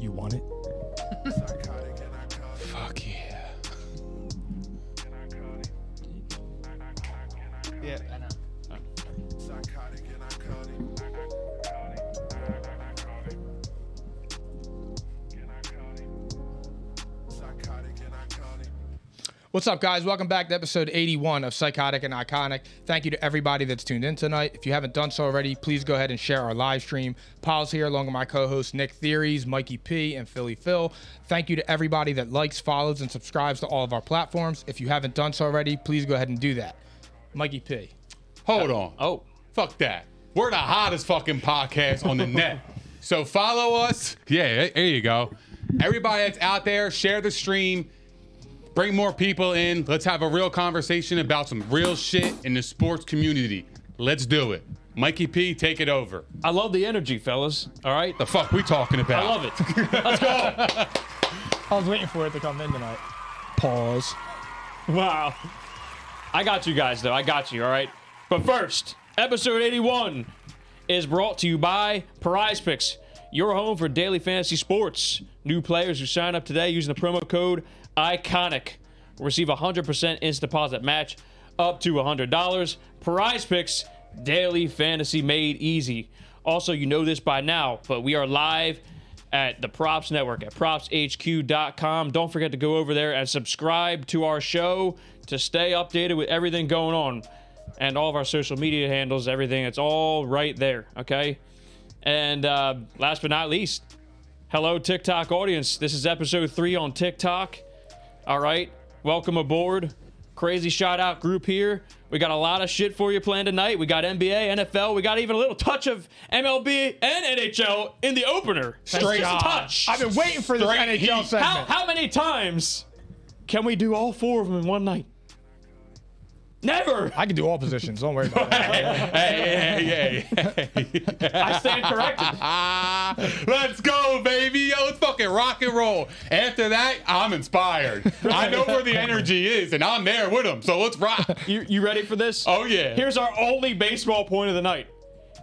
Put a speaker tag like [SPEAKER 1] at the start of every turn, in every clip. [SPEAKER 1] You want it?
[SPEAKER 2] Fuck yeah.
[SPEAKER 1] Yeah. I know. What's up, guys? Welcome back to episode 81 of Psychotic and Iconic. Thank you to everybody that's tuned in tonight. If you haven't done so already, please go ahead and share our live stream. Paul's here, along with my co hosts Nick Theories, Mikey P, and Philly Phil. Thank you to everybody that likes, follows, and subscribes to all of our platforms. If you haven't done so already, please go ahead and do that. Mikey P.
[SPEAKER 2] Hold on. Oh. Fuck that. We're the hottest fucking podcast on the net. So follow us. Yeah, there- there you go. Everybody that's out there, share the stream. Bring more people in. Let's have a real conversation about some real shit in the sports community. Let's do it. Mikey P, take it over.
[SPEAKER 3] I love the energy, fellas. All right.
[SPEAKER 2] The fuck we talking
[SPEAKER 3] I
[SPEAKER 2] about?
[SPEAKER 3] love it. Let's go.
[SPEAKER 1] I was waiting for it to come in tonight. Pause.
[SPEAKER 3] Wow. I got you guys, though. I got you. All right. But first, episode 81 is brought to you by Prize Picks, your home for daily fantasy sports. New players who sign up today using the promo code ICONIC will receive a 100% instant deposit match up to $100. Prize Picks, daily fantasy made easy. Also, you know this by now, but we are live at the Props Network at propshq.com. Don't forget to go over there and subscribe to our show to stay updated with everything going on and all of our social media handles, everything. It's all right there, okay? And uh, last but not least, hello, TikTok audience. This is episode three on TikTok. All right, welcome aboard. Crazy shout out group here. We got a lot of shit for you planned tonight. We got NBA, NFL. We got even a little touch of MLB and NHL in the opener.
[SPEAKER 2] Straight
[SPEAKER 3] Just a
[SPEAKER 2] on.
[SPEAKER 3] touch.
[SPEAKER 1] I've been waiting for this
[SPEAKER 2] Straight
[SPEAKER 1] NHL
[SPEAKER 2] heat.
[SPEAKER 1] segment.
[SPEAKER 3] how, how many times can we do all four of them in one night? Never.
[SPEAKER 1] I can do all positions. Don't worry about that.
[SPEAKER 2] Hey, hey, hey, hey.
[SPEAKER 3] I stand corrected.
[SPEAKER 2] Ah, let's go, baby. Yo, let's fucking rock and roll. After that, I'm inspired. I know where the energy is, and I'm there with them. So let's rock.
[SPEAKER 3] You, you ready for this?
[SPEAKER 2] Oh, yeah.
[SPEAKER 3] Here's our only baseball point of the night.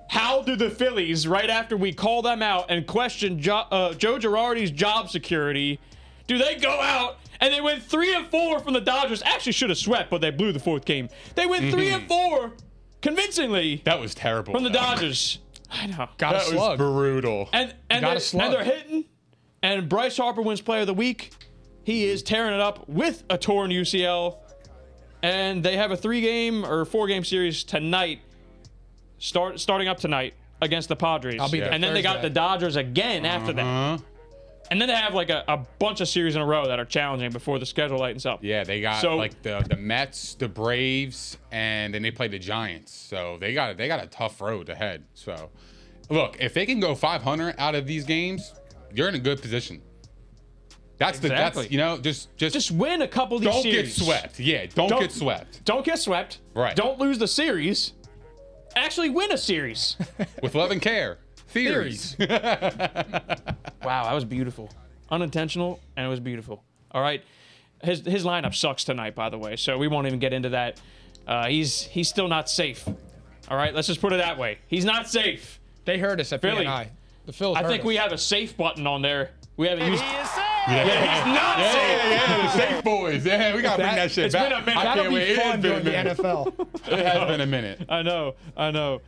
[SPEAKER 3] How do the Phillies, right after we call them out and question jo- uh, Joe Girardi's job security, do they go out and they win three and four from the Dodgers? Actually, should have swept, but they blew the fourth game. They win three
[SPEAKER 2] Mm-hmm.
[SPEAKER 3] and four convincingly
[SPEAKER 2] That was terrible.
[SPEAKER 3] from the
[SPEAKER 2] though.
[SPEAKER 3] Dodgers. I know.
[SPEAKER 1] Got a
[SPEAKER 2] That was
[SPEAKER 1] slug.
[SPEAKER 2] brutal.
[SPEAKER 3] And and
[SPEAKER 1] got a
[SPEAKER 3] they're,
[SPEAKER 1] slug.
[SPEAKER 3] and they're hitting. And Bryce Harper wins Player of the Week. He is tearing it up with a torn UCL. And they have a three-game or four-game series tonight, start starting up tonight against the Padres.
[SPEAKER 1] I'll be there
[SPEAKER 3] and then they got
[SPEAKER 1] Thursday.
[SPEAKER 3] the Dodgers again after that.
[SPEAKER 2] Huh?
[SPEAKER 3] And then they have like a, a bunch of series in a row that are challenging before the schedule lightens up.
[SPEAKER 2] Yeah, they got
[SPEAKER 3] Oh. So-
[SPEAKER 2] like the the Mets, the Braves, and then they play the Giants. So they got they got a tough road ahead. So look, if they can go 500 out of these games, you're in a good position. That's the
[SPEAKER 3] Exactly.
[SPEAKER 2] that's you know just just
[SPEAKER 3] Just win a couple of these
[SPEAKER 2] don't
[SPEAKER 3] series.
[SPEAKER 2] get swept. Yeah, don't,
[SPEAKER 3] Don't-
[SPEAKER 2] get swept.
[SPEAKER 3] Don't get swept.
[SPEAKER 2] Right.
[SPEAKER 3] Don't lose the series. Actually win a series.
[SPEAKER 2] With love and care. Theories.
[SPEAKER 3] Wow, that was beautiful. Unintentional, and it was beautiful. All right. His his lineup sucks tonight, by the way, so we won't even get into that. Uh, he's he's still not safe. All right, let's just put it that way. He's not safe.
[SPEAKER 1] They heard us at
[SPEAKER 3] Philly.
[SPEAKER 1] PNI. The Phillies.
[SPEAKER 3] I
[SPEAKER 1] heard
[SPEAKER 3] think
[SPEAKER 1] us.
[SPEAKER 3] we have a safe button on there. We haven't used.
[SPEAKER 2] yeah,
[SPEAKER 3] He's not
[SPEAKER 2] yeah,
[SPEAKER 3] safe.
[SPEAKER 2] yeah, the safe boys. Yeah, we gotta bring
[SPEAKER 1] That-
[SPEAKER 2] that shit
[SPEAKER 3] it's
[SPEAKER 2] back.
[SPEAKER 3] been a minute.
[SPEAKER 2] I
[SPEAKER 1] That'll
[SPEAKER 2] can't
[SPEAKER 1] be
[SPEAKER 2] wait. It has
[SPEAKER 1] fun
[SPEAKER 2] been a
[SPEAKER 1] during the
[SPEAKER 2] minute.
[SPEAKER 1] NFL.
[SPEAKER 2] It has been a minute.
[SPEAKER 3] I know. I know.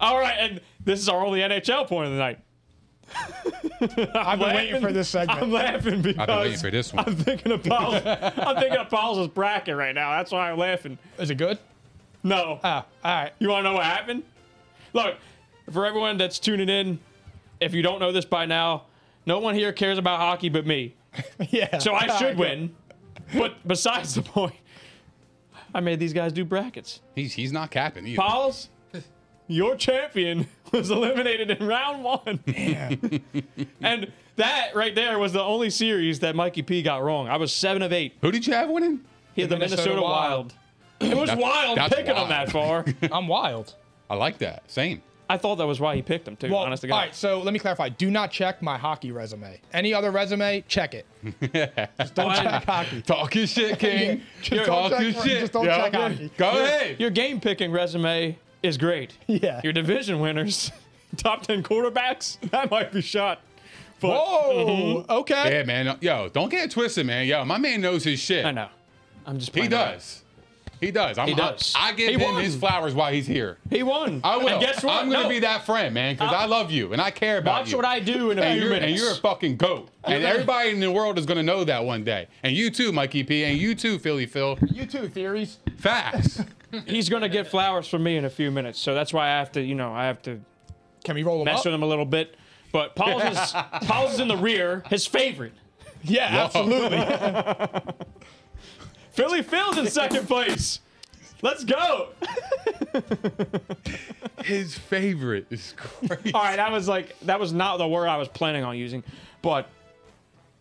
[SPEAKER 3] All right, and this is our only NHL point of the night.
[SPEAKER 1] I've been waiting
[SPEAKER 3] laughing-
[SPEAKER 1] for this segment.
[SPEAKER 3] I'm laughing because
[SPEAKER 2] I've been waiting for this one.
[SPEAKER 3] I'm thinking of Paul's. I'm thinking of Paul's bracket right now. That's why I'm laughing.
[SPEAKER 1] Is it good?
[SPEAKER 3] No,
[SPEAKER 1] Ah, all right.
[SPEAKER 3] you want to know what happened? Look, for everyone that's tuning in, if you don't know this by now, no one here cares about hockey but me.
[SPEAKER 1] Yeah.
[SPEAKER 3] So I
[SPEAKER 1] All
[SPEAKER 3] should
[SPEAKER 1] right,
[SPEAKER 3] win. But besides the point, I made these guys do brackets.
[SPEAKER 2] He's he's not capping either.
[SPEAKER 3] Pauls, your champion was eliminated in round one. and that right there was the only series that Mikey P got wrong. I was seven of eight.
[SPEAKER 2] Who did you have winning?
[SPEAKER 3] He had the, Minnesota,
[SPEAKER 1] Minnesota
[SPEAKER 3] Wild.
[SPEAKER 1] Wild.
[SPEAKER 3] It was
[SPEAKER 2] That's-
[SPEAKER 3] wild
[SPEAKER 2] that's
[SPEAKER 3] picking him
[SPEAKER 2] wild.
[SPEAKER 3] that far.
[SPEAKER 1] good. I'm wild.
[SPEAKER 2] I like that. Same.
[SPEAKER 3] I thought that was why he picked him too.
[SPEAKER 1] Well,
[SPEAKER 3] honest to
[SPEAKER 1] all
[SPEAKER 3] God.
[SPEAKER 1] right. So let me clarify. Do not check my hockey resume. Any other resume, check it. Just don't check hockey.
[SPEAKER 2] Talk your shit, King.
[SPEAKER 1] Just
[SPEAKER 2] Talk
[SPEAKER 1] don't
[SPEAKER 2] your
[SPEAKER 1] check-
[SPEAKER 2] shit.
[SPEAKER 1] just don't
[SPEAKER 2] yo.
[SPEAKER 1] check hockey.
[SPEAKER 2] Go ahead.
[SPEAKER 3] Your game picking resume is great.
[SPEAKER 1] Yeah.
[SPEAKER 3] Your division winners, top ten quarterbacks, that might be shot. But,
[SPEAKER 1] Whoa. Okay.
[SPEAKER 2] Mm-hmm. yeah, man. Yo, don't get it twisted, man. Yo, my man knows his shit.
[SPEAKER 3] I know. I'm just.
[SPEAKER 2] He
[SPEAKER 3] playing around.
[SPEAKER 2] does. He does. I'm,
[SPEAKER 3] He does.
[SPEAKER 2] I, I give
[SPEAKER 3] He
[SPEAKER 2] him
[SPEAKER 3] won.
[SPEAKER 2] his flowers while he's here.
[SPEAKER 3] He won.
[SPEAKER 2] I will.
[SPEAKER 3] And guess what?
[SPEAKER 2] I'm gonna
[SPEAKER 3] No.
[SPEAKER 2] be that friend, man, because I love you and I care about
[SPEAKER 3] Watch
[SPEAKER 2] you.
[SPEAKER 3] what I do in a
[SPEAKER 2] and
[SPEAKER 3] few
[SPEAKER 2] you're,
[SPEAKER 3] minutes.
[SPEAKER 2] and you're a fucking goat. And everybody in the world is gonna know that one day. And you too, Mikey P. And you too, Philly Phil.
[SPEAKER 1] You too, theories.
[SPEAKER 2] Facts.
[SPEAKER 3] He's gonna get flowers from me in a few minutes, so that's why I have to, you know, I have to
[SPEAKER 1] Can we roll them
[SPEAKER 3] mess
[SPEAKER 1] up?
[SPEAKER 3] with him a little bit. But Paul's is Paul's is in the rear. His favorite.
[SPEAKER 1] Yeah, absolutely.
[SPEAKER 3] Philly Phil's in second place. Let's go.
[SPEAKER 2] Oh, His favorite is crazy.
[SPEAKER 3] All right, that was like that was not the word I was planning on using, but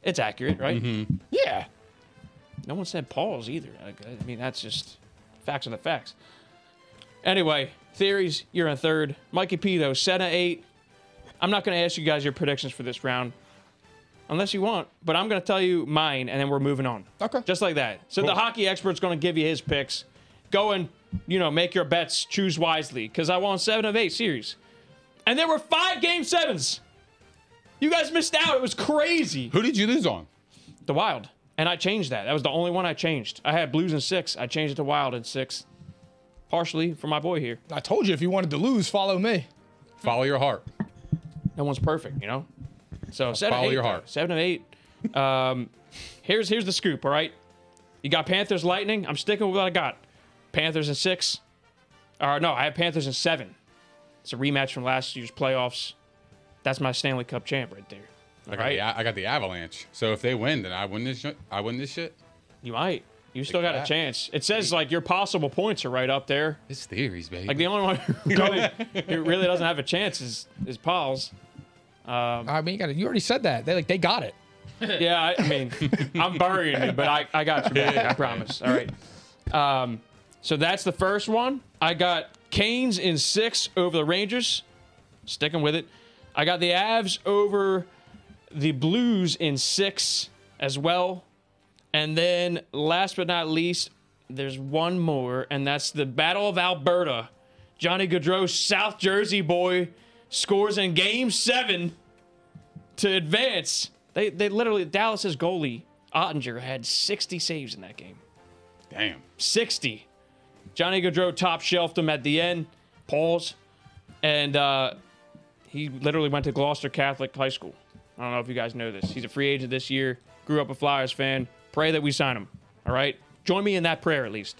[SPEAKER 3] it's accurate, right? Yeah. No one said Paul's either. I I mean, that's just facts are the facts. Anyway, theories. You're in third. Mikey P though, set at eight. I'm not going to ask you guys your predictions for this round, unless you want. But I'm going to tell you mine, and then we're moving on.
[SPEAKER 1] Okay.
[SPEAKER 3] Just like that. So the hockey expert's going to give you his picks. Go and you know make your bets. Choose wisely, because I won seven of eight series, and there were five game sevens. You guys missed out. It was crazy.
[SPEAKER 2] Who did you lose on?
[SPEAKER 3] The Wild. And I changed that. That was the only one I changed. I had Blues in six. I changed it to Wild in six. Partially for my boy here.
[SPEAKER 1] I told you if you wanted to lose, follow me.
[SPEAKER 2] Follow your heart.
[SPEAKER 3] No one's perfect, you know? So seven
[SPEAKER 2] Follow
[SPEAKER 3] eight,
[SPEAKER 2] your heart.
[SPEAKER 3] Seven of eight. Um, here's here's the scoop, all right? You got Panthers Lightning. I'm sticking with what I got. Panthers in six. Or no, I have Panthers in seven. It's a rematch from last year's playoffs. That's my Stanley Cup champ right there.
[SPEAKER 2] I got, the, I got the Avalanche. So if they win, then I win this. shit- I win this shit.
[SPEAKER 3] You might. You still got a
[SPEAKER 2] that.
[SPEAKER 3] chance. It says like your possible points are right up there.
[SPEAKER 2] It's theories, baby.
[SPEAKER 3] Like the only one who really, who really doesn't have a chance is is Paul's.
[SPEAKER 1] I mean, you, gotta, you already said that. They like they got it.
[SPEAKER 3] Yeah, I, I mean, I'm burying you, but I, I got you, back, I promise. All right. Um, so that's the first one. I got Canes in six over the Rangers. Sticking with it. I got the Avs over the Blues in six as well. And then last but not least, there's one more, and that's the Battle of Alberta. Johnny Gaudreau, South Jersey boy, scores in game seven to advance. They they literally Dallas's goalie Ottinger had 60 saves in that game.
[SPEAKER 2] Damn.
[SPEAKER 3] 60. Johnny Gaudreau top shelved him at the end. Pause, and uh, he literally went to Gloucester Catholic High School. I don't know if you guys know this. He's a free agent this year. Grew up a Flyers fan. Pray that we sign him. All right, join me in that prayer at least.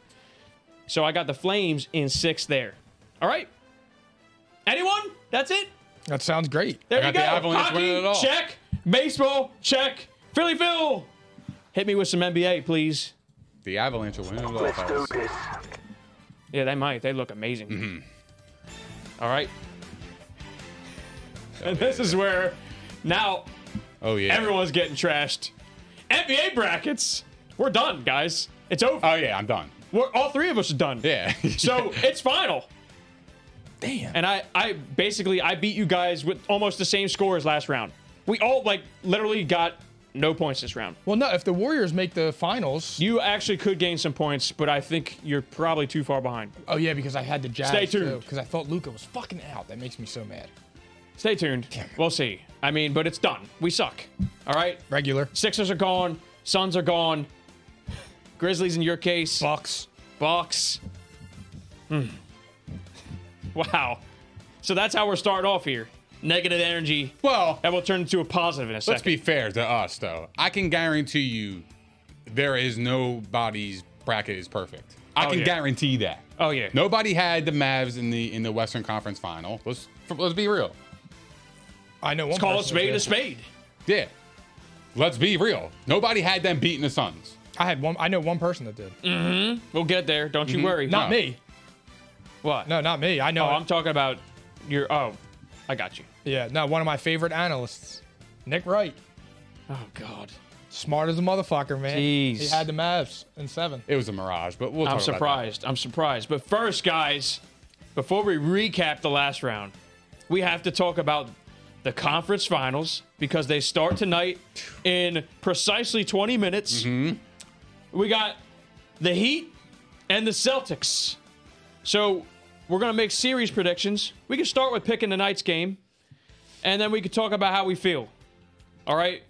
[SPEAKER 3] So I got the Flames in six there. All right. Anyone? That's it.
[SPEAKER 1] That sounds great.
[SPEAKER 3] There
[SPEAKER 2] I
[SPEAKER 3] you go.
[SPEAKER 2] got the Avalanche winning it
[SPEAKER 3] Hockey,
[SPEAKER 2] all.
[SPEAKER 3] check. Baseball, check. Philly Phil, hit me with some NBA, please.
[SPEAKER 2] The Avalanche will win Oh, it all. fellas.
[SPEAKER 3] Yeah, they might. They look amazing.
[SPEAKER 2] Mm-hmm.
[SPEAKER 3] All right. and this is where now
[SPEAKER 2] Oh yeah.
[SPEAKER 3] everyone's getting trashed. NBA brackets. We're done, guys. It's over.
[SPEAKER 2] Oh yeah. I'm done.
[SPEAKER 3] We're, all three of us are done.
[SPEAKER 2] Yeah.
[SPEAKER 3] So it's final.
[SPEAKER 1] Damn.
[SPEAKER 3] And I, I basically I beat you guys with almost the same score as last round. We all like literally got no points this round.
[SPEAKER 1] Well, no, if the Warriors make the finals.
[SPEAKER 3] You actually could gain some points, but I think you're probably too far behind.
[SPEAKER 1] oh yeah, because I had the Jazz.
[SPEAKER 3] Stay tuned.
[SPEAKER 1] Because I thought Luca was fucking out. That makes me so mad.
[SPEAKER 3] Stay tuned. We'll see. I mean, but it's done. We suck. All right.
[SPEAKER 1] Regular.
[SPEAKER 3] Sixers are gone. Suns are gone. Grizzlies in your case.
[SPEAKER 1] Bucks.
[SPEAKER 3] Bucks. Hmm. Wow. So that's how we're starting off here. Negative energy.
[SPEAKER 2] Well,
[SPEAKER 3] that will turn into a positive in a
[SPEAKER 2] Let's
[SPEAKER 3] second.
[SPEAKER 2] be fair to us, though. I can guarantee you there is nobody's bracket is perfect. I
[SPEAKER 3] Oh,
[SPEAKER 2] can
[SPEAKER 3] yeah.
[SPEAKER 2] guarantee that.
[SPEAKER 3] Oh, yeah.
[SPEAKER 2] Nobody had the Mavs in the in the Western Conference Final. Let's let's be real.
[SPEAKER 1] I know one.
[SPEAKER 3] Let's call a
[SPEAKER 1] person
[SPEAKER 3] spade
[SPEAKER 1] that
[SPEAKER 3] a
[SPEAKER 1] did.
[SPEAKER 3] spade.
[SPEAKER 2] Yeah. Let's be real. Nobody had them beating the Suns.
[SPEAKER 1] I had one. I know one person that did.
[SPEAKER 3] We'll get there. Don't you worry.
[SPEAKER 1] Not me.
[SPEAKER 3] What?
[SPEAKER 1] No, not me. I know.
[SPEAKER 3] Oh, I'm talking about your. Oh, I got you.
[SPEAKER 1] yeah, no. One of my favorite analysts, Nick Wright,
[SPEAKER 3] Oh God.
[SPEAKER 1] smart as a motherfucker, man.
[SPEAKER 3] Jeez.
[SPEAKER 1] He had the Mavs in seven.
[SPEAKER 2] It was a mirage, but we'll talk
[SPEAKER 3] I'm
[SPEAKER 2] about that.
[SPEAKER 3] surprised. I'm surprised. But first, guys, before we recap the last round, we have to talk about the conference finals because they start tonight in precisely 20 minutes.
[SPEAKER 2] Mm-hmm.
[SPEAKER 3] We got the Heat and the Celtics. So we're going to make series predictions. We can start with picking tonight's game, and then we can talk about how we feel. All right.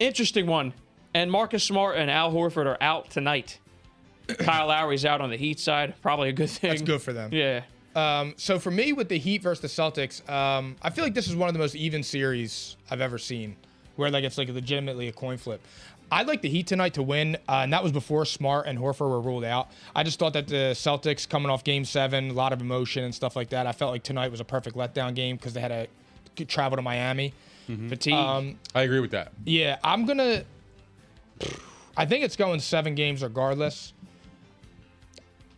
[SPEAKER 3] Interesting one. And Marcus Smart and Al Horford are out tonight. Kyle Lowry's out on the Heat side. Probably a good thing.
[SPEAKER 1] That's good for them.
[SPEAKER 3] Yeah.
[SPEAKER 1] Um, so for me, with the Heat versus the Celtics, um, I feel like this is one of the most even series I've ever seen, where like it's like legitimately a coin flip. I'd like the Heat tonight to win, uh, and that was before Smart and Horford were ruled out. I just thought that the Celtics coming off Game Seven, a lot of emotion and stuff like that. I felt like tonight was a perfect letdown game because they had to c- travel to Miami.
[SPEAKER 3] Fatigue.
[SPEAKER 2] I agree with that.
[SPEAKER 1] Yeah, I'm gonna. I think it's going seven games regardless.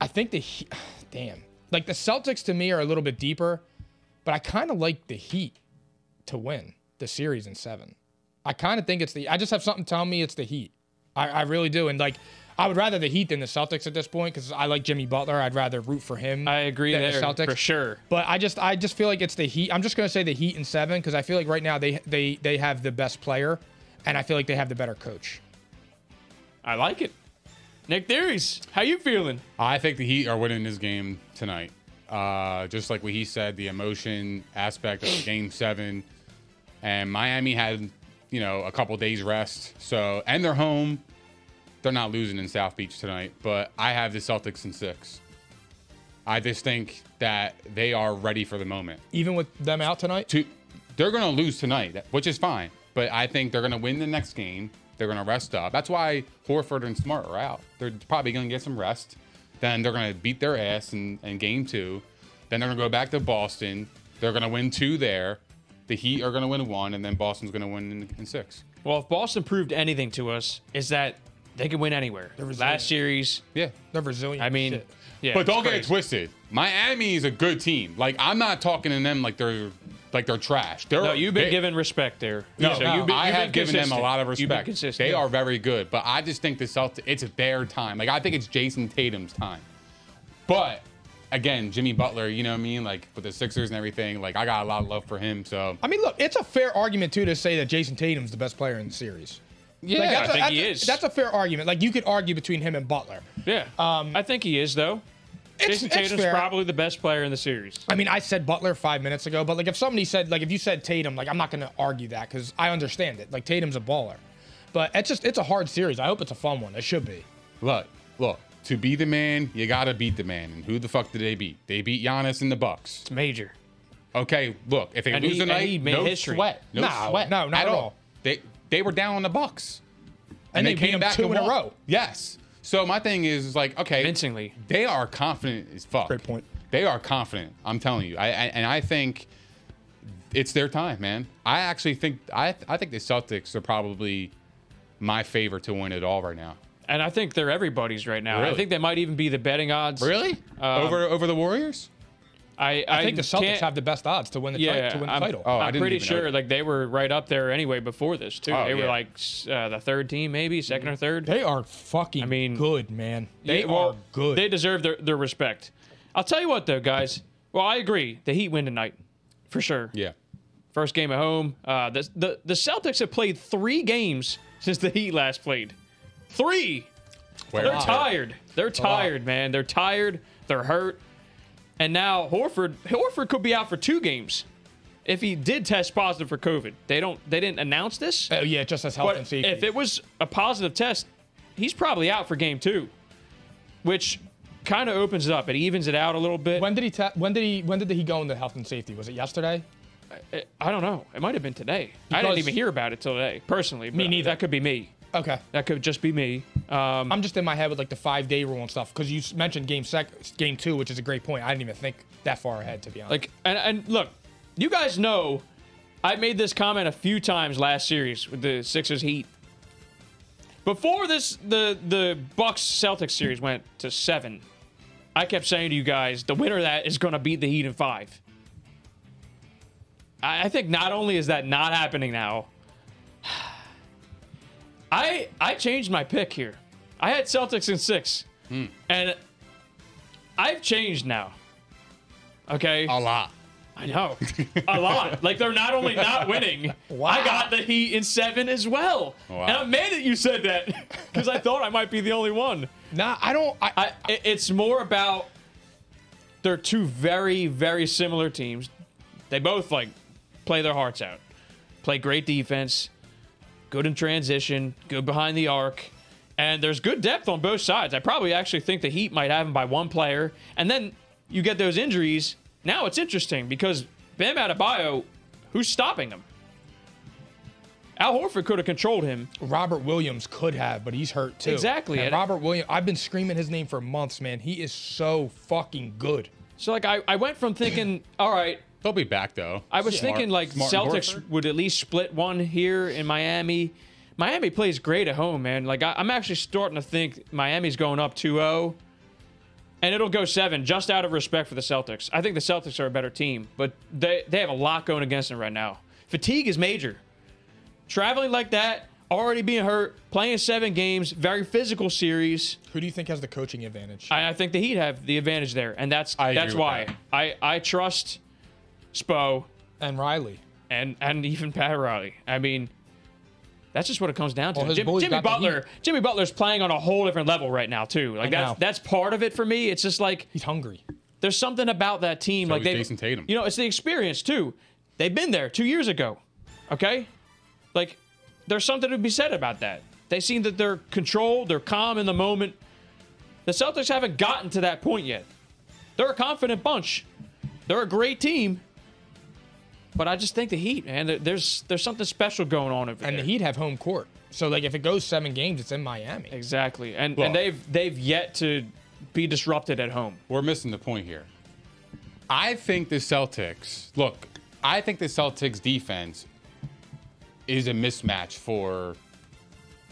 [SPEAKER 1] I think the He- damn like the Celtics to me are a little bit deeper, but I kind of like the Heat to win the series in seven. I kind of think it's the. I just have something telling me it's the Heat. I, I really do, and like I would rather the Heat than the Celtics at this point because I like Jimmy Butler. I'd rather root for him.
[SPEAKER 3] I agree
[SPEAKER 1] than the
[SPEAKER 3] there
[SPEAKER 1] Celtics.
[SPEAKER 3] for sure.
[SPEAKER 1] But I just I just feel like it's the Heat. I'm just gonna say the Heat in seven because I feel like right now they they they have the best player, and I feel like they have the better coach.
[SPEAKER 3] I like it. Nick Theories, how you feeling?
[SPEAKER 2] I think the Heat are winning this game tonight. Uh, just like what he said, the emotion aspect of Game Seven, and Miami had, you know, a couple days rest. So, and they're home. They're not losing in South Beach tonight, but I have the Celtics in six. I just think that they are ready for the moment.
[SPEAKER 1] Even with them out tonight,
[SPEAKER 2] To, they're going to lose tonight, which is fine, but I think they're going to win the next game. They're going to rest up. That's why Horford and Smart are out. They're probably going to get some rest. Then they're going to beat their ass in, in game two. Then they're going to go back to Boston. They're going to win two there. The Heat are going to win one, and then Boston's going to win in, in six.
[SPEAKER 3] Well, if Boston proved anything to us, is that they can win anywhere. Last series,
[SPEAKER 2] Yeah.
[SPEAKER 1] they're resilient.
[SPEAKER 3] I mean,
[SPEAKER 1] Shit.
[SPEAKER 3] yeah.
[SPEAKER 2] but don't
[SPEAKER 3] it's
[SPEAKER 2] get it
[SPEAKER 3] crazy.
[SPEAKER 2] twisted. Miami is a good team. Like I'm not talking to them like they're like they're trash. They're
[SPEAKER 3] No, you've been
[SPEAKER 2] they-
[SPEAKER 3] given respect there.
[SPEAKER 2] No,
[SPEAKER 3] So you've been-
[SPEAKER 2] I
[SPEAKER 3] you've been
[SPEAKER 2] have given them a
[SPEAKER 3] consistent.
[SPEAKER 2] lot of
[SPEAKER 3] You've been
[SPEAKER 2] respect.
[SPEAKER 3] consistent.
[SPEAKER 2] They are very good, but I just think the Celtics, it's their time. Like, I think it's Jason Tatum's time. But again, Jimmy Butler, you know what I mean? Like, with the Sixers and everything, like, I got a lot of love for him. So,
[SPEAKER 1] I mean, look, it's a fair argument too to say that Jason Tatum's the best player in the series.
[SPEAKER 2] yeah,
[SPEAKER 1] Like, that's
[SPEAKER 3] I
[SPEAKER 1] a-
[SPEAKER 3] think he
[SPEAKER 1] that's a-
[SPEAKER 3] is.
[SPEAKER 1] That's a fair argument. Like you could argue between him and Butler.
[SPEAKER 3] Yeah.
[SPEAKER 1] Um,
[SPEAKER 3] I think he is though. Jason
[SPEAKER 1] it's
[SPEAKER 3] Tatum's
[SPEAKER 1] fair.
[SPEAKER 3] probably the best player in the series.
[SPEAKER 1] I mean, I said Butler five minutes ago, but like if somebody said like if you said Tatum, like I'm not gonna argue that because I understand it. Like Tatum's a baller, but it's just it's a hard series. I hope it's a fun one. It should be.
[SPEAKER 2] look, look, to be the man, you got to beat the man. And who the fuck did they beat? They beat Giannis and the Bucks.
[SPEAKER 3] It's major.
[SPEAKER 2] Okay, look, if they
[SPEAKER 3] And
[SPEAKER 2] lose
[SPEAKER 3] he- and
[SPEAKER 2] tonight,
[SPEAKER 3] he made
[SPEAKER 2] no
[SPEAKER 3] history.
[SPEAKER 2] sweat. No,
[SPEAKER 1] No,
[SPEAKER 2] sweat.
[SPEAKER 1] no, not at all.
[SPEAKER 2] They, they were down on the Bucks.
[SPEAKER 1] And, they, beat him two
[SPEAKER 2] and
[SPEAKER 1] in a
[SPEAKER 2] won.
[SPEAKER 1] row.
[SPEAKER 2] Yes. So my thing is, is like, okay,
[SPEAKER 3] Convincingly.
[SPEAKER 2] they are confident as fuck.
[SPEAKER 1] Great point.
[SPEAKER 2] They are confident. I'm telling you. I, I and I think it's their time, man. I actually think I I think the Celtics are probably my favorite to win it all right now.
[SPEAKER 3] And I think they're everybody's right now. I
[SPEAKER 2] Really?
[SPEAKER 3] think they might even be the betting odds. Um,
[SPEAKER 2] over over the Warriors?
[SPEAKER 3] I,
[SPEAKER 1] I think the Celtics
[SPEAKER 3] can't-
[SPEAKER 1] have the best odds to win the, ti-
[SPEAKER 3] yeah,
[SPEAKER 1] to win the
[SPEAKER 3] I'm,
[SPEAKER 1] title.
[SPEAKER 2] Oh, I
[SPEAKER 3] I'm
[SPEAKER 2] didn't
[SPEAKER 3] pretty
[SPEAKER 2] even know
[SPEAKER 3] sure
[SPEAKER 2] that.
[SPEAKER 3] like they were right up there anyway before this too.
[SPEAKER 2] Oh,
[SPEAKER 3] they were
[SPEAKER 2] yeah. Mm-hmm.
[SPEAKER 3] like s- uh, the third team, maybe second or third.
[SPEAKER 1] They are fucking
[SPEAKER 3] I mean-
[SPEAKER 1] good, man. They
[SPEAKER 3] Yeah, well,
[SPEAKER 1] are good.
[SPEAKER 3] They deserve their, their respect. I'll tell you what though, guys. Well, I agree. The Heat win tonight for sure.
[SPEAKER 2] Yeah.
[SPEAKER 3] First game at home. Uh, the, the the Celtics have played three games since the Heat last played. Three.
[SPEAKER 2] Where
[SPEAKER 3] They're tired. They're tired, man. They're tired. They're hurt. And now Horford Horford could be out for two games if he did test positive for COVID. They don't they didn't announce this.
[SPEAKER 1] oh, yeah, just as health
[SPEAKER 3] But
[SPEAKER 1] and safety.
[SPEAKER 3] if it was a positive test, he's probably out for game two, which kind of opens it up. It evens it out a little bit.
[SPEAKER 1] When did he? Ta- when did he? When did he go into health and safety? Was it yesterday?
[SPEAKER 3] I don't know. It might have been today. I
[SPEAKER 1] Because-
[SPEAKER 3] didn't even hear about it till today, personally.
[SPEAKER 1] Me
[SPEAKER 3] but
[SPEAKER 1] neither.
[SPEAKER 3] That could be me.
[SPEAKER 1] Okay.
[SPEAKER 3] That could just be me. Um,
[SPEAKER 1] I'm just in my head with like the five day rule and stuff because you s- mentioned game sec, game two, which is a great point. I didn't even think that far ahead to be honest.
[SPEAKER 3] Like, and, and look, you guys know I made this comment a few times last series with the Sixers Heat. Before this, the the Bucks Celtics series went to seven. I kept saying to you guys, the winner of that is going to beat the Heat in five. I, I think not only is that not happening now, I I changed my pick here. I had Celtics in six, and I've changed now. Okay,
[SPEAKER 2] A lot.
[SPEAKER 3] I know. A lot. Like they're not only not winning, I got the Heat in seven as well.
[SPEAKER 2] Wow.
[SPEAKER 3] And I'm mad that you said that because I thought I might be the only one.
[SPEAKER 1] nah, I don't. I,
[SPEAKER 3] I, it- it's more about they're two very, very similar teams. They both like play their hearts out, play great defense, good in transition, good behind the arc, and there's good depth on both sides. I probably actually think the Heat might have them by one player, and then you get those injuries. Now it's interesting because Bam Adebayo, who's stopping him? Al Horford could have controlled him.
[SPEAKER 1] Robert Williams could have, but he's hurt too.
[SPEAKER 3] Exactly,
[SPEAKER 1] And
[SPEAKER 3] and-
[SPEAKER 1] Robert Williams, I've been screaming his name for months, man. He is so fucking good.
[SPEAKER 3] So like I, I went from thinking, all right,
[SPEAKER 2] They'll be back though.
[SPEAKER 3] I was
[SPEAKER 2] Smart-
[SPEAKER 3] thinking like
[SPEAKER 2] Smart and
[SPEAKER 3] Celtics
[SPEAKER 2] Horford.
[SPEAKER 3] would at least split one here in Miami. Miami plays great at home, man. Like I, I'm actually starting to think Miami's going up 2-0, and it'll go seven just out of respect for the Celtics. I think the Celtics are a better team, but they they have a lot going against them right now. Fatigue is major. Traveling like that, already being hurt, playing seven games, very physical series.
[SPEAKER 1] Who do you think has the coaching advantage?
[SPEAKER 3] I, I think the Heat have the advantage there, and that's
[SPEAKER 2] I agree
[SPEAKER 3] that's
[SPEAKER 2] with
[SPEAKER 3] why
[SPEAKER 2] that.
[SPEAKER 3] I I trust Spo
[SPEAKER 1] and Riley.
[SPEAKER 3] and and even Pat Riley. I mean, that's just what it comes down to.
[SPEAKER 1] Well, his
[SPEAKER 3] Jim-
[SPEAKER 1] boys
[SPEAKER 3] Jimmy
[SPEAKER 1] got the
[SPEAKER 3] Butler,
[SPEAKER 1] heat.
[SPEAKER 3] Jimmy Butler's playing on a whole different level right now too. Like that's
[SPEAKER 1] know.
[SPEAKER 3] that's part of it for me. It's just like
[SPEAKER 1] He's hungry.
[SPEAKER 3] there's something about that team.
[SPEAKER 2] So
[SPEAKER 3] like
[SPEAKER 2] is
[SPEAKER 3] they,
[SPEAKER 2] Jason Tatum.
[SPEAKER 3] You know, it's the experience too. They've been there two years ago. Okay, like there's something to be said about that. They seem that they're controlled, they're calm in the moment. The Celtics haven't gotten to that point yet. They're a confident bunch. They're a great team. But I just think the Heat, man, there- there's there's something special going on over
[SPEAKER 1] And
[SPEAKER 3] there.
[SPEAKER 1] the Heat have home court. So like if it goes seven games, it's in Miami.
[SPEAKER 3] exactly, and
[SPEAKER 2] Well-
[SPEAKER 3] and they've they've yet to be disrupted at home.
[SPEAKER 2] We're missing the point here. I think the Celtics, look, I think the Celtics defense is a mismatch for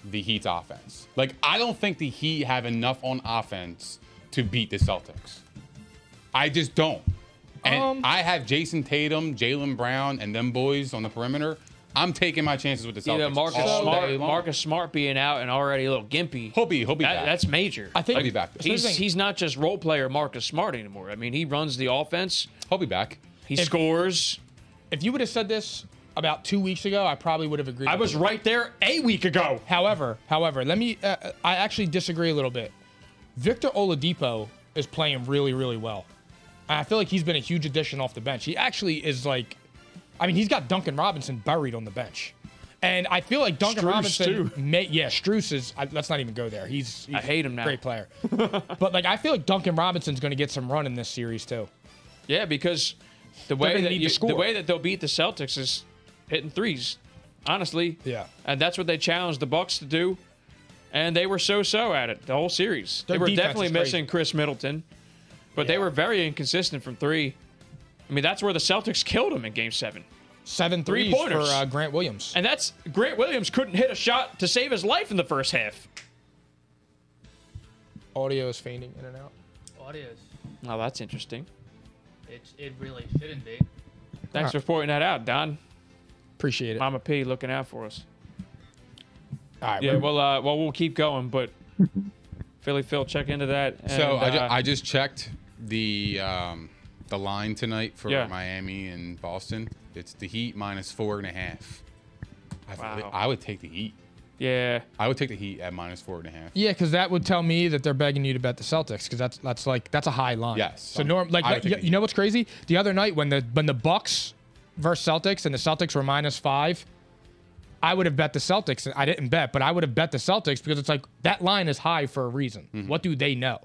[SPEAKER 2] the Heat's offense. Like, I don't think the Heat have enough on offense to beat the Celtics. I just don't. And
[SPEAKER 1] Um,
[SPEAKER 2] I have Jason Tatum, Jalen Brown, and them boys on the perimeter. I'm taking my chances with the Celtics.
[SPEAKER 3] Either Marcus
[SPEAKER 2] all day
[SPEAKER 3] Smart,
[SPEAKER 2] long.
[SPEAKER 3] Marcus Smart being out and already a little gimpy.
[SPEAKER 2] He'll be- he'll be
[SPEAKER 3] That-
[SPEAKER 2] back.
[SPEAKER 3] That's major.
[SPEAKER 1] I think-
[SPEAKER 2] He'll be back.
[SPEAKER 3] he's
[SPEAKER 1] Here's the thing.
[SPEAKER 3] he's not just role player Marcus Smart anymore. I mean, he runs the offense.
[SPEAKER 2] He'll be back.
[SPEAKER 3] He scores.
[SPEAKER 1] If you would have said this about two weeks ago, I probably would have agreed.
[SPEAKER 3] I
[SPEAKER 1] with
[SPEAKER 3] was
[SPEAKER 1] you.
[SPEAKER 3] right there a week ago.
[SPEAKER 1] However, however, let me. Uh, I actually disagree a little bit. Victor Oladipo is playing really, really well. And I feel like he's been a huge addition off the bench. He actually is like, I mean, he's got Duncan Robinson buried on the bench, and I feel like Duncan
[SPEAKER 3] Struce,
[SPEAKER 1] Robinson.
[SPEAKER 3] too.
[SPEAKER 1] May, yeah, Struce is. I, let's not even go there. He's, he's
[SPEAKER 3] I hate him now.
[SPEAKER 1] Great player, but like I feel like Duncan Robinson's going to get some run in this series too.
[SPEAKER 3] Yeah, because the
[SPEAKER 1] gonna
[SPEAKER 3] way that
[SPEAKER 1] need to
[SPEAKER 3] you,
[SPEAKER 1] score.
[SPEAKER 3] the way that they'll beat the Celtics is hitting threes. Honestly.
[SPEAKER 1] Yeah.
[SPEAKER 3] And that's what they challenged the Bucks to do. And they were so-so at it the whole series.
[SPEAKER 1] Their
[SPEAKER 3] they were
[SPEAKER 1] defense
[SPEAKER 3] definitely
[SPEAKER 1] is crazy.
[SPEAKER 3] missing Chris Middleton, but they
[SPEAKER 1] Yeah.
[SPEAKER 3] were very inconsistent from three. I mean, that's where the Celtics killed them in Game Seven.
[SPEAKER 1] Seven threes for
[SPEAKER 3] Three-pointers.
[SPEAKER 1] uh, Grant Williams.
[SPEAKER 3] And that's Grant Williams couldn't hit a shot to save his life in the first half.
[SPEAKER 1] Audio is fading in and out.
[SPEAKER 4] Audios.
[SPEAKER 3] Oh, that's interesting.
[SPEAKER 4] It, it really shouldn't be.
[SPEAKER 3] Thanks for pointing that out, Don.
[SPEAKER 1] Appreciate it.
[SPEAKER 3] Mama P looking out for us.
[SPEAKER 1] All right,
[SPEAKER 3] Yeah,
[SPEAKER 1] we're-
[SPEAKER 3] well, uh, well, we'll keep going, but Philly Phil, check into that.
[SPEAKER 2] So
[SPEAKER 3] and,
[SPEAKER 2] I, ju-
[SPEAKER 3] uh,
[SPEAKER 2] I just checked the um, the line tonight for
[SPEAKER 3] Yeah.
[SPEAKER 2] Miami and Boston. It's the Heat minus four and a half. I, th-
[SPEAKER 3] Wow.
[SPEAKER 2] I would take the Heat.
[SPEAKER 3] yeah,
[SPEAKER 2] I would take the Heat at minus four and a half.
[SPEAKER 1] Yeah, because that would tell me that they're begging you to bet the Celtics because that's that's like that's a high line.
[SPEAKER 2] Yes.
[SPEAKER 1] So norm like
[SPEAKER 2] I would
[SPEAKER 1] you,
[SPEAKER 2] think-
[SPEAKER 1] you know what's crazy? The other night when the when the Bucks versus Celtics and the Celtics were minus five, I would have bet the Celtics. and I
[SPEAKER 2] Mm-hmm.
[SPEAKER 1] didn't bet, but I would have bet the Celtics because it's like that line is high for a reason. What do they know?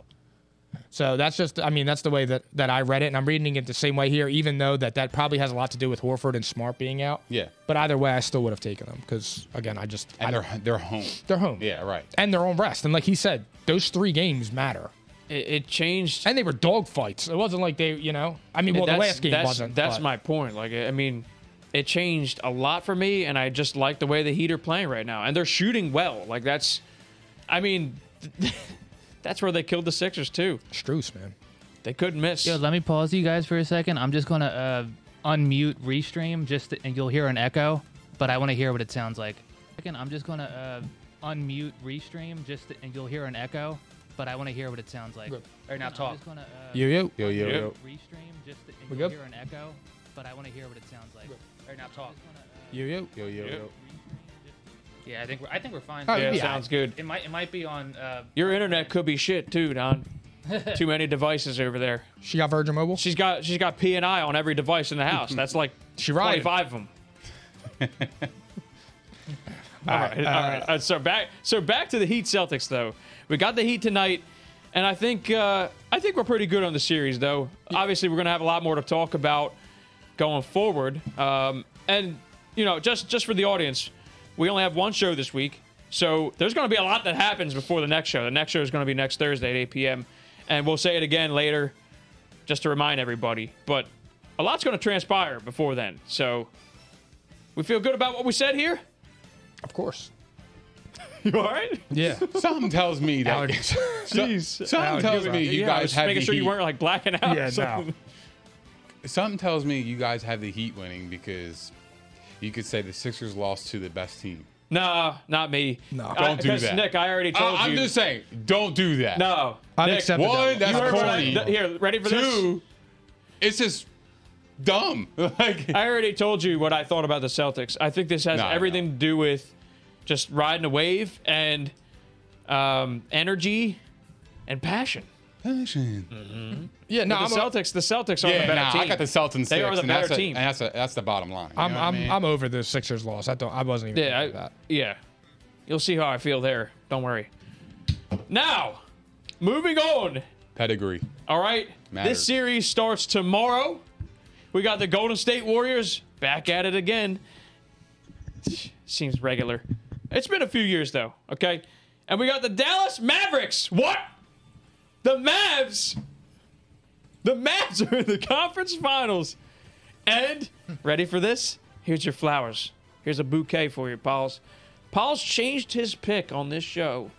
[SPEAKER 1] So that's just, I mean, that's the way that, that I read it, and I'm reading it the same way here, even though that that probably has a lot to do with Horford and Smart being out.
[SPEAKER 2] Yeah.
[SPEAKER 1] But either way, I still would have taken them because again, I just I,
[SPEAKER 2] And they're they're home.
[SPEAKER 1] they're home.
[SPEAKER 2] Yeah, right.
[SPEAKER 1] And their own rest, and like he said, those three games matter.
[SPEAKER 3] It, it changed.
[SPEAKER 1] And they were dog fights. It wasn't like they, you know, I mean, well, the
[SPEAKER 3] that's-
[SPEAKER 1] last game
[SPEAKER 3] that's,
[SPEAKER 1] wasn't.
[SPEAKER 3] That's
[SPEAKER 1] but-
[SPEAKER 3] my point. Like, I mean, it changed a lot for me, and I just like the way the Heat are playing right now, and they're shooting well. Like that's, I mean, that's where they killed the Sixers too.
[SPEAKER 1] Struce, man.
[SPEAKER 3] They couldn't miss.
[SPEAKER 5] Yo, let me pause you guys for a second. I'm just gonna uh, unmute restream, just to, and you'll hear an echo, but I want to hear what it sounds like. Again, I'm just gonna uh, unmute restream, just to, and you'll hear an echo, but I want to hear what it sounds like.
[SPEAKER 3] Or now
[SPEAKER 5] I'm
[SPEAKER 3] talk.
[SPEAKER 5] just gonna, uh,
[SPEAKER 1] Yo, yo.
[SPEAKER 2] Yo, yo,
[SPEAKER 3] Yeah.
[SPEAKER 2] yo.
[SPEAKER 5] Restream, just to, and
[SPEAKER 1] We
[SPEAKER 5] you'll
[SPEAKER 1] good?
[SPEAKER 5] hear an echo, but I want to hear what it sounds like.
[SPEAKER 4] Or now talk.
[SPEAKER 1] Yo, yo.
[SPEAKER 2] Yo, yo, yo.
[SPEAKER 4] Yeah, I think we're, I think we're fine.
[SPEAKER 1] Oh,
[SPEAKER 3] yeah,
[SPEAKER 1] yeah.
[SPEAKER 3] sounds good.
[SPEAKER 4] It might it might be on. Uh,
[SPEAKER 3] Your internet could be shit too, Don. Too many devices over there.
[SPEAKER 1] She got Virgin Mobile?
[SPEAKER 3] She's got she's got P and I on every device in the house. That's like
[SPEAKER 1] She
[SPEAKER 3] twenty
[SPEAKER 1] riding.
[SPEAKER 3] five of them. all right, all right. Uh, so back so back to the Heat Celtics though. We got the Heat tonight, and I think uh, I think we're pretty good on the series though. Obviously, we're gonna have a lot more to talk about going forward. Um, and you know, just just for the audience, we only have one show this week, so there's going to be a lot that happens before the next show. The next show is going to be next Thursday at 8 p.m. And we'll say it again later, just to remind everybody. But a lot's going to transpire before then, so we feel good about what we said here.
[SPEAKER 1] Of course.
[SPEAKER 3] You all right?
[SPEAKER 1] Yeah.
[SPEAKER 2] Something tells me that.
[SPEAKER 1] Allergies.
[SPEAKER 2] So-
[SPEAKER 3] Jeez.
[SPEAKER 2] Something tells me you
[SPEAKER 3] Yeah, I was
[SPEAKER 2] guys
[SPEAKER 3] just
[SPEAKER 2] have
[SPEAKER 3] making
[SPEAKER 2] the
[SPEAKER 3] sure you
[SPEAKER 2] Heat.
[SPEAKER 3] weren't like blacking out.
[SPEAKER 1] Yeah,
[SPEAKER 3] or something.
[SPEAKER 1] no.
[SPEAKER 2] Something tells me you guys have the Heat winning because you could say the Sixers lost to the best team.
[SPEAKER 3] No, not me. No,
[SPEAKER 2] Don't do that.
[SPEAKER 3] Nick. I already told
[SPEAKER 2] I- I'm
[SPEAKER 3] you.
[SPEAKER 2] just saying, don't do that.
[SPEAKER 3] No,
[SPEAKER 1] I've
[SPEAKER 3] Nick,
[SPEAKER 1] accepted that.
[SPEAKER 2] One, that's
[SPEAKER 3] you heard what I-
[SPEAKER 2] corny.
[SPEAKER 3] th- here, ready for this?
[SPEAKER 2] Two, it's just dumb. Like,
[SPEAKER 3] I already told you what I thought about the Celtics. I think this has
[SPEAKER 2] No, I
[SPEAKER 3] everything
[SPEAKER 2] know.
[SPEAKER 3] to do with just riding a wave and um, energy and passion.
[SPEAKER 2] Mm-hmm.
[SPEAKER 1] Yeah, no,
[SPEAKER 3] The
[SPEAKER 1] I'm, a-
[SPEAKER 3] Celtics, the Celtics are the
[SPEAKER 2] yeah,
[SPEAKER 3] better
[SPEAKER 2] nah,
[SPEAKER 3] team.
[SPEAKER 2] I got the Celtics.
[SPEAKER 3] They are
[SPEAKER 2] six,
[SPEAKER 3] the
[SPEAKER 2] and
[SPEAKER 3] better
[SPEAKER 2] that's a-
[SPEAKER 3] team.
[SPEAKER 2] and that's a, that's the bottom line. You
[SPEAKER 1] I'm
[SPEAKER 2] know what I
[SPEAKER 1] I'm,
[SPEAKER 2] mean?
[SPEAKER 1] I'm over the Sixers loss. I don't I wasn't even
[SPEAKER 3] yeah,
[SPEAKER 1] thinking
[SPEAKER 3] I-
[SPEAKER 1] about that.
[SPEAKER 3] yeah. You'll see how I feel there. Don't worry. Now, moving on.
[SPEAKER 2] pedigree.
[SPEAKER 3] All right.
[SPEAKER 2] Matters.
[SPEAKER 3] This series starts tomorrow. We got the Golden State Warriors back at it again. Seems regular. It's been a few years though, okay? And we got the Dallas Mavericks. What? The Mavs. The Mavs are in the conference finals. And ready for this? Here's your flowers. Here's a bouquet for you, Pauls. Pauls changed his pick on this show.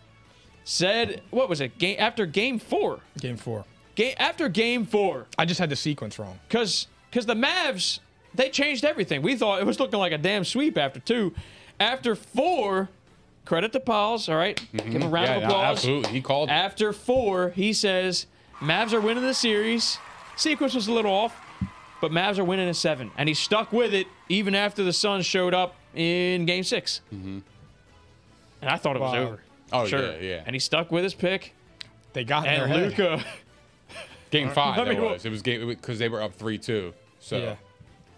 [SPEAKER 3] Said, what was it? Game after game 4
[SPEAKER 1] Game four.
[SPEAKER 3] game after game four
[SPEAKER 1] I just had the sequence wrong.
[SPEAKER 3] because because the Mavs they changed everything. We thought it was looking like a damn sweep after two, after four. Credit to Pauls. All right? give him a round
[SPEAKER 2] Mm-hmm. Yeah,
[SPEAKER 3] of
[SPEAKER 2] no,
[SPEAKER 3] applause.
[SPEAKER 2] absolutely. He called. it.
[SPEAKER 3] After four, he says Mavs are winning the series. Sequence was a little off, but Mavs are winning a seven, and he stuck with it even after the Suns showed up in Game 6 And I thought it was
[SPEAKER 1] Wow.
[SPEAKER 3] over.
[SPEAKER 2] Mm-hmm. oh
[SPEAKER 3] sure,
[SPEAKER 2] yeah, yeah.
[SPEAKER 3] And he stuck with his pick.
[SPEAKER 1] They got in
[SPEAKER 3] And
[SPEAKER 1] their head.
[SPEAKER 3] Luca,
[SPEAKER 2] game five.
[SPEAKER 3] Let
[SPEAKER 2] That
[SPEAKER 3] me go-
[SPEAKER 2] was. It was game because they were up three two. So
[SPEAKER 1] Yeah.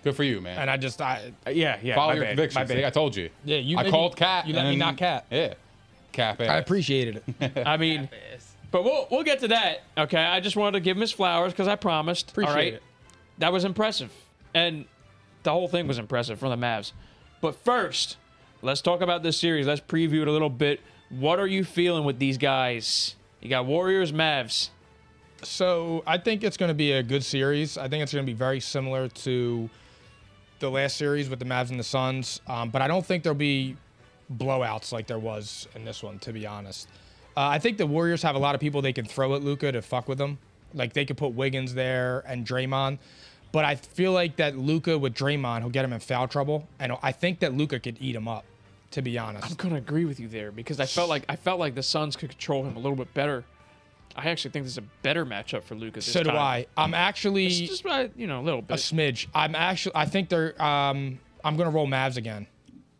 [SPEAKER 2] good for you, man.
[SPEAKER 1] And I just I
[SPEAKER 3] yeah, yeah.
[SPEAKER 2] Follow
[SPEAKER 3] my
[SPEAKER 2] your
[SPEAKER 3] bad, my
[SPEAKER 2] convictions.
[SPEAKER 3] bad.
[SPEAKER 2] See, I told you.
[SPEAKER 1] Yeah, you
[SPEAKER 2] I
[SPEAKER 1] let me-
[SPEAKER 2] called Cat.
[SPEAKER 1] you let me
[SPEAKER 2] and-
[SPEAKER 1] knock Cat.
[SPEAKER 2] Yeah, Cap.
[SPEAKER 1] I
[SPEAKER 2] ass.
[SPEAKER 1] appreciated it.
[SPEAKER 3] I mean, but we'll we'll get to that. Okay, I just wanted to give him his flowers because I promised.
[SPEAKER 1] Appreciate
[SPEAKER 3] all right,
[SPEAKER 1] it.
[SPEAKER 3] that was impressive, and the whole thing was impressive from the Mavs. But first, let's talk about this series. Let's preview it a little bit. What are you feeling with these guys? You got Warriors, Mavs.
[SPEAKER 1] So I think it's going to be a good series. I think it's going to be very similar to the last series with the Mavs and the Suns, um, but I don't think there'll be blowouts like there was in this one. To be honest, uh, I think the Warriors have a lot of people they can throw at Luca to fuck with them. Like they could put Wiggins there and Draymond, but I feel like that Luca with Draymond will get him in foul trouble, and I think that Luca could eat him up. To be honest,
[SPEAKER 3] I'm gonna agree with you there because I felt like I felt like the Suns could control him a little bit better. I actually think this is a better matchup for Lucas.
[SPEAKER 1] so do I. I'm actually
[SPEAKER 3] It's just uh, you know a little
[SPEAKER 1] a
[SPEAKER 3] bit.
[SPEAKER 1] smidge. I'm actually. I think they're. Um, I'm gonna roll Mavs again,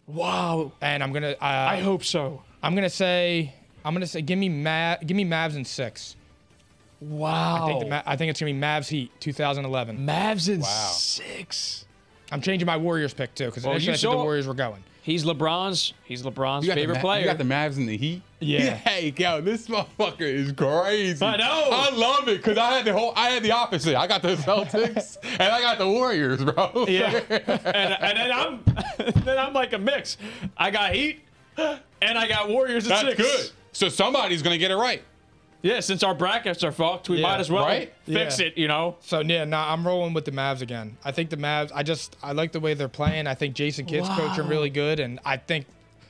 [SPEAKER 3] Wow,
[SPEAKER 1] and I'm gonna. Uh,
[SPEAKER 3] I hope so.
[SPEAKER 1] I'm gonna say. I'm gonna say. Give me Ma- Give me Mavs in six.
[SPEAKER 3] Wow. Oh.
[SPEAKER 1] I think, the Ma- I think it's gonna be Mavs Heat 2011.
[SPEAKER 3] Mavs in six.
[SPEAKER 1] I'm changing my Warriors pick too because
[SPEAKER 3] Well,
[SPEAKER 1] initially
[SPEAKER 3] you
[SPEAKER 1] I thought the
[SPEAKER 3] saw-
[SPEAKER 1] Warriors were going.
[SPEAKER 3] He's LeBron's. He's LeBron's
[SPEAKER 2] You got the
[SPEAKER 3] favorite
[SPEAKER 2] Ma-
[SPEAKER 3] player.
[SPEAKER 2] You got the Mavs in the Heat.
[SPEAKER 3] Yeah.
[SPEAKER 2] Hey, yo, this motherfucker is crazy.
[SPEAKER 3] I know.
[SPEAKER 2] I love it because I had the whole. I had the opposite. I got the Celtics and I got the Warriors, bro.
[SPEAKER 3] Yeah. and, and then I'm then I'm like a mix. I got Heat and I got Warriors at six.
[SPEAKER 2] that's good. So somebody's gonna get it right.
[SPEAKER 3] Yeah, since our brackets are fucked, we
[SPEAKER 1] Yeah.
[SPEAKER 3] might as well
[SPEAKER 2] Right?
[SPEAKER 3] fix
[SPEAKER 1] Yeah.
[SPEAKER 3] it, you know.
[SPEAKER 1] So yeah, nah, I'm rolling with the Mavs again. I think the Mavs. I just I like the way they're playing. I think Jason Kidd's coaching really good, and I think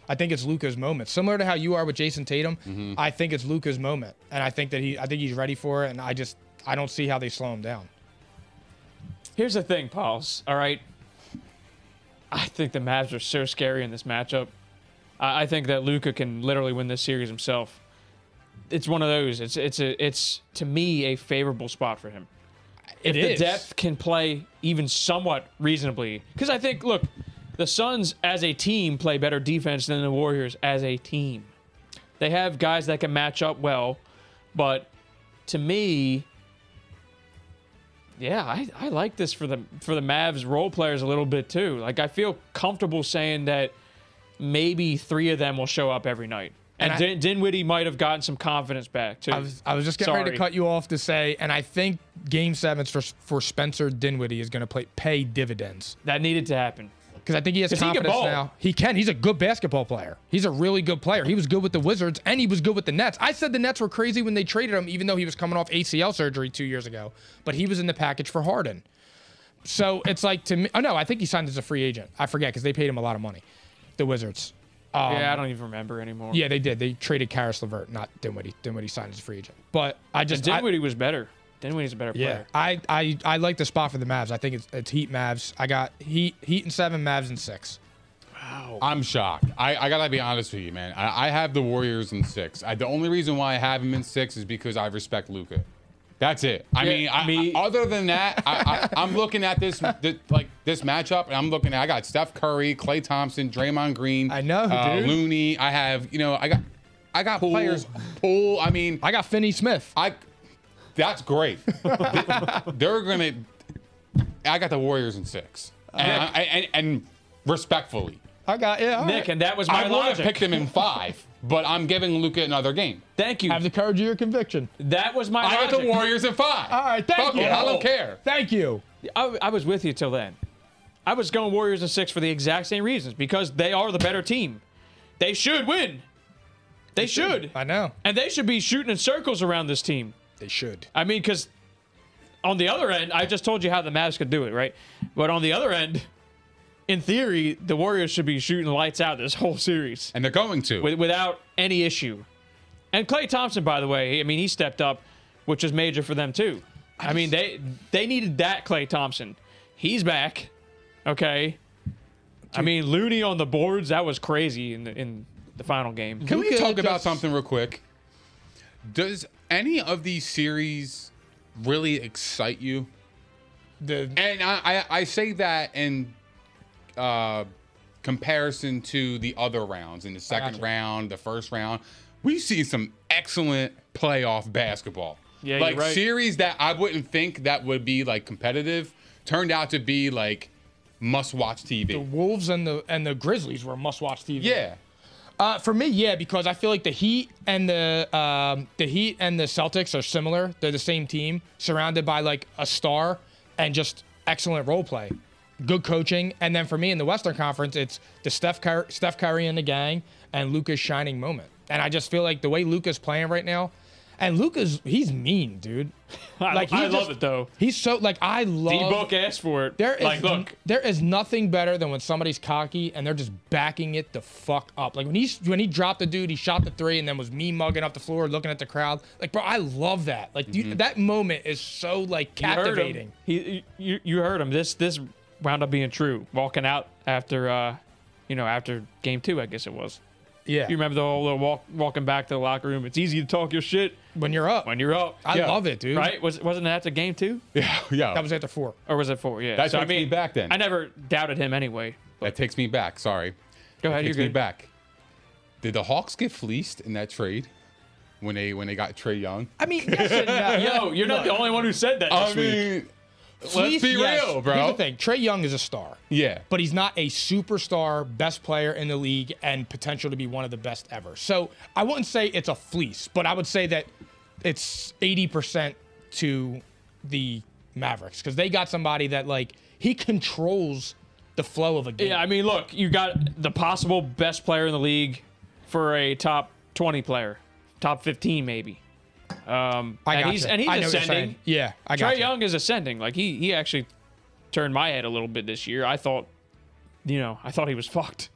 [SPEAKER 1] I think it's Luca's moment. Similar to how you are with Jason Tatum,
[SPEAKER 3] Mm-hmm.
[SPEAKER 1] I think it's Luca's moment, and I think that he I think he's ready for it, and I just I don't see how they slow him down.
[SPEAKER 3] Here's the thing, Pauls. All right. I think the Mavs are so scary in this matchup. I, I think that Luca can literally win this series himself. It's one of those. It's it's a it's to me a favorable spot for him.
[SPEAKER 1] It
[SPEAKER 3] if the depth can play even somewhat reasonably, because I think look, the Suns as a team play better defense than the Warriors as a team. They have guys that can match up well, but to me, yeah, I, I like this for the for the Mavs role players a little bit too. Like I feel comfortable saying that maybe three of them will show up every night, and,
[SPEAKER 1] And I-
[SPEAKER 3] Din- Dinwiddie might have gotten some confidence back too.
[SPEAKER 1] I was, I was just getting ready to
[SPEAKER 3] Sorry.
[SPEAKER 1] cut you off to say, and I think Game Sevens for for Spencer Dinwiddie is going to play pay dividends
[SPEAKER 3] That needed to happen.
[SPEAKER 1] because I think he has
[SPEAKER 3] 'Cause he can
[SPEAKER 1] confidence
[SPEAKER 3] ball.
[SPEAKER 1] now. He can. He's a good basketball player. He's a really good player. He was good with the Wizards and he was good with the Nets. I said the Nets were crazy when they traded him, even though he was coming off ACL surgery two years ago. But he was in the package for Harden. So it's like to me. Oh no, I think he signed as a free agent. I forget because they paid him a lot of money. The Wizards.
[SPEAKER 3] yeah, I don't even remember anymore.
[SPEAKER 1] Um, Yeah, they did. They traded Karis LeVert, not Dinwiddie. Dinwiddie signed as a free agient. But I
[SPEAKER 3] And
[SPEAKER 1] just I-
[SPEAKER 3] Dinwiddie was better. Dinwiddie's a better
[SPEAKER 1] Yeah,
[SPEAKER 3] player.
[SPEAKER 1] I, I I like the spot for the Mavs. I think it's, it's Heat Mavs. I got Heat Heat and seven Mavs and six.
[SPEAKER 2] I'm shocked. I, I gotta be honest with you, man. I, I have the Warriors in six. I, the only reason why I have him in six is because I respect Luca. That's it. I
[SPEAKER 3] Yeah,
[SPEAKER 2] mean, I,
[SPEAKER 3] me-
[SPEAKER 2] I- other than that, I, I, I'm looking at this, th- like this matchup, and I'm looking at. I got Steph Curry, Klay Thompson, Draymond Green.
[SPEAKER 1] I know,
[SPEAKER 2] uh,
[SPEAKER 1] dude.
[SPEAKER 2] Looney. I have, you know, I got, I got players. Pool. I mean,
[SPEAKER 1] I got Finney Smith.
[SPEAKER 2] I. That's great. They're gonna. I got the Warriors in six, and, I, and and respectfully.
[SPEAKER 1] I got yeah. all
[SPEAKER 3] Nick,
[SPEAKER 1] right.
[SPEAKER 3] and that was my
[SPEAKER 2] I want to
[SPEAKER 3] logic.
[SPEAKER 2] pick them in five, but I'm giving Luca another game.
[SPEAKER 3] Thank you.
[SPEAKER 1] have the courage of your conviction.
[SPEAKER 3] that was my
[SPEAKER 2] I
[SPEAKER 3] logic.
[SPEAKER 2] got the Warriors in five.
[SPEAKER 1] All right, thank
[SPEAKER 2] Fuck
[SPEAKER 1] you. Oh.
[SPEAKER 2] it, I don't care.
[SPEAKER 1] Thank you.
[SPEAKER 3] I, I was with you till then. I was going Warriors in six for the exact same reasons because they are the better team. They should win. They, should.
[SPEAKER 1] I know
[SPEAKER 3] And they should be shooting in circles around this team.
[SPEAKER 1] they should.
[SPEAKER 3] I mean, because on the other end, I just told you how the Mavs could do it, right? But on the other end, in theory, the Warriors should be shooting lights out this whole series.
[SPEAKER 2] And they're going to.
[SPEAKER 3] with, without any issue. And Clay Thompson, by the way, I mean he stepped up, which was major for them too. I, mean they they needed that Clay Thompson. He's back, okay. I mean Looney on the boards that was crazy in the in the final game.
[SPEAKER 2] Can we
[SPEAKER 1] Luka
[SPEAKER 2] talk about
[SPEAKER 1] just-
[SPEAKER 2] something real quick? Does any of these series really excite you?
[SPEAKER 1] The
[SPEAKER 2] And I, I, I say that in uh, comparison to the other rounds, in the second round, the first round, we see some excellent playoff basketball.
[SPEAKER 3] Yeah, you're
[SPEAKER 2] like
[SPEAKER 3] right.
[SPEAKER 2] series that I wouldn't think that would be like competitive turned out to be like must-watch TV.
[SPEAKER 1] the Wolves and the and the Grizzlies were must-watch TV.
[SPEAKER 2] yeah,
[SPEAKER 1] Uh, for me, yeah, because I feel like the Heat and the um, the Heat and the Celtics are similar. They're the same team, surrounded by like a star and just excellent role play, good coaching. And then for me in the Western Conference, it's the Steph Curry, Steph Curry and the gang and Luca's shining moment. And I just feel like the way Luca's playing right now, and Luca's he's mean, dude.
[SPEAKER 3] I,
[SPEAKER 1] he
[SPEAKER 3] I love
[SPEAKER 1] just-
[SPEAKER 3] it though.
[SPEAKER 1] He's so like I
[SPEAKER 3] D
[SPEAKER 1] love.
[SPEAKER 3] book asked for it.
[SPEAKER 1] There is
[SPEAKER 3] like look,
[SPEAKER 1] there is nothing better than when somebody's cocky and they're just backing it the fuck up. Like when he when he dropped the dude, he shot the three and then was me mugging up the floor, looking at the crowd. Like bro, I love that. Like you, that moment is so like
[SPEAKER 3] Mm-hmm. you heard him.
[SPEAKER 1] captivating.
[SPEAKER 3] He you you heard him. This this wound up being true. Walking out after uh, you know after game two, I guess it was.
[SPEAKER 1] Yeah,
[SPEAKER 3] You remember the whole little walk, walking back to the locker room. It's easy to talk your shit
[SPEAKER 1] when you're up.
[SPEAKER 3] when you're up.
[SPEAKER 1] I love it, dude.
[SPEAKER 3] Right? Was wasn't that the game two
[SPEAKER 2] yeah, yeah.
[SPEAKER 1] That was after four.
[SPEAKER 3] or was it four? Yeah.
[SPEAKER 2] That
[SPEAKER 3] so I
[SPEAKER 2] takes me
[SPEAKER 3] mean,
[SPEAKER 2] back then.
[SPEAKER 3] I never doubted him anyway.
[SPEAKER 2] that takes me back. Sorry,
[SPEAKER 3] Go
[SPEAKER 2] that
[SPEAKER 3] ahead, you're
[SPEAKER 2] takes me
[SPEAKER 3] good.
[SPEAKER 2] back. Did the Hawks get fleeced in that trade when they when they got Trey Young?
[SPEAKER 1] I mean, uh, yes and no.
[SPEAKER 3] Yo, you're not the only one who said that.
[SPEAKER 2] I
[SPEAKER 3] this week.
[SPEAKER 2] mean, Let's be
[SPEAKER 1] yes.
[SPEAKER 2] real, bro.
[SPEAKER 1] Here's the thing: Trey Young is a star.
[SPEAKER 2] Yeah.
[SPEAKER 1] but he's not a superstar, best player in the league, and potential to be one of the best ever. So I wouldn't say it's a fleece, but I would say that it's 80% to the Mavericks because they got somebody that, like, he controls the flow of a game.
[SPEAKER 3] Yeah, I mean, look, you got the possible best player in the league for a top 20 player, top 15 maybe. Um,
[SPEAKER 1] I
[SPEAKER 3] and
[SPEAKER 1] gotcha.
[SPEAKER 3] he's and he's
[SPEAKER 1] I know what you're
[SPEAKER 3] ascending.
[SPEAKER 1] saying. Yeah, I
[SPEAKER 3] Trey
[SPEAKER 1] gotcha.
[SPEAKER 3] Young is ascending. Like he he actually turned my head a little bit this year. I thought, you know, I thought he was fucked.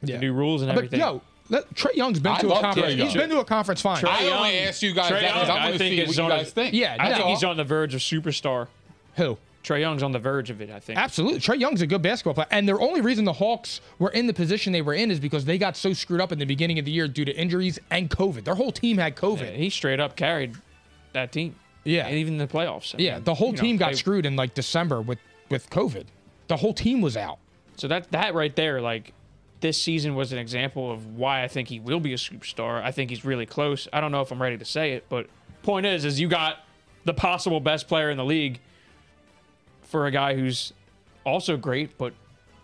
[SPEAKER 3] With
[SPEAKER 1] Yeah.
[SPEAKER 3] The new rules and
[SPEAKER 1] But,
[SPEAKER 3] everything.
[SPEAKER 1] yo, let, Trey Young's been
[SPEAKER 2] I
[SPEAKER 1] to a
[SPEAKER 2] love Trey
[SPEAKER 1] conference.
[SPEAKER 2] Young.
[SPEAKER 1] He's been to a conference final.
[SPEAKER 3] Trey
[SPEAKER 2] I only
[SPEAKER 3] Young-
[SPEAKER 2] asked you guys
[SPEAKER 3] Trey
[SPEAKER 2] that 'cause
[SPEAKER 3] Young,
[SPEAKER 2] I wanted to see
[SPEAKER 3] is
[SPEAKER 2] what you
[SPEAKER 3] on
[SPEAKER 2] guys
[SPEAKER 3] a-
[SPEAKER 2] think.
[SPEAKER 1] Yeah,
[SPEAKER 3] I
[SPEAKER 1] that's
[SPEAKER 3] think
[SPEAKER 1] all.
[SPEAKER 3] he's on the verge of superstar.
[SPEAKER 1] Who?
[SPEAKER 3] Trey Young's on the verge of it. I think.
[SPEAKER 1] Absolutely. Trey Young's a good basketball player. And the only reason the Hawks were in the position they were in is because they got so screwed up in the beginning of the year due to injuries and COVID. Their whole team had COVID.
[SPEAKER 3] He straight up carried that team.
[SPEAKER 1] Yeah.
[SPEAKER 3] and even the playoffs. I
[SPEAKER 1] Yeah,
[SPEAKER 3] mean,
[SPEAKER 1] the whole
[SPEAKER 3] you know,
[SPEAKER 1] team got
[SPEAKER 3] they-
[SPEAKER 1] screwed in like December with with COVID. The whole team was out.
[SPEAKER 3] So that that right there, like this season was an example of why I think he will be a superstar. I think he's really close. I don't know if I'm ready to say it, but point is, is you got the possible best player in the league for a guy who's also great, but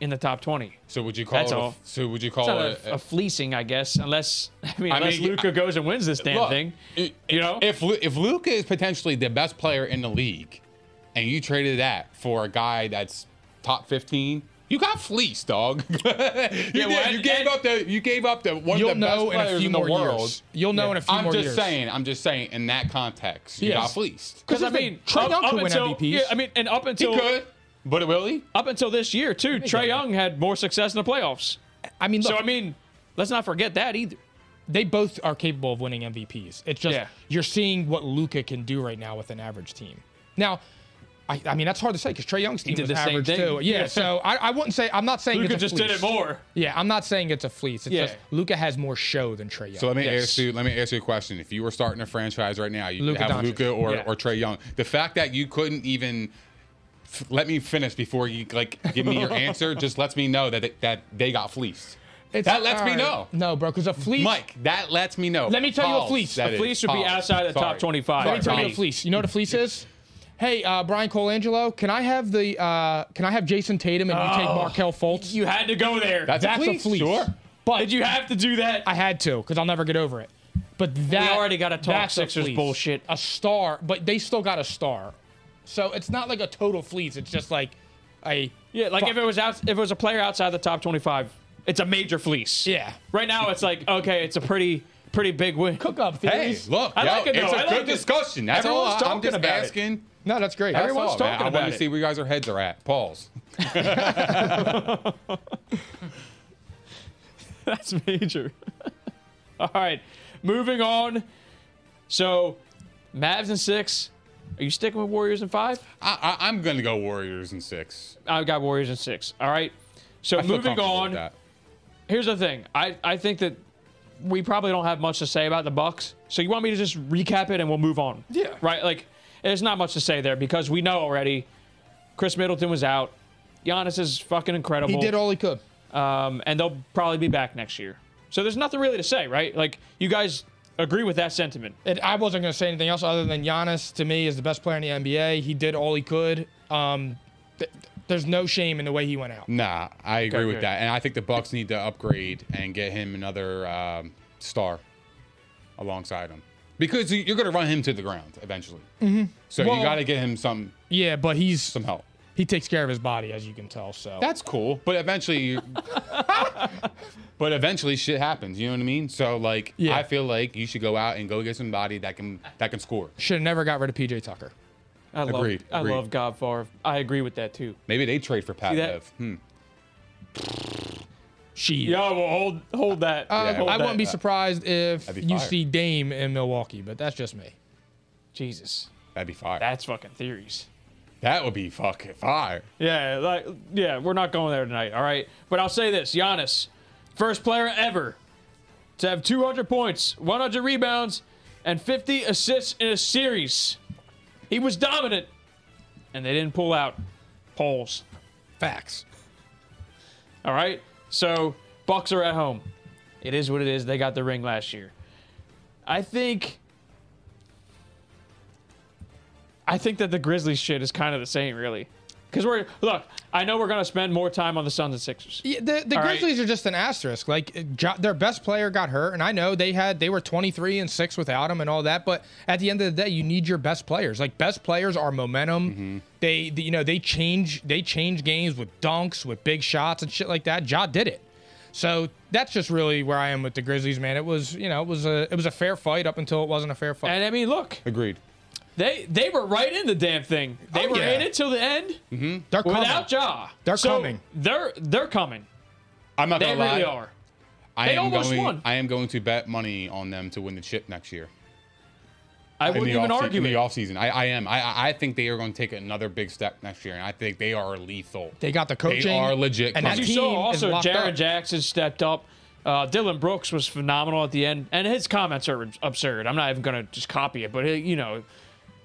[SPEAKER 3] in the top 20.
[SPEAKER 2] So would you call
[SPEAKER 3] That's
[SPEAKER 2] it? a-
[SPEAKER 3] all.
[SPEAKER 2] so would you
[SPEAKER 3] It's
[SPEAKER 2] call
[SPEAKER 3] not
[SPEAKER 2] it?
[SPEAKER 3] a, a fleecing, I guess, unless I mean,
[SPEAKER 2] Oh, uh, I
[SPEAKER 3] unless
[SPEAKER 2] mean,
[SPEAKER 3] Luca goes and wins this damn
[SPEAKER 2] Look,
[SPEAKER 3] thing.
[SPEAKER 2] i-
[SPEAKER 3] you know,
[SPEAKER 2] if Lu- if Luca is potentially the best player in the league, and you traded that for a guy that's top fifteen. You got fleeced, dog. you did.
[SPEAKER 3] well, and-
[SPEAKER 2] you gave
[SPEAKER 3] and-
[SPEAKER 2] up the you gave up the one
[SPEAKER 1] You'll
[SPEAKER 2] of the best
[SPEAKER 1] know in
[SPEAKER 2] players
[SPEAKER 1] a few
[SPEAKER 2] in the
[SPEAKER 1] more
[SPEAKER 2] world.
[SPEAKER 1] years. You'll know in a few
[SPEAKER 2] I'm
[SPEAKER 1] more
[SPEAKER 2] just
[SPEAKER 1] years.
[SPEAKER 2] saying. I'm just saying. In that context, you
[SPEAKER 1] Yes.
[SPEAKER 2] got fleeced.
[SPEAKER 3] because I
[SPEAKER 1] here's the
[SPEAKER 3] mean,
[SPEAKER 1] thing, Trae
[SPEAKER 3] up-
[SPEAKER 1] Young
[SPEAKER 3] up
[SPEAKER 1] could win
[SPEAKER 3] until,
[SPEAKER 1] MVPs.
[SPEAKER 3] Yeah, I mean, and up
[SPEAKER 2] He
[SPEAKER 3] until
[SPEAKER 2] could, but will he?
[SPEAKER 3] up until this year too, Trey Young had more success in the playoffs.
[SPEAKER 1] I mean, look,
[SPEAKER 3] So I mean, let's not forget that either.
[SPEAKER 1] they both are capable of winning MVPs. It's just
[SPEAKER 3] Yeah.
[SPEAKER 1] you're seeing what Luca can do right now with an average team. Now, I, I mean that's hard to say because Trey Young's team
[SPEAKER 3] did
[SPEAKER 1] was
[SPEAKER 3] the same
[SPEAKER 1] average
[SPEAKER 3] thing.
[SPEAKER 1] too. Yeah,
[SPEAKER 3] Yeah.
[SPEAKER 1] so I, I wouldn't say I'm not saying
[SPEAKER 3] Luca
[SPEAKER 1] it's a
[SPEAKER 3] just did it
[SPEAKER 1] fleece.
[SPEAKER 3] more.
[SPEAKER 1] Yeah, I'm not saying it's a fleece. It's
[SPEAKER 3] Yeah.
[SPEAKER 1] just Luca has more show than Trey Young.
[SPEAKER 2] So let me
[SPEAKER 3] Yes.
[SPEAKER 2] ask you. Let me ask you a question. If you were starting a franchise right now, you
[SPEAKER 1] Luka
[SPEAKER 2] have
[SPEAKER 1] Doncic.
[SPEAKER 2] Luca or
[SPEAKER 3] Yeah.
[SPEAKER 2] or Trey Young. The fact that you couldn't even f- let me finish before you like give me your answer just lets me know that that they got fleeced.
[SPEAKER 1] It's-
[SPEAKER 2] that lets me
[SPEAKER 1] all
[SPEAKER 2] know.
[SPEAKER 1] right. No, bro, because a fleece.
[SPEAKER 2] Mike, that lets me know.
[SPEAKER 1] Let me tell you a
[SPEAKER 2] Pause,
[SPEAKER 1] fleece.
[SPEAKER 2] that
[SPEAKER 3] A
[SPEAKER 2] is.
[SPEAKER 3] fleece would be
[SPEAKER 2] Pause.
[SPEAKER 3] outside of the top
[SPEAKER 2] Sorry.
[SPEAKER 3] 25.
[SPEAKER 1] Let me tell
[SPEAKER 2] Sorry.
[SPEAKER 1] you a fleece. You know what a fleece is? Hey, uh, Brian Colangelo, can I have the uh, can I have Jason Tatum and you take Markel Fultz?
[SPEAKER 3] You had to go there.
[SPEAKER 2] That's,
[SPEAKER 1] That's
[SPEAKER 2] Oh. a
[SPEAKER 1] a
[SPEAKER 2] fleece.
[SPEAKER 1] fleece.
[SPEAKER 2] Sure.
[SPEAKER 3] but did you have to do that?
[SPEAKER 1] I had to because I'll never get over it. But that
[SPEAKER 3] already gotta talk
[SPEAKER 1] that's a
[SPEAKER 3] Sixers
[SPEAKER 1] fleece.
[SPEAKER 3] bullshit.
[SPEAKER 1] A star, but they still got a star. So it's not like a total fleece. It's just like a
[SPEAKER 3] yeah, like if
[SPEAKER 1] fuck.
[SPEAKER 3] it was out, if it was a player outside the top 25, it's a major fleece.
[SPEAKER 1] Yeah.
[SPEAKER 3] Right now, it's like okay, it's a pretty pretty big win.
[SPEAKER 1] cook up
[SPEAKER 2] Hey,
[SPEAKER 1] theories.
[SPEAKER 2] look,
[SPEAKER 3] I
[SPEAKER 2] yo,
[SPEAKER 3] like it, though.
[SPEAKER 2] it's a
[SPEAKER 3] I like
[SPEAKER 2] good
[SPEAKER 3] it.
[SPEAKER 2] discussion. That's all.
[SPEAKER 3] Everyone's
[SPEAKER 2] I- I'm
[SPEAKER 3] talking
[SPEAKER 2] just
[SPEAKER 3] about it.
[SPEAKER 2] asking.
[SPEAKER 1] no, that's great. That's
[SPEAKER 3] Everyone's
[SPEAKER 1] all,
[SPEAKER 2] man.
[SPEAKER 3] talking
[SPEAKER 2] I
[SPEAKER 3] about
[SPEAKER 2] want
[SPEAKER 3] it.
[SPEAKER 2] to see where you guys are heads are at. Pause.
[SPEAKER 3] That's major. All right, moving on. So, Mavs in six. Are you sticking with Warriors in five?
[SPEAKER 2] I, I, I'm gonna go Warriors in six.
[SPEAKER 3] I've got Warriors in six. All right. So
[SPEAKER 2] I feel
[SPEAKER 3] moving
[SPEAKER 2] comfortable with
[SPEAKER 3] on.
[SPEAKER 2] that.
[SPEAKER 3] here's the thing. I, I think that we probably don't have much to say about the Bucks. So you want me to just recap it and we'll move on?
[SPEAKER 1] Yeah.
[SPEAKER 3] Right? Like, there's not much to say there because we know already. Chris Middleton was out. Giannis is fucking incredible.
[SPEAKER 1] He did all he could.
[SPEAKER 3] Um, and they'll probably be back next year. So there's nothing really to say, right? Like, you guys agree with that sentiment.
[SPEAKER 1] It, I wasn't going to say anything else other than Giannis to me is the best player in the NBA. He did all he could. Um, th- there's no shame in the way he went out.
[SPEAKER 2] Nah, I agree with
[SPEAKER 3] good.
[SPEAKER 2] that, and I think the Bucks need to upgrade and get him another um, star alongside him because you- you're going to run him to the ground eventually.
[SPEAKER 3] Mm-hmm.
[SPEAKER 2] So
[SPEAKER 1] Well-
[SPEAKER 2] you got to get him some
[SPEAKER 1] Yeah, but he's
[SPEAKER 2] some help.
[SPEAKER 1] he takes care of his body as you can tell. So
[SPEAKER 2] That's cool, but eventually, but eventually shit happens. You know what I mean? So like,
[SPEAKER 1] Yeah.
[SPEAKER 2] I feel like you should go out and go get somebody that can that can score.
[SPEAKER 1] should have never got rid of PJ Tucker.
[SPEAKER 3] I love,
[SPEAKER 2] Agreed,
[SPEAKER 3] I
[SPEAKER 2] agreed.
[SPEAKER 3] love God Favre. I agree with that too.
[SPEAKER 2] Maybe they trade for Pat
[SPEAKER 3] See that?
[SPEAKER 2] Bev. Hmm.
[SPEAKER 1] She.
[SPEAKER 3] Yeah, well, hold hold that.
[SPEAKER 1] Uh, I
[SPEAKER 2] Yeah. that-
[SPEAKER 1] wouldn't be surprised if
[SPEAKER 2] That'd be
[SPEAKER 1] you
[SPEAKER 2] fire.
[SPEAKER 1] see Dame in Milwaukee, but that's just me.
[SPEAKER 3] Jesus,
[SPEAKER 2] That'd be fire.
[SPEAKER 3] that's fucking theories.
[SPEAKER 2] that would be fucking fire.
[SPEAKER 3] Yeah, like yeah, we're not going there tonight, all right? But I'll say this, Giannis, first player ever to have 200 points, 100 rebounds, and 50 assists in a series. He was dominant, and they didn't pull out polls.
[SPEAKER 1] Facts.
[SPEAKER 3] All right, so Bucks are at home. It is what it is. They got the ring last year. I think. I think that the Grizzlies shit is kind of the same, really. Because we're look, I know we're gonna spend more time on the Suns and Sixers.
[SPEAKER 1] Yeah, the the
[SPEAKER 3] All right.
[SPEAKER 1] Grizzlies are just an asterisk. Like uh, jo- their best player got hurt, and I know they had they were 23 and six without him and all that. But at the end of the day, you need your best players. Like best players are momentum.
[SPEAKER 3] Mm-hmm.
[SPEAKER 1] They, the- you know they change they change games with dunks, with big shots and shit like that. Ja did it. So that's just really where I am with the Grizzlies, man. It was you know it was a it was a fair fight up until it wasn't a fair fight.
[SPEAKER 3] And I mean, look,
[SPEAKER 2] Agreed.
[SPEAKER 3] they they were right in the damn thing. They
[SPEAKER 1] Oh,
[SPEAKER 3] were
[SPEAKER 1] yeah.
[SPEAKER 3] in it till the end
[SPEAKER 1] They're coming.
[SPEAKER 3] without Ja.
[SPEAKER 1] They're
[SPEAKER 3] So,
[SPEAKER 1] coming.
[SPEAKER 3] They're they're coming.
[SPEAKER 2] I'm not
[SPEAKER 3] They
[SPEAKER 2] gonna lie.
[SPEAKER 3] really are.
[SPEAKER 2] I
[SPEAKER 3] They
[SPEAKER 2] am
[SPEAKER 3] almost
[SPEAKER 2] going,
[SPEAKER 3] won.
[SPEAKER 2] I am going to bet money on them to win the chip next year.
[SPEAKER 3] I wouldn't
[SPEAKER 2] in the
[SPEAKER 3] even
[SPEAKER 2] off
[SPEAKER 3] argue
[SPEAKER 2] in the
[SPEAKER 3] it.
[SPEAKER 2] offseason. I, I am. I- I I think they are going to take another big step next year, and I think they are lethal.
[SPEAKER 1] They got the coaching.
[SPEAKER 2] They are legit.
[SPEAKER 1] And
[SPEAKER 2] And
[SPEAKER 1] that
[SPEAKER 3] As you
[SPEAKER 1] team
[SPEAKER 3] saw,
[SPEAKER 1] is
[SPEAKER 3] also
[SPEAKER 1] locked
[SPEAKER 3] Jared
[SPEAKER 1] up.
[SPEAKER 3] Jackson stepped up. Uh, Dylan Brooks was phenomenal at the end, and his comments are absurd. I'm not even gonna just copy it, but he- you know,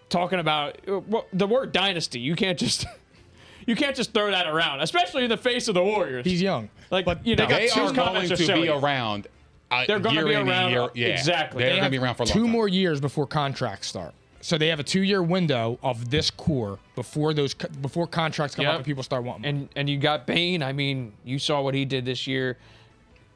[SPEAKER 3] talking about uh, wh- the word dynasty, you can't just you can't just throw that around, especially in the face of the Warriors.
[SPEAKER 1] He's young.
[SPEAKER 3] like,
[SPEAKER 1] But
[SPEAKER 3] you know,
[SPEAKER 2] they
[SPEAKER 3] his
[SPEAKER 2] are going
[SPEAKER 3] comments
[SPEAKER 2] to
[SPEAKER 3] are silly.
[SPEAKER 2] be around. uh,
[SPEAKER 3] They're gonna
[SPEAKER 2] year
[SPEAKER 3] be
[SPEAKER 2] in and
[SPEAKER 3] around-
[SPEAKER 2] year- yeah.
[SPEAKER 3] exactly. They
[SPEAKER 2] They're going to
[SPEAKER 3] have
[SPEAKER 2] be around for a long
[SPEAKER 1] two
[SPEAKER 2] time.
[SPEAKER 1] more years before contracts start. So they have a two-year window of this core before those co- before contracts come
[SPEAKER 3] Yep.
[SPEAKER 1] up and people start wanting. them.
[SPEAKER 3] and and you got Bain. I mean, you saw what he did this year.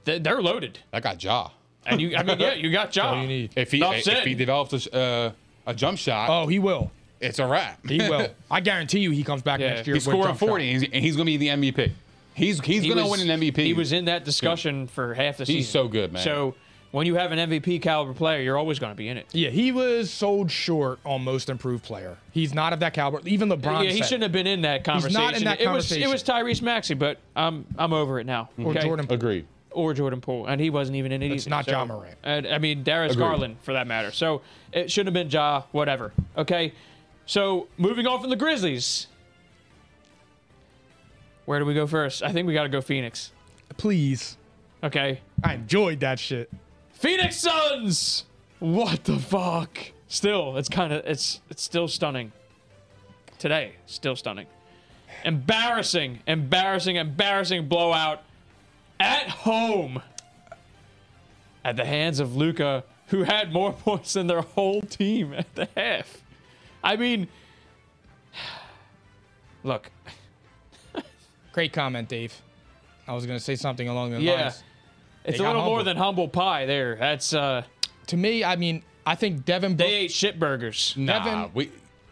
[SPEAKER 3] They- They're loaded,
[SPEAKER 2] I got Ja.
[SPEAKER 3] and you. I mean, yeah, Ah. you got
[SPEAKER 1] all
[SPEAKER 3] John.
[SPEAKER 1] you need.
[SPEAKER 2] If he
[SPEAKER 3] Enough
[SPEAKER 2] if
[SPEAKER 3] said.
[SPEAKER 2] he develops a, sh- uh, a jump shot,
[SPEAKER 1] oh, he will.
[SPEAKER 2] it's a wrap.
[SPEAKER 1] He will. I guarantee you, he comes back
[SPEAKER 3] Yeah.
[SPEAKER 1] next year.
[SPEAKER 2] He's
[SPEAKER 1] with
[SPEAKER 2] scoring
[SPEAKER 1] jump shot.
[SPEAKER 2] 40, and he's, and he's going to be the MVP. He's he's
[SPEAKER 3] He
[SPEAKER 2] going to
[SPEAKER 3] was-
[SPEAKER 2] win an MVP.
[SPEAKER 3] He was in that discussion for half the season.
[SPEAKER 2] He's so good, man.
[SPEAKER 3] So when you have an MVP caliber player, you're always going to be in it.
[SPEAKER 1] Yeah, he was sold short on most improved player. He's not of that caliber. Even LeBron.
[SPEAKER 3] yeah, he
[SPEAKER 1] said it.
[SPEAKER 3] shouldn't have been in that
[SPEAKER 1] He's
[SPEAKER 3] conversation.
[SPEAKER 1] not in that
[SPEAKER 3] it
[SPEAKER 1] conversation.
[SPEAKER 3] was it was Tyrese Maxey, but I'm I'm over it now.
[SPEAKER 1] Or
[SPEAKER 3] okay?
[SPEAKER 1] Jordan.
[SPEAKER 2] Agreed.
[SPEAKER 3] or Jordan Poole, and he wasn't even in it. It's
[SPEAKER 1] not Ja Morant.
[SPEAKER 3] And, I mean, Darius
[SPEAKER 2] Agreed.
[SPEAKER 3] Garland, for that matter. So it shouldn't have been Ja, whatever. Okay. So moving on from the Grizzlies. Where do we go first? I think we got to go Phoenix.
[SPEAKER 1] Please.
[SPEAKER 3] Okay.
[SPEAKER 1] I enjoyed that shit.
[SPEAKER 3] Phoenix Suns! What the fuck? Still, it's kind of, it's, it's still stunning. Today, still stunning. Embarrassing, embarrassing, embarrassing blowout at home at the hands of Luca, who had more points than their whole team at the half. I mean, look,
[SPEAKER 1] Great comment, Dave. I was gonna say something along the
[SPEAKER 3] yeah,
[SPEAKER 1] lines.
[SPEAKER 3] it's a
[SPEAKER 1] got
[SPEAKER 3] little more
[SPEAKER 1] humbled.
[SPEAKER 3] than humble pie there. That's, uh,
[SPEAKER 1] To me, I mean, I think Devin.
[SPEAKER 3] they
[SPEAKER 1] Booker-
[SPEAKER 3] ate shit burgers.
[SPEAKER 2] Nah,
[SPEAKER 1] Devin-
[SPEAKER 2] we.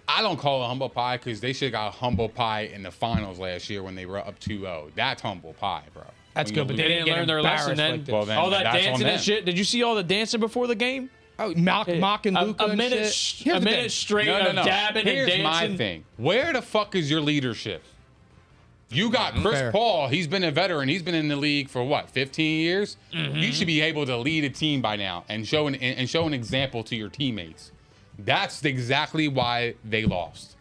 [SPEAKER 2] I don't call it humble pie because they should have got humble pie in the finals last year when they were up 2-0. That's humble pie, bro.
[SPEAKER 1] That's
[SPEAKER 2] When
[SPEAKER 1] good,
[SPEAKER 2] you
[SPEAKER 1] but
[SPEAKER 2] lose-
[SPEAKER 3] They Oh, didn't
[SPEAKER 1] get
[SPEAKER 3] learn their lesson
[SPEAKER 1] embarrassed
[SPEAKER 3] then.
[SPEAKER 1] like this.
[SPEAKER 2] Well, then
[SPEAKER 3] all that
[SPEAKER 2] that's on
[SPEAKER 3] dancing
[SPEAKER 2] them.
[SPEAKER 3] and shit. Did you see all the dancing before the game?
[SPEAKER 1] oh, mock, mocking
[SPEAKER 3] a,
[SPEAKER 1] Luca.
[SPEAKER 3] a minute,
[SPEAKER 1] And
[SPEAKER 3] sh-
[SPEAKER 1] shit. Here's
[SPEAKER 3] a
[SPEAKER 1] the
[SPEAKER 3] minute
[SPEAKER 1] thing.
[SPEAKER 3] straight
[SPEAKER 2] No, no,
[SPEAKER 3] of
[SPEAKER 2] no.
[SPEAKER 3] dabbing
[SPEAKER 2] Here's
[SPEAKER 3] and dancing.
[SPEAKER 2] my thing. Where the fuck is your leadership? You got Chris
[SPEAKER 1] Fair.
[SPEAKER 2] Paul. He's been a veteran. He's been in the league for what, 15 years?
[SPEAKER 1] Mm-hmm.
[SPEAKER 2] You should be able to lead a team by now and show an and and show an example to your teammates. That's exactly why they lost.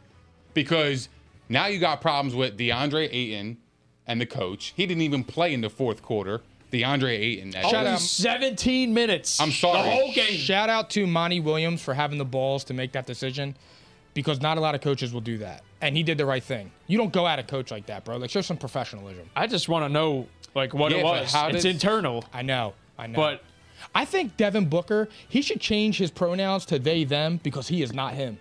[SPEAKER 2] Because now you got problems with DeAndre Ayton and the coach. He didn't even play in the fourth quarter. DeAndre Ayton. that
[SPEAKER 1] Shout
[SPEAKER 2] is-
[SPEAKER 1] out.
[SPEAKER 3] 17 minutes.
[SPEAKER 2] I'm sorry.
[SPEAKER 3] The whole game.
[SPEAKER 1] Shout out to Monty Williams for having the balls to make that decision because not a lot of coaches will do that. And he did the right thing. You don't go at a coach like that, bro. Like, show some professionalism.
[SPEAKER 3] I just want to know like what
[SPEAKER 2] Yeah,
[SPEAKER 3] it
[SPEAKER 2] but
[SPEAKER 3] was.
[SPEAKER 2] how
[SPEAKER 3] It's
[SPEAKER 2] did-
[SPEAKER 3] internal,
[SPEAKER 1] I know. I know.
[SPEAKER 3] but
[SPEAKER 1] I think Devin Booker, he should change his pronouns to they, them because he is not him.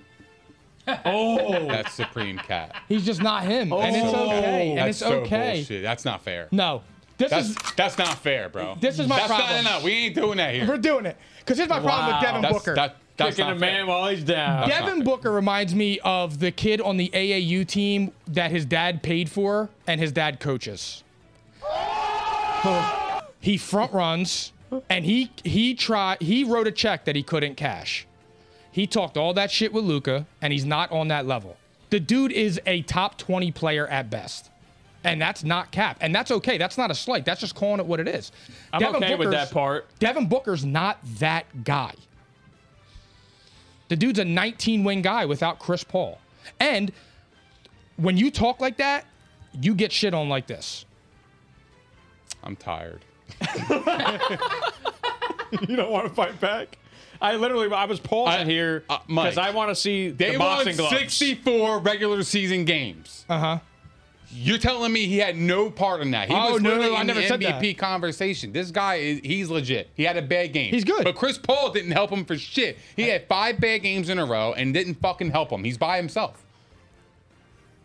[SPEAKER 2] That's Supreme Cat.
[SPEAKER 1] He's just not him. and it's okay. And
[SPEAKER 2] Oh, That's
[SPEAKER 1] it's
[SPEAKER 2] so
[SPEAKER 1] okay.
[SPEAKER 2] bullshit. That's not fair.
[SPEAKER 1] No. This
[SPEAKER 2] That's
[SPEAKER 1] is.
[SPEAKER 2] that's not fair, bro.
[SPEAKER 1] This is my
[SPEAKER 2] that's
[SPEAKER 1] problem.
[SPEAKER 2] Not, no, no, we ain't doing that here.
[SPEAKER 1] We're doing it. Because here's my problem with
[SPEAKER 3] Wow.
[SPEAKER 1] Devin
[SPEAKER 2] That's,
[SPEAKER 1] Booker.
[SPEAKER 2] That, that's
[SPEAKER 3] kicking
[SPEAKER 2] not
[SPEAKER 3] a man
[SPEAKER 2] fair.
[SPEAKER 3] while he's down.
[SPEAKER 2] That's
[SPEAKER 1] Devin
[SPEAKER 2] not
[SPEAKER 1] Booker reminds me of the kid on the AAU team that his dad paid for and his dad coaches. he front runs and he he tried he wrote a check that he couldn't cash. He talked all that shit with Luca and he's not on that level. The dude is a top 20 player at best. And that's not cap. And that's okay. That's not a slight. That's just calling it what it is.
[SPEAKER 3] I'm okay with that part.
[SPEAKER 1] Devin Booker's not that guy. The dude's a 19 win guy without Chris Paul. And when you talk like that, you get shit on like this.
[SPEAKER 2] I'm tired.
[SPEAKER 3] You don't want to fight back. I literally, I was pausing
[SPEAKER 2] I-
[SPEAKER 3] here
[SPEAKER 2] uh, Mike,
[SPEAKER 3] because I want to see
[SPEAKER 2] They
[SPEAKER 3] the
[SPEAKER 2] won
[SPEAKER 3] boxing gloves. Uh-huh.
[SPEAKER 2] 64 regular season games. Uh huh. You're telling me he had no part in that. He
[SPEAKER 1] Oh,
[SPEAKER 2] was
[SPEAKER 1] no,
[SPEAKER 2] literally
[SPEAKER 1] I
[SPEAKER 2] in
[SPEAKER 1] never
[SPEAKER 2] the
[SPEAKER 1] said that.
[SPEAKER 2] MVP conversation. This guy is he's legit. He had a bad game.
[SPEAKER 1] He's good.
[SPEAKER 2] But Chris Paul didn't help him for shit. He had five bad games in a row and didn't fucking help him. He's by himself.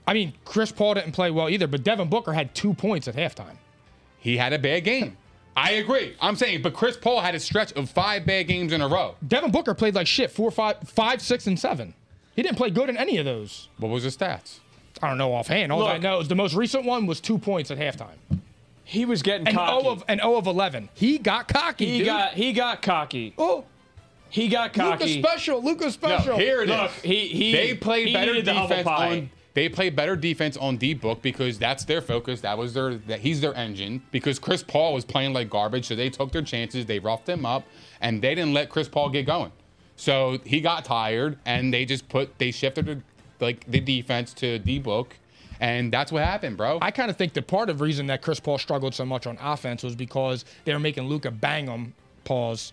[SPEAKER 1] I mean, Chris Paul didn't play well either, but Devin Booker had two points at halftime.
[SPEAKER 2] He had a bad game. I agree. I'm saying, but Chris Paul had a stretch of five bad games in a row.
[SPEAKER 1] Devin Booker played like shit four, five, five, six, and seven. He didn't play good in any of those.
[SPEAKER 2] What was his stats?
[SPEAKER 1] I don't know offhand. All I
[SPEAKER 3] Look.
[SPEAKER 1] know is the most recent one was two points at halftime.
[SPEAKER 3] He was getting
[SPEAKER 1] An
[SPEAKER 3] cocky.
[SPEAKER 1] O of an O of eleven. He got cocky.
[SPEAKER 3] he
[SPEAKER 1] dude.
[SPEAKER 3] got he got cocky.
[SPEAKER 1] oh
[SPEAKER 3] He got cocky.
[SPEAKER 1] Luca special. Luca special.
[SPEAKER 2] Here it is.
[SPEAKER 3] Look, he- he-
[SPEAKER 2] they played
[SPEAKER 3] he
[SPEAKER 2] better
[SPEAKER 3] needed the humble
[SPEAKER 2] defense
[SPEAKER 3] pie.
[SPEAKER 2] on they play better defense on D book because that's their focus. That was their that he's their engine. Because Chris Paul was playing like garbage, so they took their chances, they roughed him up, and they didn't let Chris Paul get going. So he got tired and they just put they shifted their, like the defense to D book. And that's what happened, bro.
[SPEAKER 1] I kind of think the part of the reason that Chris Paul struggled so much on offense was because they were making Luca bang him, pause,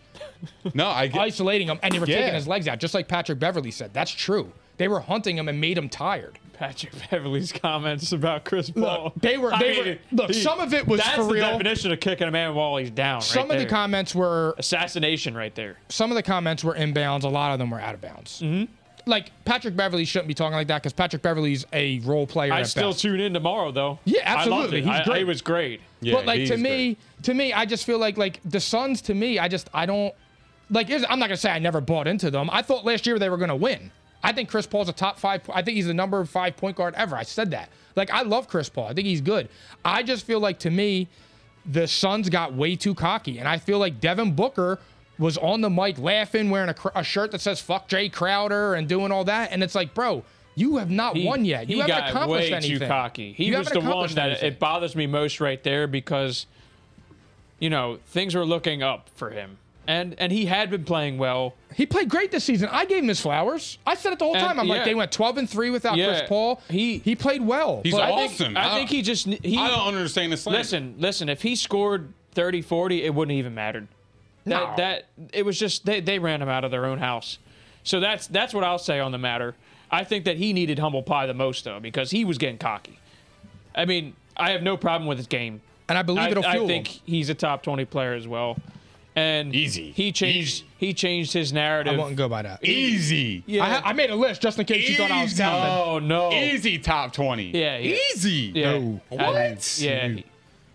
[SPEAKER 2] no, I get
[SPEAKER 1] isolating him, and they were
[SPEAKER 2] Yeah.
[SPEAKER 1] taking his legs out, just like Patrick Beverly said. That's true. They were hunting him and made him tired.
[SPEAKER 3] Patrick Beverly's comments about Chris Paul.
[SPEAKER 1] they were- they were- look, some of it was
[SPEAKER 3] that's
[SPEAKER 1] for
[SPEAKER 3] the
[SPEAKER 1] real.
[SPEAKER 3] definition of kicking a man while he's down.
[SPEAKER 1] Some of the
[SPEAKER 3] comments,
[SPEAKER 1] comments were
[SPEAKER 3] assassination right there.
[SPEAKER 1] some of the comments were inbounds. A lot of them were out of bounds. Mm-hmm. Like Patrick Beverly shouldn't be talking like that because Patrick Beverly's a role player.
[SPEAKER 3] I
[SPEAKER 1] at
[SPEAKER 3] still
[SPEAKER 1] best.
[SPEAKER 3] tune in tomorrow though.
[SPEAKER 1] Yeah,
[SPEAKER 3] I loved
[SPEAKER 1] absolutely.
[SPEAKER 3] it.
[SPEAKER 1] He's
[SPEAKER 3] I-
[SPEAKER 1] great.
[SPEAKER 3] I was great.
[SPEAKER 1] but like to
[SPEAKER 2] he's
[SPEAKER 1] me, to me, I just feel like like the Suns. To me, I just I don't like. here's- I'm not gonna say I never bought into them. I thought last year they were gonna win. I think Chris Paul's a top five. I think he's the number five point guard ever. I said that. Like I love Chris Paul. I think he's good. I just feel like to me, the Suns got way too cocky, and I feel like Devin Booker was on the mic laughing, wearing a, cr- a shirt that says "fuck Jay Crowder" and doing all that, and it's like, bro, you have not won yet. You
[SPEAKER 3] he
[SPEAKER 1] haven't
[SPEAKER 3] got
[SPEAKER 1] accomplished
[SPEAKER 3] way
[SPEAKER 1] anything.
[SPEAKER 3] too cocky. He
[SPEAKER 1] You
[SPEAKER 3] was the
[SPEAKER 1] haven't
[SPEAKER 3] one
[SPEAKER 1] accomplished
[SPEAKER 3] that
[SPEAKER 1] anything.
[SPEAKER 3] it bothers me most right there because, you know, things were looking up for him, and and he had been playing well.
[SPEAKER 1] He played great this season. I gave him his flowers. I said it the whole
[SPEAKER 3] And-
[SPEAKER 1] time. I'm
[SPEAKER 3] yeah.
[SPEAKER 1] like, they went 12 and three without
[SPEAKER 3] Yeah.
[SPEAKER 1] Chris Paul.
[SPEAKER 3] He-
[SPEAKER 1] he played well.
[SPEAKER 2] He's
[SPEAKER 1] but
[SPEAKER 3] I
[SPEAKER 2] awesome.
[SPEAKER 3] think, I think he just he.
[SPEAKER 2] I don't understand this. slander.
[SPEAKER 3] Listen, listen. If he scored 30, 40, it wouldn't even mattered. That,
[SPEAKER 1] No.
[SPEAKER 3] that it was just they, they ran him out of their own house. So that's that's what I'll say on the matter. I think that he needed humble pie the most though because he was getting cocky. I mean, I have no problem with his game.
[SPEAKER 1] and I believe
[SPEAKER 3] I,
[SPEAKER 1] it'll
[SPEAKER 3] I
[SPEAKER 1] fuel
[SPEAKER 3] think
[SPEAKER 1] him.
[SPEAKER 3] he's a top twenty player as well. And
[SPEAKER 2] Easy.
[SPEAKER 3] He changed.
[SPEAKER 2] Easy.
[SPEAKER 3] He changed his narrative.
[SPEAKER 1] I wouldn't go by that.
[SPEAKER 2] easy.
[SPEAKER 3] Yeah.
[SPEAKER 1] I, ha- I made a list just in case you thought I was
[SPEAKER 2] Easy.
[SPEAKER 1] counting.
[SPEAKER 3] Oh no.
[SPEAKER 2] Easy top twenty.
[SPEAKER 3] Yeah, yeah.
[SPEAKER 2] Easy.
[SPEAKER 3] Yeah.
[SPEAKER 1] No.
[SPEAKER 3] I-
[SPEAKER 2] What?
[SPEAKER 3] yeah.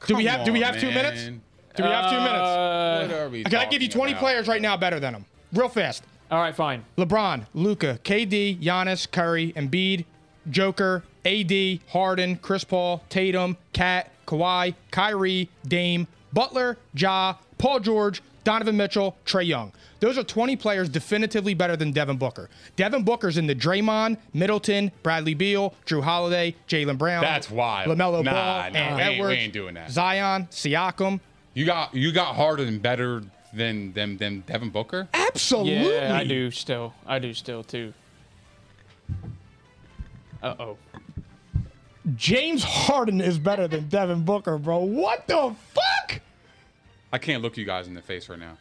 [SPEAKER 1] Do we have Do we have two minutes? Do we have two minutes?
[SPEAKER 3] Uh,
[SPEAKER 2] What are we
[SPEAKER 1] Can I give you 20 players right now better than him? Real fast.
[SPEAKER 3] all right, fine.
[SPEAKER 1] LeBron, Luca, KD, Giannis, Curry, Embiid, Joker, AD, Harden, Chris Paul, Tatum, Cat, Kawhi, Kyrie, Dame, Butler, Ja, Paul George, Donovan Mitchell, Trey Young. Those are 20 players definitively better than Devin Booker. Devin Booker's in the Draymond, Middleton, Bradley Beal, Drew Holiday, Jalen Brown.
[SPEAKER 2] That's wild.
[SPEAKER 1] LaMelo
[SPEAKER 2] Nah,
[SPEAKER 1] Ball,
[SPEAKER 2] nah,
[SPEAKER 1] Aaron
[SPEAKER 2] we ain't- we
[SPEAKER 1] Edwards,
[SPEAKER 2] ain't doing that.
[SPEAKER 1] Zion, Siakam.
[SPEAKER 2] You got you got Harden better than than than Devin Booker.
[SPEAKER 1] Absolutely.
[SPEAKER 3] Yeah, I do still. I do still too. Uh oh.
[SPEAKER 1] James Harden is better than Devin Booker, bro. What the fuck?
[SPEAKER 2] I can't look you guys in the face right now.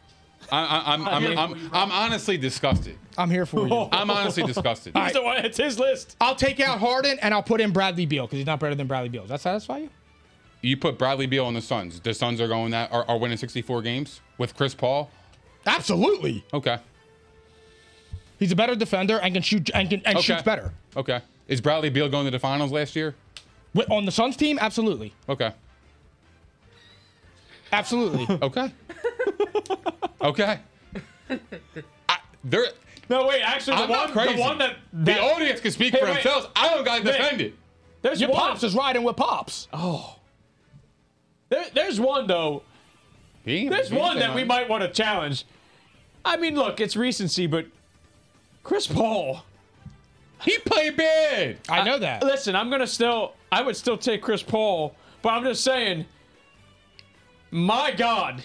[SPEAKER 2] I, I, I'm, I'm, I'm, I'm honestly disgusted.
[SPEAKER 1] I'm here for you.
[SPEAKER 2] I'm honestly disgusted.
[SPEAKER 3] He's the one. It's his list.
[SPEAKER 1] I'll take out Harden and I'll put in Bradley Beal because he's not better than Bradley Beal. Does that satisfy you?
[SPEAKER 2] You put Bradley Beal on the Suns. The Suns are going that are, are winning 64 games with Chris Paul.
[SPEAKER 1] Absolutely.
[SPEAKER 2] Okay.
[SPEAKER 1] He's a better defender and can shoot and, can, and
[SPEAKER 2] Okay.
[SPEAKER 1] shoots better.
[SPEAKER 2] Okay. Is Bradley Beal going to the finals last year?
[SPEAKER 1] With, on the Suns team, absolutely,
[SPEAKER 2] Okay.
[SPEAKER 1] absolutely.
[SPEAKER 2] Okay. okay. I, there,
[SPEAKER 3] No, wait. Actually, the
[SPEAKER 2] I'm
[SPEAKER 3] one.
[SPEAKER 2] not crazy.
[SPEAKER 3] The one that,
[SPEAKER 2] the audience can speak
[SPEAKER 3] Hey,
[SPEAKER 2] for
[SPEAKER 3] wait.
[SPEAKER 2] themselves. I don't got to
[SPEAKER 3] Nick.
[SPEAKER 2] defend it.
[SPEAKER 3] There's
[SPEAKER 1] Your
[SPEAKER 3] one.
[SPEAKER 1] pops is riding with pops.
[SPEAKER 3] there- there's one though.
[SPEAKER 2] He ain't-
[SPEAKER 3] There's
[SPEAKER 2] he ain't
[SPEAKER 3] one
[SPEAKER 2] saying
[SPEAKER 3] that we
[SPEAKER 2] nothing.
[SPEAKER 3] might want to challenge. I mean, look, it's recency, but Chris Paul.
[SPEAKER 2] He played bad.
[SPEAKER 1] I know that.
[SPEAKER 3] Listen, I'm gonna still. I would still take Chris Paul, but I'm just saying. My God,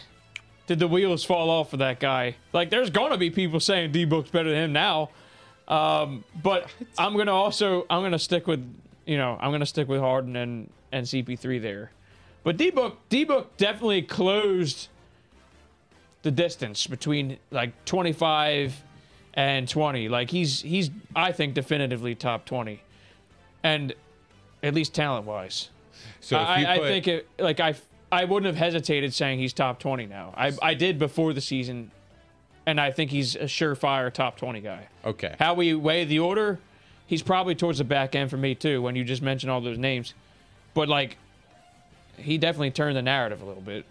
[SPEAKER 3] did the wheels fall off of that guy? Like, there's gonna be people saying D Book's better than him now, um, but I'm gonna also I'm gonna stick with you know I'm gonna stick with Harden and and CP3 there, but D Book D Book definitely closed the distance between like 25 and 20. Like he's he's I think definitively top 20 and at least talent wise.
[SPEAKER 2] So if
[SPEAKER 3] I,
[SPEAKER 2] you
[SPEAKER 3] I
[SPEAKER 2] put-
[SPEAKER 3] think it, like I I wouldn't have hesitated saying he's top twenty now. I I did before the season, and I think he's a surefire top twenty guy.
[SPEAKER 2] Okay.
[SPEAKER 3] How we weigh the order, he's probably towards the back end for me too. When you just mentioned all those names, but like, he definitely turned the narrative a little bit.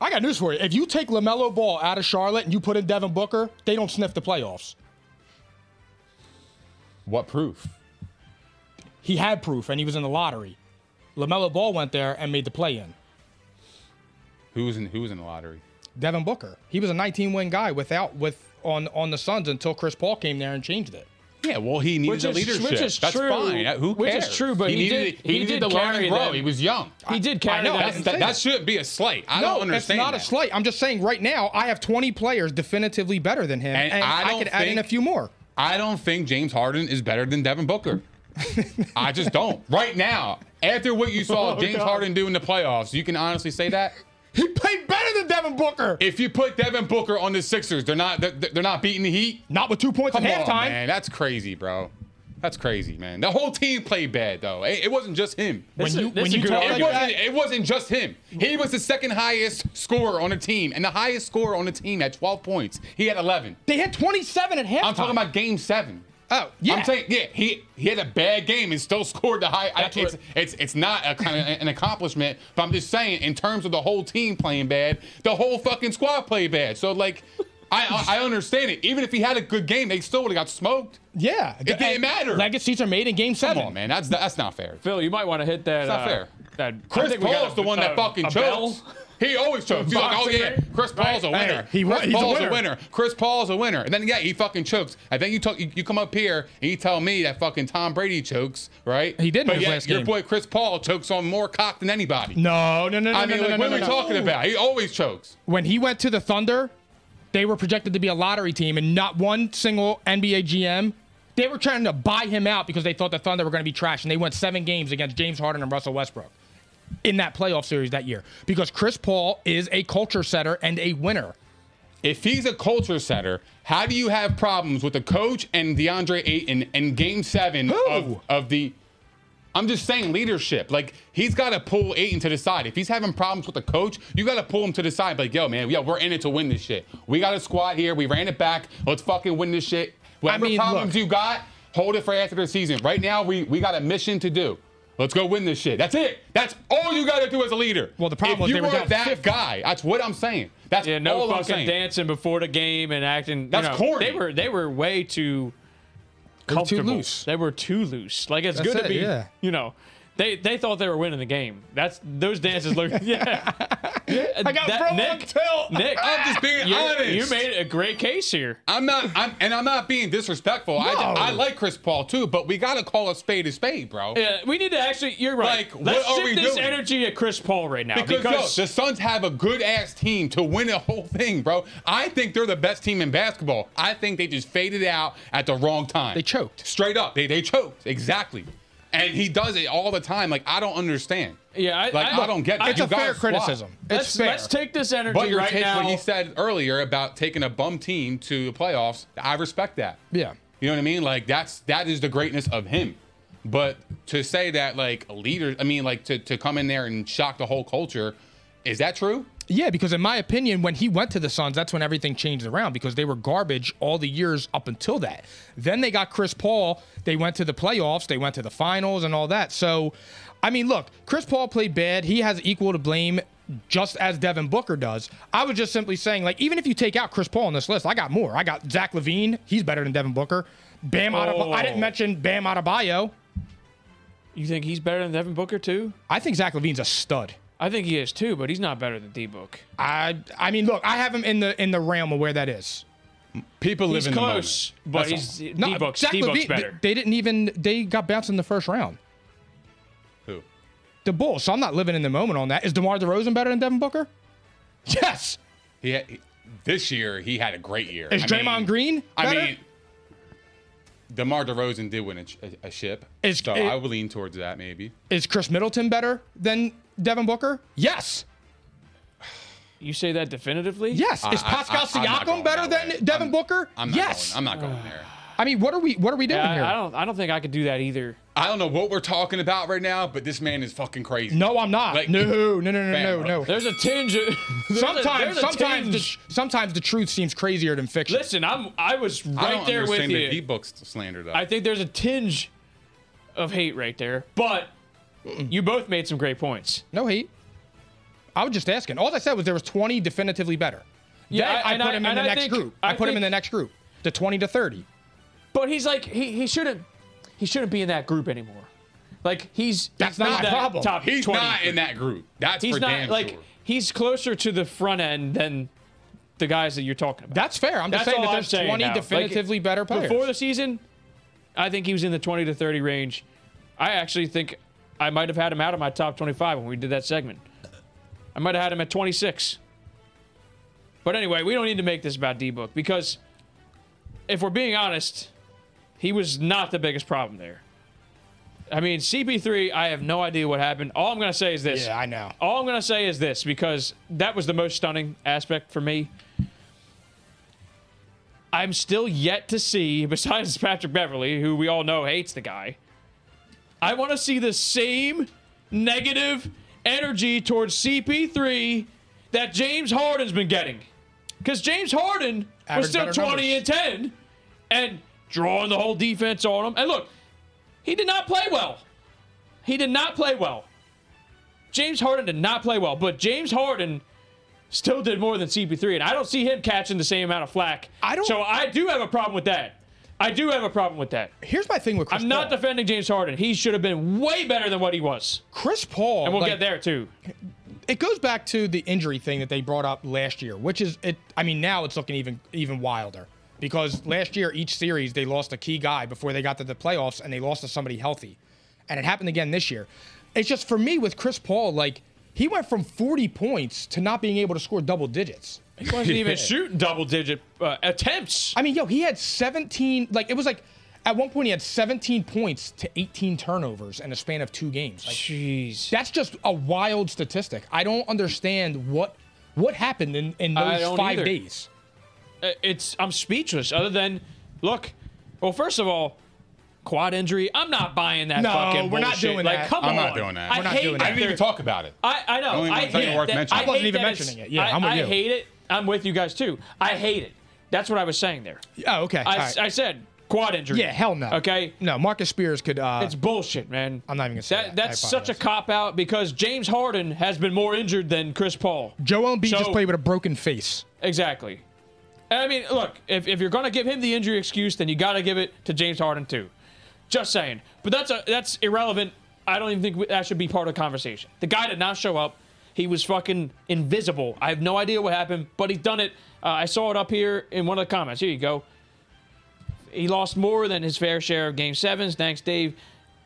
[SPEAKER 1] I got news for you. If you take LaMelo Ball out of Charlotte and you put in Devin Booker, they don't sniff the playoffs.
[SPEAKER 2] What proof?
[SPEAKER 1] He had proof and he was in the lottery. LaMelo Ball went there and made the play in.
[SPEAKER 2] Who was in who was in the lottery?
[SPEAKER 1] Devin Booker. He was a 19 win guy without with on on the Suns until Chris Paul came there and changed it.
[SPEAKER 2] Yeah, well, he needed
[SPEAKER 3] Which
[SPEAKER 2] the
[SPEAKER 3] is-
[SPEAKER 2] leadership.
[SPEAKER 3] which is
[SPEAKER 2] That's
[SPEAKER 3] true.
[SPEAKER 2] fine. Uh, Who
[SPEAKER 3] Which
[SPEAKER 2] cares?
[SPEAKER 3] is true, but he
[SPEAKER 2] needed,
[SPEAKER 3] did- he did
[SPEAKER 2] needed to learn
[SPEAKER 3] carry
[SPEAKER 2] and grow.
[SPEAKER 3] them.
[SPEAKER 2] He was young.
[SPEAKER 3] He did carry
[SPEAKER 2] I know,
[SPEAKER 3] them.
[SPEAKER 2] that's- That, that should be a slight. I
[SPEAKER 1] no,
[SPEAKER 2] don't understand.
[SPEAKER 1] it's not
[SPEAKER 2] that.
[SPEAKER 1] a slight. I'm just saying right now I have 20 players definitively better than him,
[SPEAKER 2] And
[SPEAKER 1] and,
[SPEAKER 2] I
[SPEAKER 1] I,
[SPEAKER 2] don't
[SPEAKER 1] could add in
[SPEAKER 2] think-
[SPEAKER 1] a few more.
[SPEAKER 2] I don't think James Harden is better than Devin Booker. I just don't. Right now, after what you saw
[SPEAKER 3] Oh,
[SPEAKER 2] James
[SPEAKER 3] God.
[SPEAKER 2] Harden do in the playoffs, you can honestly say that.
[SPEAKER 1] He played better than Devin Booker.
[SPEAKER 2] If you put Devin Booker on the Sixers, they're not they're, they're not beating the Heat.
[SPEAKER 1] Not with two points
[SPEAKER 2] Come
[SPEAKER 1] at
[SPEAKER 2] on,
[SPEAKER 1] halftime.
[SPEAKER 2] man. That's crazy, bro. That's crazy, man. The whole team played bad though. It, it wasn't just him.
[SPEAKER 3] This is-
[SPEAKER 1] you-
[SPEAKER 3] this
[SPEAKER 1] when
[SPEAKER 3] is
[SPEAKER 1] you
[SPEAKER 3] a good
[SPEAKER 1] talk
[SPEAKER 2] It
[SPEAKER 3] argument.
[SPEAKER 2] wasn't, it wasn't just him. He was the second highest scorer on the team, and the highest scorer on the team at 12 points. He had 11.
[SPEAKER 1] They had 27 at halftime.
[SPEAKER 2] I'm talking about game seven.
[SPEAKER 1] Oh, yeah.
[SPEAKER 2] I'm saying, yeah, he he had a bad game and still scored the high. I,
[SPEAKER 3] That's what-
[SPEAKER 2] it's, it's it's not a kind of an accomplishment, but I'm just saying, in terms of the whole team playing bad, the whole fucking squad played bad. So like, I I I understand it. Even if he had a good game, they still would have got smoked.
[SPEAKER 1] Yeah,
[SPEAKER 2] It didn't matter.
[SPEAKER 1] Legacies are made in Game
[SPEAKER 2] Come
[SPEAKER 1] Seven.
[SPEAKER 2] on, man, that's that's not fair.
[SPEAKER 3] Phil, you might want to hit that.
[SPEAKER 2] It's not
[SPEAKER 3] uh,
[SPEAKER 2] fair.
[SPEAKER 3] That, I
[SPEAKER 2] Chris
[SPEAKER 3] think we got
[SPEAKER 2] Paul's
[SPEAKER 3] a-
[SPEAKER 2] the one that
[SPEAKER 3] a-
[SPEAKER 2] fucking
[SPEAKER 3] a
[SPEAKER 2] chokes.
[SPEAKER 3] bell.
[SPEAKER 2] He always chokes. He's like, oh
[SPEAKER 3] boxing
[SPEAKER 2] yeah,
[SPEAKER 3] ring?
[SPEAKER 2] Chris Paul's a
[SPEAKER 3] Right.
[SPEAKER 2] winner.
[SPEAKER 1] Hey, he wa-
[SPEAKER 2] Chris
[SPEAKER 1] he's a
[SPEAKER 2] Paul's
[SPEAKER 1] winner.
[SPEAKER 2] Chris Paul's a winner. And then yeah, he fucking chokes. And then you talk, you, you come up here and you tell me that fucking Tom Brady chokes, right?
[SPEAKER 1] He did in
[SPEAKER 2] But
[SPEAKER 1] his
[SPEAKER 2] yet
[SPEAKER 1] last
[SPEAKER 2] your
[SPEAKER 1] game.
[SPEAKER 2] boy Chris Paul chokes on more cock than anybody.
[SPEAKER 1] No, no, no, no.
[SPEAKER 2] I mean,
[SPEAKER 1] no, no, no,
[SPEAKER 2] like, what
[SPEAKER 1] no,
[SPEAKER 2] are we
[SPEAKER 1] no.
[SPEAKER 2] talking about? He always chokes.
[SPEAKER 1] When he went to the Thunder, they were projected to be a lottery team, and not one single NBA GM. They were trying to buy him out because they thought the Thunder were going to be trash, and they went seven games against James Harden and Russell Westbrook in that playoff series that year because Chris Paul is a culture setter and a winner.
[SPEAKER 2] If he's a culture setter, how do you have problems with the coach and DeAndre Ayton and Game Seven of,
[SPEAKER 1] Who?
[SPEAKER 2] of the? I'm just saying leadership. Like he's got to pull Ayton to the side. If he's having problems with the coach, you got to pull him to the side. Like yo, man, yeah, we're in it to win this shit. We got a squad here. We ran it back. Let's fucking win this shit. Whatever
[SPEAKER 1] mean,
[SPEAKER 2] problems
[SPEAKER 1] look.
[SPEAKER 2] you got, hold it for after the season. Right now, we we got a mission to do. Let's go win this shit. That's it. That's all you got to do as a leader.
[SPEAKER 1] Well, the problem
[SPEAKER 2] if
[SPEAKER 1] was
[SPEAKER 2] you
[SPEAKER 1] they were
[SPEAKER 2] are
[SPEAKER 1] down
[SPEAKER 2] that
[SPEAKER 1] 50.
[SPEAKER 2] guy. That's what I'm saying. That's
[SPEAKER 3] Yeah, no
[SPEAKER 2] all I'm
[SPEAKER 3] fucking
[SPEAKER 2] saying.
[SPEAKER 3] dancing before the game and acting. you
[SPEAKER 2] That's
[SPEAKER 3] know,
[SPEAKER 2] corny.
[SPEAKER 3] They were they were way too
[SPEAKER 1] They were too
[SPEAKER 3] comfortable.
[SPEAKER 1] loose.
[SPEAKER 3] They were too loose. Like it's
[SPEAKER 1] That's
[SPEAKER 3] good
[SPEAKER 1] it,
[SPEAKER 3] to be.
[SPEAKER 1] yeah.
[SPEAKER 3] You know, they they thought they were winning the game. That's those dances look. Yeah. I
[SPEAKER 1] got thrown on tilt.
[SPEAKER 3] Nick,
[SPEAKER 2] I'm just being
[SPEAKER 3] you,
[SPEAKER 2] honest.
[SPEAKER 3] You made a great case here.
[SPEAKER 2] I'm not, I'm, and I'm not being disrespectful. I,
[SPEAKER 1] No.
[SPEAKER 2] I like Chris Paul too, but we gotta call a spade a spade, bro.
[SPEAKER 3] Yeah, Uh, we need to actually. You're right.
[SPEAKER 2] Like, what
[SPEAKER 3] Let's
[SPEAKER 2] are
[SPEAKER 3] shift
[SPEAKER 2] we
[SPEAKER 3] this
[SPEAKER 2] doing?
[SPEAKER 3] energy at Chris Paul right now
[SPEAKER 2] Because,
[SPEAKER 3] because,
[SPEAKER 2] yo, the Suns have a good ass team to win the whole thing, bro. I think they're the best team in basketball. I think they just faded out at the wrong time.
[SPEAKER 1] They choked.
[SPEAKER 2] Straight up. They, they choked. Exactly. And he does it all the time. Like, I don't understand.
[SPEAKER 3] Yeah, I-
[SPEAKER 2] like,
[SPEAKER 3] I-
[SPEAKER 2] I, don't get that.
[SPEAKER 1] It's
[SPEAKER 2] You
[SPEAKER 1] a
[SPEAKER 2] got
[SPEAKER 1] fair
[SPEAKER 2] squad.
[SPEAKER 1] criticism.
[SPEAKER 3] let's
[SPEAKER 1] it's fair.
[SPEAKER 3] let's take this energy
[SPEAKER 2] But your
[SPEAKER 3] right
[SPEAKER 2] take,
[SPEAKER 3] now.
[SPEAKER 2] what he said earlier about taking a bum team to the playoffs, I respect that.
[SPEAKER 1] Yeah.
[SPEAKER 2] You know what I mean? Like that's that is the greatness of him. But to say that like a leader, I mean like to to come in there and shock the whole culture, is that true?
[SPEAKER 1] Yeah, because in my opinion, when he went to the Suns, that's when everything changed around because they were garbage all the years up until that. Then they got Chris Paul. They went to the playoffs. They went to the finals and all that. So, I mean, look, Chris Paul played bad. He has equal to blame just as Devin Booker does. I was just simply saying, like, even if you take out Chris Paul on this list, I got more. I got Zach Levine. He's better than Devin Booker. Bam Adebayo. I didn't
[SPEAKER 3] Oh.
[SPEAKER 1] mention Bam Adebayo.
[SPEAKER 3] you think he's better than Devin Booker too?
[SPEAKER 1] I think Zach Levine's a stud.
[SPEAKER 3] I think he is too, but he's not better than D Book.
[SPEAKER 1] I I mean, look, I have him in the in the realm of where that is.
[SPEAKER 2] People
[SPEAKER 3] He's
[SPEAKER 2] live in
[SPEAKER 3] close,
[SPEAKER 2] the
[SPEAKER 3] but
[SPEAKER 2] moment. That's
[SPEAKER 3] he's D Book's
[SPEAKER 1] Zach
[SPEAKER 3] D Book's
[SPEAKER 1] Levine-
[SPEAKER 3] better.
[SPEAKER 1] They, they didn't even. They got bounced in the first round.
[SPEAKER 2] all. Who?
[SPEAKER 1] The Bulls. So I'm not living in the moment on that. Is DeMar DeRozan better than Devin Booker? Yes.
[SPEAKER 2] He, had- he- this year he had a great year.
[SPEAKER 1] Is
[SPEAKER 2] I
[SPEAKER 1] Draymond
[SPEAKER 2] mean-
[SPEAKER 1] Green
[SPEAKER 2] I
[SPEAKER 1] better?
[SPEAKER 2] mean, DeMar DeRozan did win a, ch- a- a ship,
[SPEAKER 1] Is-
[SPEAKER 2] so
[SPEAKER 1] it-
[SPEAKER 2] I would lean towards that maybe.
[SPEAKER 1] Is Chris Middleton better than Devin Booker? Yes.
[SPEAKER 3] You say that definitively?
[SPEAKER 1] Yes. Is
[SPEAKER 2] I- I-
[SPEAKER 1] Pascal
[SPEAKER 2] I- I'm not
[SPEAKER 1] Siakam
[SPEAKER 2] going
[SPEAKER 1] better
[SPEAKER 2] that way.
[SPEAKER 1] than Devin
[SPEAKER 2] I'm-
[SPEAKER 1] Booker?
[SPEAKER 2] I'm not
[SPEAKER 1] yes.
[SPEAKER 2] Going, I'm not going there.
[SPEAKER 1] I mean, what are we what are we doing
[SPEAKER 3] Yeah, I,
[SPEAKER 1] here?
[SPEAKER 3] I don't. I don't think I could do that either.
[SPEAKER 2] I don't know what we're talking about right now, but this man is fucking crazy.
[SPEAKER 1] no, I'm not.
[SPEAKER 2] Like-
[SPEAKER 1] no, no, no, no,
[SPEAKER 2] Fam,
[SPEAKER 1] no, no.
[SPEAKER 3] There's a tinge. Of, there's a-
[SPEAKER 1] Sometimes,
[SPEAKER 3] there's a
[SPEAKER 1] sometimes,
[SPEAKER 3] tinge.
[SPEAKER 1] the, sometimes the truth seems crazier than fiction.
[SPEAKER 3] Listen, I'm. I was
[SPEAKER 2] I
[SPEAKER 3] right
[SPEAKER 2] don't
[SPEAKER 3] there with
[SPEAKER 2] understand
[SPEAKER 3] you.
[SPEAKER 2] the D books slander though.
[SPEAKER 3] I think there's a tinge of hate right there, but you both made some great points.
[SPEAKER 1] No hate. I was just asking. All I said was there was 20 definitively better.
[SPEAKER 3] Yeah,
[SPEAKER 1] Then
[SPEAKER 3] I-
[SPEAKER 1] I,
[SPEAKER 3] and
[SPEAKER 1] put
[SPEAKER 3] I-
[SPEAKER 1] him in
[SPEAKER 3] and
[SPEAKER 1] the
[SPEAKER 3] I
[SPEAKER 1] next
[SPEAKER 3] think-
[SPEAKER 1] group. I,
[SPEAKER 3] I
[SPEAKER 1] put him in
[SPEAKER 3] think-
[SPEAKER 1] the next group, the 20 to 30.
[SPEAKER 3] But he's like he he shouldn't he shouldn't be in that group anymore. Like he's
[SPEAKER 1] That's
[SPEAKER 3] he's
[SPEAKER 1] not
[SPEAKER 3] that
[SPEAKER 1] my problem.
[SPEAKER 3] Top
[SPEAKER 2] He's
[SPEAKER 3] 20
[SPEAKER 2] not in that group. That's
[SPEAKER 3] He's
[SPEAKER 2] for
[SPEAKER 3] not
[SPEAKER 2] damn
[SPEAKER 3] like
[SPEAKER 2] sure.
[SPEAKER 3] he's closer to the front end than the guys that you're talking about.
[SPEAKER 1] That's fair. I'm just saying
[SPEAKER 3] all
[SPEAKER 1] that
[SPEAKER 3] I'm
[SPEAKER 1] there's
[SPEAKER 3] saying
[SPEAKER 1] 20
[SPEAKER 3] now. Like,
[SPEAKER 1] definitively better players.
[SPEAKER 3] Before the season, I think he was in the 20 to 30 range. I actually think I might have had him out of my top 25 when we did that segment. I might have had him at 26. But anyway, we don't need to make this about D Book because if we're being honest, he was not the biggest problem there. I mean, CP3, I have no idea what happened. All I'm going to say is this.
[SPEAKER 1] Yeah, I know.
[SPEAKER 3] All I'm going to say is this because that was the most stunning aspect for me. I'm still yet to see, besides Patrick Beverly, who we all know hates the guy, I want to see the same negative energy towards CP3 that James Harden's been getting. Because James Harden
[SPEAKER 1] Average
[SPEAKER 3] was still
[SPEAKER 1] better
[SPEAKER 3] 20
[SPEAKER 1] numbers.
[SPEAKER 3] and 10 and drawing the whole defense on him. And look, he did not play well. He did not play well. James Harden did not play well, but James Harden still did more than CP3, and I don't see him catching the same amount of flack.
[SPEAKER 1] I don't-
[SPEAKER 3] So I do have a problem with that. I do have a problem with that.
[SPEAKER 1] Here's my thing with Chris
[SPEAKER 3] I'm not
[SPEAKER 1] Paul.
[SPEAKER 3] defending James Harden. He should have been way better than what he was.
[SPEAKER 1] Chris Paul.
[SPEAKER 3] And we'll
[SPEAKER 1] like,
[SPEAKER 3] get there too.
[SPEAKER 1] It goes back to the injury thing that they brought up last year, which is it. I mean, now it's looking even even wilder because last year each series they lost a key guy before they got to the playoffs, and they lost to somebody healthy, and it happened again this year. It's just for me with Chris Paul, like he went from 40 points to not being able to score double digits.
[SPEAKER 3] He wasn't even shooting double digit uh, attempts.
[SPEAKER 1] I mean, yo, he had 17. Like it was like at one point he had 17 points to 18 turnovers in a span of two games. Like,
[SPEAKER 3] Jeez.
[SPEAKER 1] That's just a wild statistic. I don't understand what what happened in, in
[SPEAKER 3] I
[SPEAKER 1] those
[SPEAKER 3] don't
[SPEAKER 1] five
[SPEAKER 3] either.
[SPEAKER 1] days.
[SPEAKER 3] Uh, it's I'm speechless. Other than, look, well, first of all, quad injury. I'm not buying that.
[SPEAKER 1] No,
[SPEAKER 3] fucking
[SPEAKER 1] we're not
[SPEAKER 3] bullshit.
[SPEAKER 1] doing
[SPEAKER 3] like,
[SPEAKER 1] that.
[SPEAKER 3] Come
[SPEAKER 2] I'm
[SPEAKER 3] on.
[SPEAKER 2] not doing that.
[SPEAKER 3] I
[SPEAKER 2] We're not
[SPEAKER 3] hate
[SPEAKER 1] doing
[SPEAKER 2] I
[SPEAKER 1] that.
[SPEAKER 3] that
[SPEAKER 2] didn't even
[SPEAKER 3] they're-
[SPEAKER 2] talk about it.
[SPEAKER 3] I, I know.
[SPEAKER 2] Only
[SPEAKER 3] I
[SPEAKER 2] ones that
[SPEAKER 3] hate
[SPEAKER 2] were worth
[SPEAKER 3] that.
[SPEAKER 2] mentioning.
[SPEAKER 3] I
[SPEAKER 2] I
[SPEAKER 1] wasn't
[SPEAKER 3] hate
[SPEAKER 1] even
[SPEAKER 3] that it's-
[SPEAKER 1] mentioning it. Yeah,
[SPEAKER 3] I,
[SPEAKER 1] I'm with
[SPEAKER 3] I
[SPEAKER 1] you.
[SPEAKER 3] hate it. I'm with you guys too. I hate it. That's what I was saying there.
[SPEAKER 1] Oh, okay.
[SPEAKER 3] I,
[SPEAKER 1] All right.
[SPEAKER 3] I said quad injury.
[SPEAKER 1] yeah, hell no.
[SPEAKER 3] Okay.
[SPEAKER 1] No, Marcus Spears could. Uh,
[SPEAKER 3] It's bullshit, man.
[SPEAKER 1] I'm not even gonna say that. I
[SPEAKER 3] That's such a
[SPEAKER 1] apologize. cop.
[SPEAKER 3] cop out because James Harden has been more injured than Chris Paul.
[SPEAKER 1] Joel Embiid just
[SPEAKER 3] So-
[SPEAKER 1] played with a broken face.
[SPEAKER 3] Exactly. And I mean, look, if, if you're gonna give him the injury excuse, then you gotta give it to James Harden too. Just saying. But that's a that's irrelevant. I don't even think we- that should be part of the conversation. The guy did not show up. He was fucking invisible. I have no idea what happened, but he's done it. Uh, I saw it up here in one of the comments. Here you go. He lost more than his fair share of game sevens. Thanks, Dave.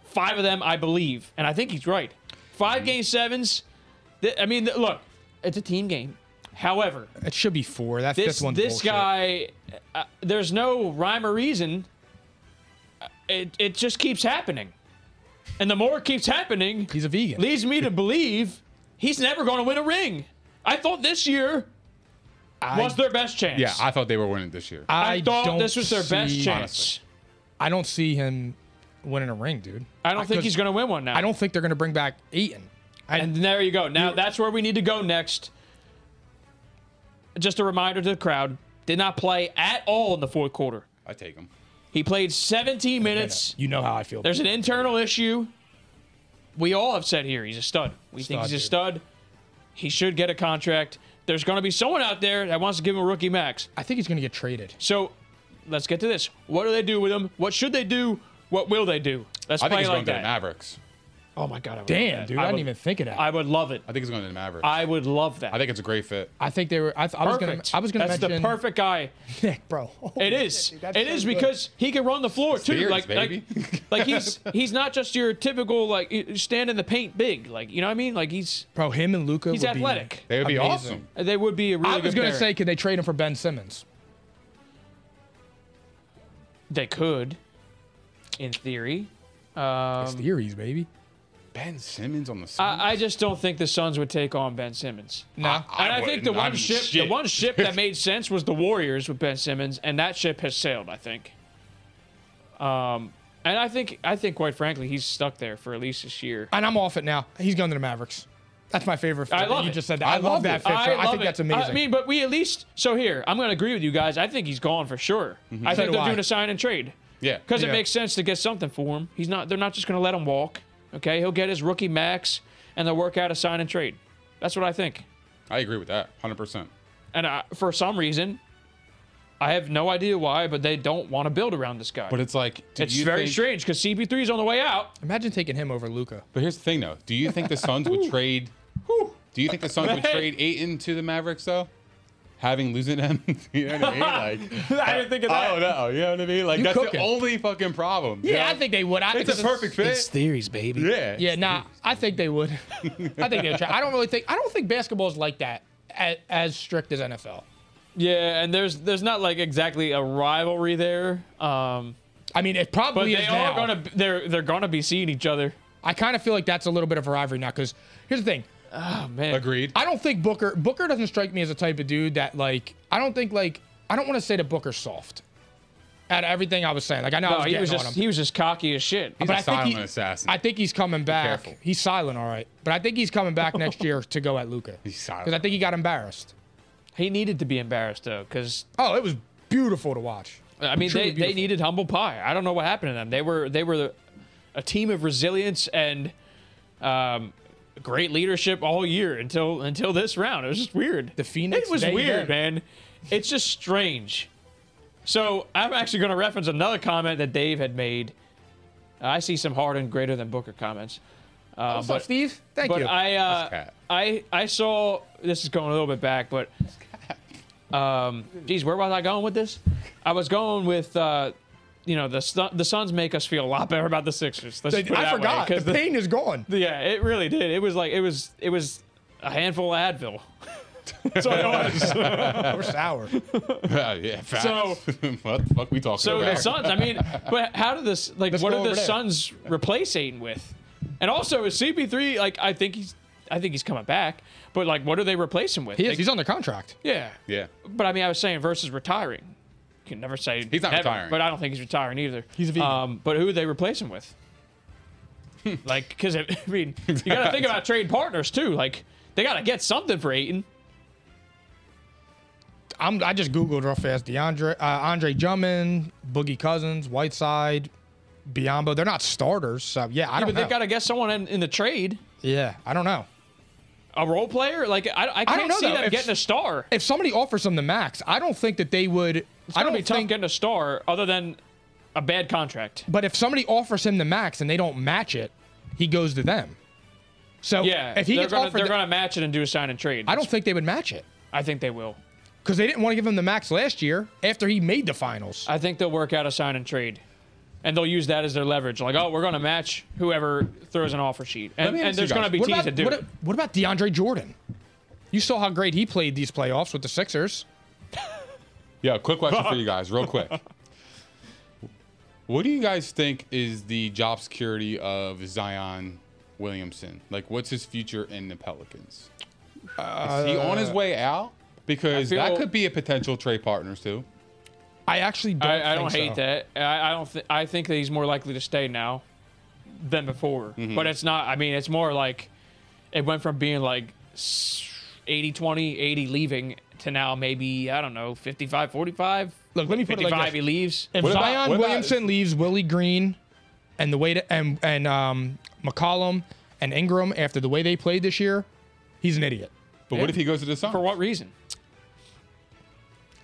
[SPEAKER 3] Five of them, I believe, and I think he's right. 5 game sevens. Th- I mean, th- look, it's a team game. However,
[SPEAKER 1] It should be four. That
[SPEAKER 3] this
[SPEAKER 1] fifth one's
[SPEAKER 3] this
[SPEAKER 1] bullshit.
[SPEAKER 3] guy uh, there's no rhyme or reason Uh, it, it just keeps happening and the more it keeps happening
[SPEAKER 1] He's a vegan.
[SPEAKER 3] leads me to believe he's never going to win a ring i thought this year was their best chance
[SPEAKER 2] yeah, I thought they were winning this year.
[SPEAKER 3] I thought
[SPEAKER 1] don't
[SPEAKER 3] this was their best
[SPEAKER 1] see-
[SPEAKER 3] chance
[SPEAKER 1] I don't see him winning a ring, dude.
[SPEAKER 3] i don't think he's going to win one now
[SPEAKER 1] I don't think they're going to bring back Eaton. I,
[SPEAKER 3] and there you go now that's where we need to go next just a reminder to the crowd did not play at all in the fourth quarter
[SPEAKER 2] I take him.
[SPEAKER 3] he played 17 minutes
[SPEAKER 1] you know how I feel.
[SPEAKER 3] There's an internal issue. We all have said here he's a stud. We think
[SPEAKER 1] Stud,
[SPEAKER 3] he's a
[SPEAKER 1] dude.
[SPEAKER 3] stud. He should get a contract. There's going to be someone out there that wants to give him a rookie max.
[SPEAKER 1] I think he's going to get traded.
[SPEAKER 3] So let's get to this. What do they do with him? What should they do? What will they do? Let's
[SPEAKER 2] I think
[SPEAKER 3] play
[SPEAKER 2] he's
[SPEAKER 3] like
[SPEAKER 2] going to the
[SPEAKER 3] that.
[SPEAKER 2] Mavericks.
[SPEAKER 3] Oh my god! I would love
[SPEAKER 1] Damn,
[SPEAKER 3] that.
[SPEAKER 1] dude.
[SPEAKER 3] I,
[SPEAKER 1] I,
[SPEAKER 3] would,
[SPEAKER 1] didn't even think of that.
[SPEAKER 3] I would love it.
[SPEAKER 2] I think he's going to the Mavericks. I,
[SPEAKER 3] I would love that.
[SPEAKER 2] think it's a great fit.
[SPEAKER 1] I think they were. I, th- I was going
[SPEAKER 3] perfect.
[SPEAKER 1] to. I was going to
[SPEAKER 3] That's
[SPEAKER 1] mention
[SPEAKER 3] the perfect guy.
[SPEAKER 1] Nick, bro.
[SPEAKER 3] It is.
[SPEAKER 1] dude,
[SPEAKER 3] It
[SPEAKER 1] that's so
[SPEAKER 3] is
[SPEAKER 1] good.
[SPEAKER 3] because he can run the floor too.
[SPEAKER 2] Spears,
[SPEAKER 3] like, like-
[SPEAKER 2] baby.
[SPEAKER 3] like, he's he's not just your typical like you- you stand in the paint big. Like you know what I mean? Like he's
[SPEAKER 1] Bro, him and Luca.
[SPEAKER 3] he's
[SPEAKER 1] would
[SPEAKER 3] athletic. Uh,
[SPEAKER 2] They would be
[SPEAKER 1] Amazing.
[SPEAKER 2] awesome.
[SPEAKER 3] They would be a
[SPEAKER 1] Be,
[SPEAKER 3] really.
[SPEAKER 1] I was
[SPEAKER 3] going
[SPEAKER 1] going to say, can they trade him for Ben Simmons?
[SPEAKER 3] they could, in theory.
[SPEAKER 1] It's theories, baby.
[SPEAKER 2] Ben Simmons
[SPEAKER 3] Uh,
[SPEAKER 2] on the Suns.
[SPEAKER 3] I, I just don't think the Suns would take on Ben Simmons.
[SPEAKER 1] No.
[SPEAKER 3] and I think the
[SPEAKER 2] wouldn't.
[SPEAKER 3] one
[SPEAKER 2] I mean,
[SPEAKER 3] ship,
[SPEAKER 2] shit.
[SPEAKER 3] the one ship that made sense was the Warriors with Ben Simmons, and that ship has sailed. I think. Um, and I think I think quite frankly he's stuck there for at least this year.
[SPEAKER 1] And I'm off it now. He's going to the Mavericks. That's my favorite.
[SPEAKER 3] I
[SPEAKER 1] fit.
[SPEAKER 3] love
[SPEAKER 1] you
[SPEAKER 3] it.
[SPEAKER 1] just said that. I, love, that
[SPEAKER 3] it.
[SPEAKER 1] fit. I,
[SPEAKER 3] love
[SPEAKER 1] think
[SPEAKER 3] it. Uh,
[SPEAKER 1] that's amazing.
[SPEAKER 3] I mean, but we at least so here I'm going to agree with you guys. I think he's gone for sure. I
[SPEAKER 1] Mm-hmm. So
[SPEAKER 3] think
[SPEAKER 1] do
[SPEAKER 3] they're
[SPEAKER 1] I.
[SPEAKER 3] doing a sign and trade
[SPEAKER 2] Yeah.
[SPEAKER 3] because
[SPEAKER 1] Yeah.
[SPEAKER 3] it makes sense to get something for him. He's not. They're not just going to let him walk. Okay, he'll get his rookie max, and they'll work out a sign and trade. That's what I think.
[SPEAKER 2] I agree with that 100%.
[SPEAKER 3] And I, for some reason, I have no idea why, but they don't want to build around this guy.
[SPEAKER 2] But it's like, do
[SPEAKER 3] it's
[SPEAKER 2] you
[SPEAKER 3] very
[SPEAKER 2] think-
[SPEAKER 3] strange because CP3 is on the way out.
[SPEAKER 1] Imagine taking him over Luca.
[SPEAKER 2] But here's the thing, though. Do you think the Suns would trade? Do you think the Suns would
[SPEAKER 3] Man.
[SPEAKER 2] trade Aiton to the Mavericks though? Having losing him, you know what I mean? Like
[SPEAKER 3] I didn't think of
[SPEAKER 2] I
[SPEAKER 3] Oh, that.
[SPEAKER 2] don't know. You know what I mean? Like
[SPEAKER 1] You
[SPEAKER 2] that's
[SPEAKER 1] cooking.
[SPEAKER 2] the only fucking problem. you know?
[SPEAKER 1] Yeah, I think they would. I think
[SPEAKER 2] it's a perfect fit.
[SPEAKER 3] theories, baby.
[SPEAKER 2] yeah.
[SPEAKER 1] Yeah, nah, I think they would. I think they would try. I don't really think. I don't think basketball is like that as, as strict as NFL.
[SPEAKER 3] Yeah, and there's there's not like exactly a rivalry there. Um,
[SPEAKER 1] I mean, it
[SPEAKER 3] but
[SPEAKER 1] probably
[SPEAKER 3] they
[SPEAKER 1] is
[SPEAKER 3] are
[SPEAKER 1] now.
[SPEAKER 3] gonna b- they're they're gonna be seeing each other.
[SPEAKER 1] I kind of feel like that's a little bit of a rivalry now. Because here's the thing:
[SPEAKER 3] Oh man.
[SPEAKER 2] Agreed.
[SPEAKER 1] I don't think Booker Booker doesn't strike me as a type of dude that like. I don't think like. I don't want to say that Booker's soft. Out of everything I was saying, like I know I
[SPEAKER 3] No,
[SPEAKER 1] was
[SPEAKER 3] oh, he
[SPEAKER 1] getting
[SPEAKER 3] was
[SPEAKER 1] on
[SPEAKER 3] just
[SPEAKER 1] him.
[SPEAKER 3] he was just cocky as shit.
[SPEAKER 2] He's
[SPEAKER 1] but
[SPEAKER 2] a
[SPEAKER 1] I think he-
[SPEAKER 2] silent assassin.
[SPEAKER 1] I think he's coming back.
[SPEAKER 2] careful.
[SPEAKER 1] He's silent, all right. But I think he's coming back next year to go at Luca.
[SPEAKER 2] He's silent.
[SPEAKER 1] Because I think he got embarrassed.
[SPEAKER 3] He needed to be embarrassed though, because
[SPEAKER 1] Oh, it was beautiful to watch.
[SPEAKER 3] I mean
[SPEAKER 1] Truly
[SPEAKER 3] they, they
[SPEAKER 1] beautiful.
[SPEAKER 3] needed humble pie. I don't know what happened to them. They were they were the, a team of resilience and um, great leadership all year until until this round. It was just weird.
[SPEAKER 1] The Phoenix,
[SPEAKER 3] It was
[SPEAKER 1] they
[SPEAKER 3] weird,
[SPEAKER 1] did.
[SPEAKER 3] man. It's just strange. So I'm actually going to reference another comment that Dave had made. I see some Harden greater than Booker comments. Uh,
[SPEAKER 1] What's up,
[SPEAKER 3] but-
[SPEAKER 1] Steve? Thank
[SPEAKER 3] but
[SPEAKER 1] you.
[SPEAKER 3] I,
[SPEAKER 2] That's
[SPEAKER 3] uh,
[SPEAKER 2] cat.
[SPEAKER 3] I, I saw this is going a little bit back, but um, geez, where was I going with this? I was going with, uh, you know, the Sun- the Suns make us feel a lot better about the Sixers. Let's put it
[SPEAKER 1] I
[SPEAKER 3] that way,
[SPEAKER 1] forgot.
[SPEAKER 3] 'cause
[SPEAKER 1] the pain is gone.
[SPEAKER 3] yeah, it really did. It was like it was it was a handful of Advil. so it was.
[SPEAKER 1] We're sour.
[SPEAKER 2] yeah. Facts.
[SPEAKER 3] So-
[SPEAKER 2] what the fuck we talking
[SPEAKER 3] So the
[SPEAKER 2] about?
[SPEAKER 3] Suns. I mean, but how did this like?
[SPEAKER 1] Let's
[SPEAKER 3] what
[SPEAKER 1] go
[SPEAKER 3] did
[SPEAKER 1] over
[SPEAKER 3] the
[SPEAKER 1] there.
[SPEAKER 3] Suns replace Aiden with? And also is CP3 like? I think he's I think he's coming back. But like, what do they replace him with?
[SPEAKER 1] He is.
[SPEAKER 3] Like,
[SPEAKER 1] He's under contract.
[SPEAKER 3] yeah.
[SPEAKER 2] yeah.
[SPEAKER 3] But I mean, I was saying versus retiring. You can never say
[SPEAKER 2] He's not
[SPEAKER 3] never,
[SPEAKER 2] retiring.
[SPEAKER 3] But I don't think he's retiring either.
[SPEAKER 1] He's a vegan.
[SPEAKER 3] Um, but who would they replace him with? like, because I mean, you got to think about trade partners too. Like, they got to get something for Aiton.
[SPEAKER 1] I'm, I just Googled real fast. DeAndre, uh, Andre Drummond, Boogie Cousins, Whiteside, Biombo. They're not starters. So, yeah, I don't
[SPEAKER 3] But they
[SPEAKER 1] know.
[SPEAKER 3] got to get someone in, in the trade,
[SPEAKER 1] yeah, I don't know.
[SPEAKER 3] a role player. Like, I, I can't
[SPEAKER 1] know,
[SPEAKER 3] see
[SPEAKER 1] though.
[SPEAKER 3] them
[SPEAKER 1] If-
[SPEAKER 3] getting a star.
[SPEAKER 1] If somebody offers them the max, I don't think that they would. I
[SPEAKER 3] I don't
[SPEAKER 1] don't
[SPEAKER 3] be tough
[SPEAKER 1] think.
[SPEAKER 3] getting a star other than a bad contract.
[SPEAKER 1] But if somebody offers him the max and they don't match it, he goes to them. So
[SPEAKER 3] Yeah,
[SPEAKER 1] if he
[SPEAKER 3] they're
[SPEAKER 1] gets
[SPEAKER 3] gonna,
[SPEAKER 1] offered,
[SPEAKER 3] they're
[SPEAKER 1] the-
[SPEAKER 3] going to match it and do a sign and trade.
[SPEAKER 1] I don't think they would match it
[SPEAKER 3] I think they will.
[SPEAKER 1] because they didn't want to give him the max last year after he made the finals.
[SPEAKER 3] I think they'll work out a sign and trade. And they'll use that as their leverage. Like, oh, we're going to match whoever throws an offer sheet. And,
[SPEAKER 2] me ask
[SPEAKER 3] and there's
[SPEAKER 2] you guys,
[SPEAKER 3] going to be
[SPEAKER 1] what,
[SPEAKER 3] teams
[SPEAKER 1] about,
[SPEAKER 3] that do
[SPEAKER 1] what,
[SPEAKER 3] it.
[SPEAKER 1] what about DeAndre Jordan? You saw how great he played these playoffs with the Sixers.
[SPEAKER 2] Yeah. Quick question for you guys, real quick. What do you guys think is the job security of Zion Williamson? Like, what's his future in the Pelicans? is he on his way out? Because
[SPEAKER 3] Uh, I feel-
[SPEAKER 2] that could be a potential trade partners too.
[SPEAKER 1] I actually don't.
[SPEAKER 3] I, I don't
[SPEAKER 1] think
[SPEAKER 3] hate
[SPEAKER 1] so.
[SPEAKER 3] that. I, I don't. Th- I think that he's more likely to stay now than before.
[SPEAKER 1] Mm-hmm.
[SPEAKER 3] But it's not. I mean, it's more like it went from being like 80 20, 80 leaving to now maybe, I don't know, 55 45.
[SPEAKER 1] Look, let me put it
[SPEAKER 3] 55
[SPEAKER 1] like
[SPEAKER 3] he
[SPEAKER 1] this.
[SPEAKER 3] leaves.
[SPEAKER 1] If
[SPEAKER 2] What about-
[SPEAKER 1] Zion
[SPEAKER 2] what about-
[SPEAKER 1] Williamson leaves Willie Green and the way to, and and um, McCollum and Ingram after the way they played this year, he's an idiot.
[SPEAKER 2] But what if he goes to the Suns?
[SPEAKER 3] For what reason?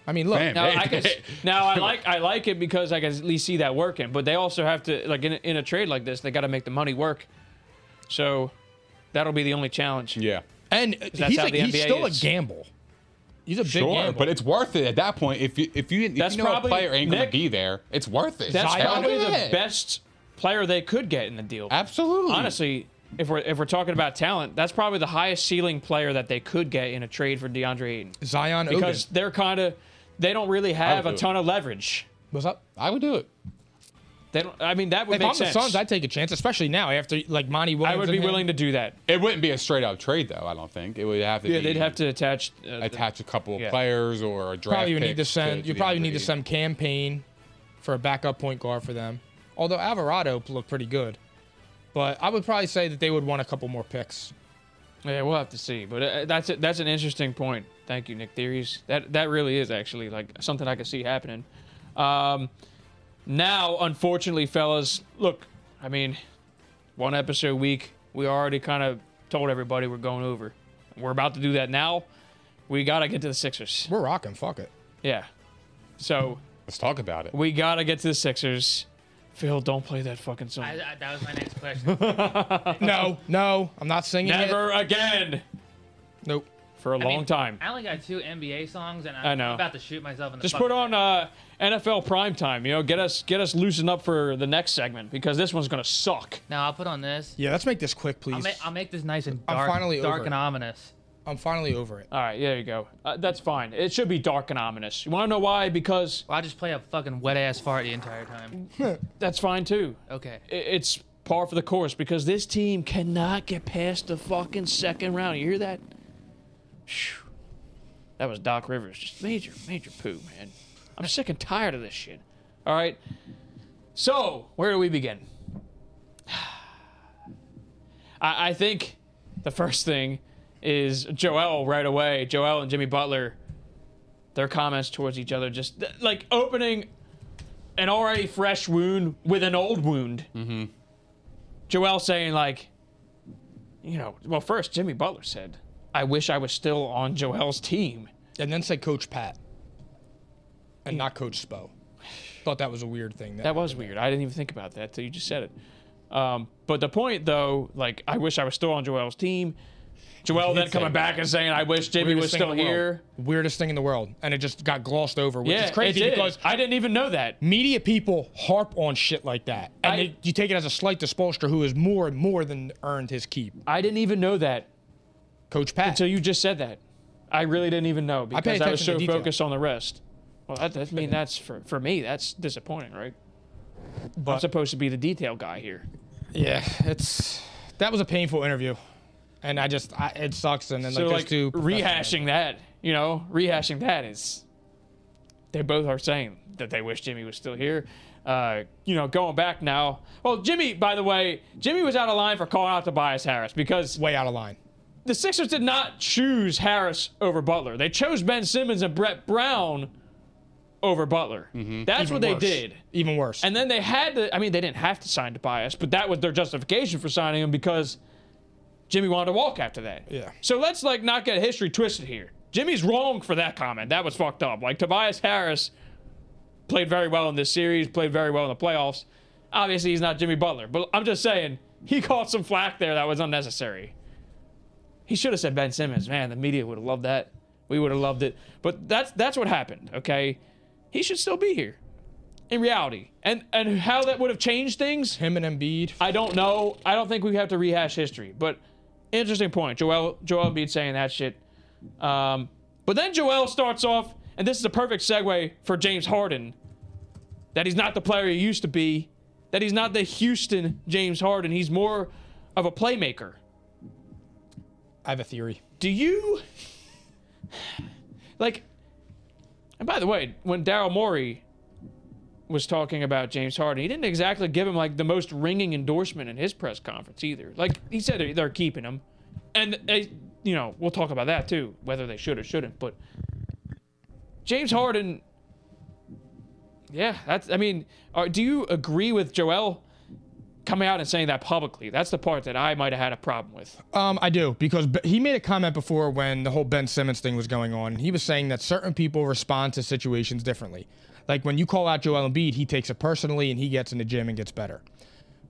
[SPEAKER 1] I mean, look,
[SPEAKER 2] Man,
[SPEAKER 3] Now
[SPEAKER 2] Hey.
[SPEAKER 3] I can, now I like I like it because I can at least see that working. But they also have to like in a, in a trade like this, they got to make the money work. So that'll be the only challenge.
[SPEAKER 2] Yeah.
[SPEAKER 1] and
[SPEAKER 3] that's
[SPEAKER 1] he's
[SPEAKER 3] how
[SPEAKER 1] a,
[SPEAKER 3] the
[SPEAKER 1] he's
[SPEAKER 3] NBA
[SPEAKER 1] still
[SPEAKER 3] is.
[SPEAKER 1] a gamble. He's a big
[SPEAKER 2] Sure,
[SPEAKER 1] gamble.
[SPEAKER 2] but it's worth it at that point. If you if you, if
[SPEAKER 3] That's
[SPEAKER 2] you know
[SPEAKER 3] probably-
[SPEAKER 2] a player ain't gonna
[SPEAKER 3] Nick,
[SPEAKER 2] be there, it's worth it.
[SPEAKER 3] That's
[SPEAKER 2] Hell
[SPEAKER 3] probably
[SPEAKER 2] yeah.
[SPEAKER 3] the best player they could get in the deal.
[SPEAKER 2] Absolutely.
[SPEAKER 3] Honestly, if we're if we're talking about talent, that's probably the highest ceiling player that they could get in a trade for DeAndre Ayton
[SPEAKER 1] Zion
[SPEAKER 3] because
[SPEAKER 1] Oden.
[SPEAKER 3] they're kind of they don't really have
[SPEAKER 2] would
[SPEAKER 3] a
[SPEAKER 2] do it.
[SPEAKER 3] ton of leverage.
[SPEAKER 1] What's up?
[SPEAKER 2] I would do it.
[SPEAKER 3] They don't. I mean, that would
[SPEAKER 1] If
[SPEAKER 3] make
[SPEAKER 1] I'm
[SPEAKER 3] sense.
[SPEAKER 1] the Suns, I'd take a chance, especially now after like Monty
[SPEAKER 3] I
[SPEAKER 1] Williams.
[SPEAKER 3] would
[SPEAKER 1] and
[SPEAKER 3] be
[SPEAKER 1] him.
[SPEAKER 3] willing to do that.
[SPEAKER 2] It wouldn't be a straight up trade though. I don't think it would have to.
[SPEAKER 3] Yeah,
[SPEAKER 2] be
[SPEAKER 3] they'd have to attach. Uh,
[SPEAKER 2] attach a couple of
[SPEAKER 3] Yeah.
[SPEAKER 2] players or a draft.
[SPEAKER 1] Probably would need to
[SPEAKER 2] picks
[SPEAKER 1] send. You
[SPEAKER 2] the
[SPEAKER 1] probably need to
[SPEAKER 2] NBA.
[SPEAKER 1] send campaign for a backup point guard for them. Although Alvarado looked pretty good, but I would probably say that they would want a couple more picks.
[SPEAKER 3] Yeah, we'll have to see. But uh, that's a, that's an interesting point. Thank you, Nick Theories. That that really is actually like something I could see happening. Um, now, unfortunately, fellas, look. I mean, one episode a week. We already kind of told everybody we're going over. We're about to do that now. We gotta get to the Sixers.
[SPEAKER 1] We're rocking. Fuck it.
[SPEAKER 3] Yeah. So
[SPEAKER 2] Let's talk about it.
[SPEAKER 3] we gotta get to the Sixers. Phil, don't play that fucking song.
[SPEAKER 4] I, I, that was my next question.
[SPEAKER 1] No, no, I'm not singing it.
[SPEAKER 3] Never again.
[SPEAKER 1] Nope.
[SPEAKER 3] For a
[SPEAKER 4] I
[SPEAKER 3] long
[SPEAKER 4] mean,
[SPEAKER 3] time.
[SPEAKER 4] I only got two NBA songs, and I'm
[SPEAKER 3] I know.
[SPEAKER 4] about to shoot myself in the.
[SPEAKER 3] Just
[SPEAKER 4] fucking
[SPEAKER 3] put on uh, NFL prime time. You know, get us get us loosened up for the next segment because this one's gonna suck.
[SPEAKER 6] Now I'll put on this.
[SPEAKER 1] Yeah, let's make this quick, please.
[SPEAKER 4] I'll
[SPEAKER 1] I'm,
[SPEAKER 4] make, I'll
[SPEAKER 6] Make
[SPEAKER 4] make this.
[SPEAKER 6] this nice and
[SPEAKER 1] I'm
[SPEAKER 6] dark,
[SPEAKER 1] finally
[SPEAKER 6] dark
[SPEAKER 1] over
[SPEAKER 6] and
[SPEAKER 1] it.
[SPEAKER 6] ominous.
[SPEAKER 1] finally over it.
[SPEAKER 3] All right, there you go. Uh, that's fine. It should be dark and ominous. You want to know why? Because
[SPEAKER 6] Well, I just play a fucking wet ass fart the entire time.
[SPEAKER 3] that's fine too.
[SPEAKER 6] Okay.
[SPEAKER 3] I- It's par for the course because this team cannot get past the fucking second round. You hear that? Phew. That was Doc Rivers. Just major, major poo, man. I'm sick and tired of this shit. All right. So, where do we begin? I, I think the first thing is Joel right away. Joel and Jimmy Butler, their comments towards each other, just th- like opening an already fresh wound with an old wound. Mm-hmm. Joel saying like, you know, well, first Jimmy Butler said, "I wish I was still on Joel's team."
[SPEAKER 1] And then say Coach Pat, and not Coach Spo. Thought that was a weird thing.
[SPEAKER 3] That was weird. I didn't even think about that till you just said it. Um, but the point though, like, I wish I was still on Joel's team. Joel then
[SPEAKER 1] say
[SPEAKER 3] coming back and saying, "I wish Jimmy
[SPEAKER 1] Weirdest
[SPEAKER 3] was
[SPEAKER 1] thing in
[SPEAKER 3] still
[SPEAKER 1] the world.
[SPEAKER 3] here."
[SPEAKER 1] Weirdest thing in the world, and it just got glossed over, which
[SPEAKER 3] Yeah,
[SPEAKER 1] is crazy
[SPEAKER 3] it did.
[SPEAKER 1] because
[SPEAKER 3] I didn't even know that.
[SPEAKER 1] media people harp on shit like that, and
[SPEAKER 3] I-
[SPEAKER 1] it- you take it as a slight to Spoelstra, who has more and more than earned his keep.
[SPEAKER 3] I didn't even know that
[SPEAKER 1] Coach Pat.
[SPEAKER 3] until you just said that. I really didn't even know
[SPEAKER 1] pay
[SPEAKER 3] because I, was
[SPEAKER 1] attention to
[SPEAKER 3] so
[SPEAKER 1] detail.
[SPEAKER 3] focused on the rest. Well, that, that I mean that's for for me that's disappointing, right? I'm
[SPEAKER 1] But-
[SPEAKER 3] supposed to be the detail guy here.
[SPEAKER 1] yeah, it's that was a painful interview, and I just I, it sucks. And then
[SPEAKER 3] So
[SPEAKER 1] like,
[SPEAKER 3] like
[SPEAKER 1] those two
[SPEAKER 3] rehashing that, you know, rehashing that is they both are saying that they wish Jimmy was still here. Uh, you know, going back now. Well, Jimmy, by the way, Jimmy was out of line for calling out Tobias Harris because
[SPEAKER 1] way out of line.
[SPEAKER 3] the Sixers did not choose Harris over Butler. They chose Ben Simmons and Brett Brown over Butler. That's what they
[SPEAKER 1] Mm-hmm. Worse.
[SPEAKER 3] did.
[SPEAKER 1] Even worse.
[SPEAKER 3] And then they had to, I mean, they didn't have to sign Tobias, but that was their justification for signing him because Jimmy wanted to walk after that.
[SPEAKER 1] Yeah.
[SPEAKER 3] So let's like not get history twisted here. Jimmy's wrong for that comment. That was fucked up. Like Tobias Harris played very well in this series, played very well in the playoffs. Obviously, he's not Jimmy Butler, but I'm just saying he caught some flack there that was unnecessary. He should have said Ben Simmons. Man, the media would have loved that. We would have loved it. But that's that's what happened. Okay, he should still be here in reality. And and how that would have changed things,
[SPEAKER 1] him and Embiid.
[SPEAKER 3] I don't know. I don't think we have to rehash history, but interesting point. Joel Joel Embiid saying that shit. Um, but then Joel starts off, and this is a perfect segue for James Harden. That he's not the player he used to be. That he's not the Houston James Harden. He's more of a playmaker.
[SPEAKER 1] I have a theory.
[SPEAKER 3] Do you like? And by the way, when Daryl Morey was talking about James Harden, he didn't exactly give him like the most ringing endorsement in his press conference either. Like he said, they're- they're keeping him, and they, you know we'll talk about that too, whether they should or shouldn't. But James Harden, yeah, that's. I mean, are, do you agree with Joel coming out and saying that publicly? That's the part that I might have had a problem with.
[SPEAKER 1] Um, I do because B- he made a comment before when the whole Ben Simmons thing was going on. He was saying that certain people respond to situations differently. Like when you call out Joel Embiid, he takes it personally and he gets in the gym and gets better.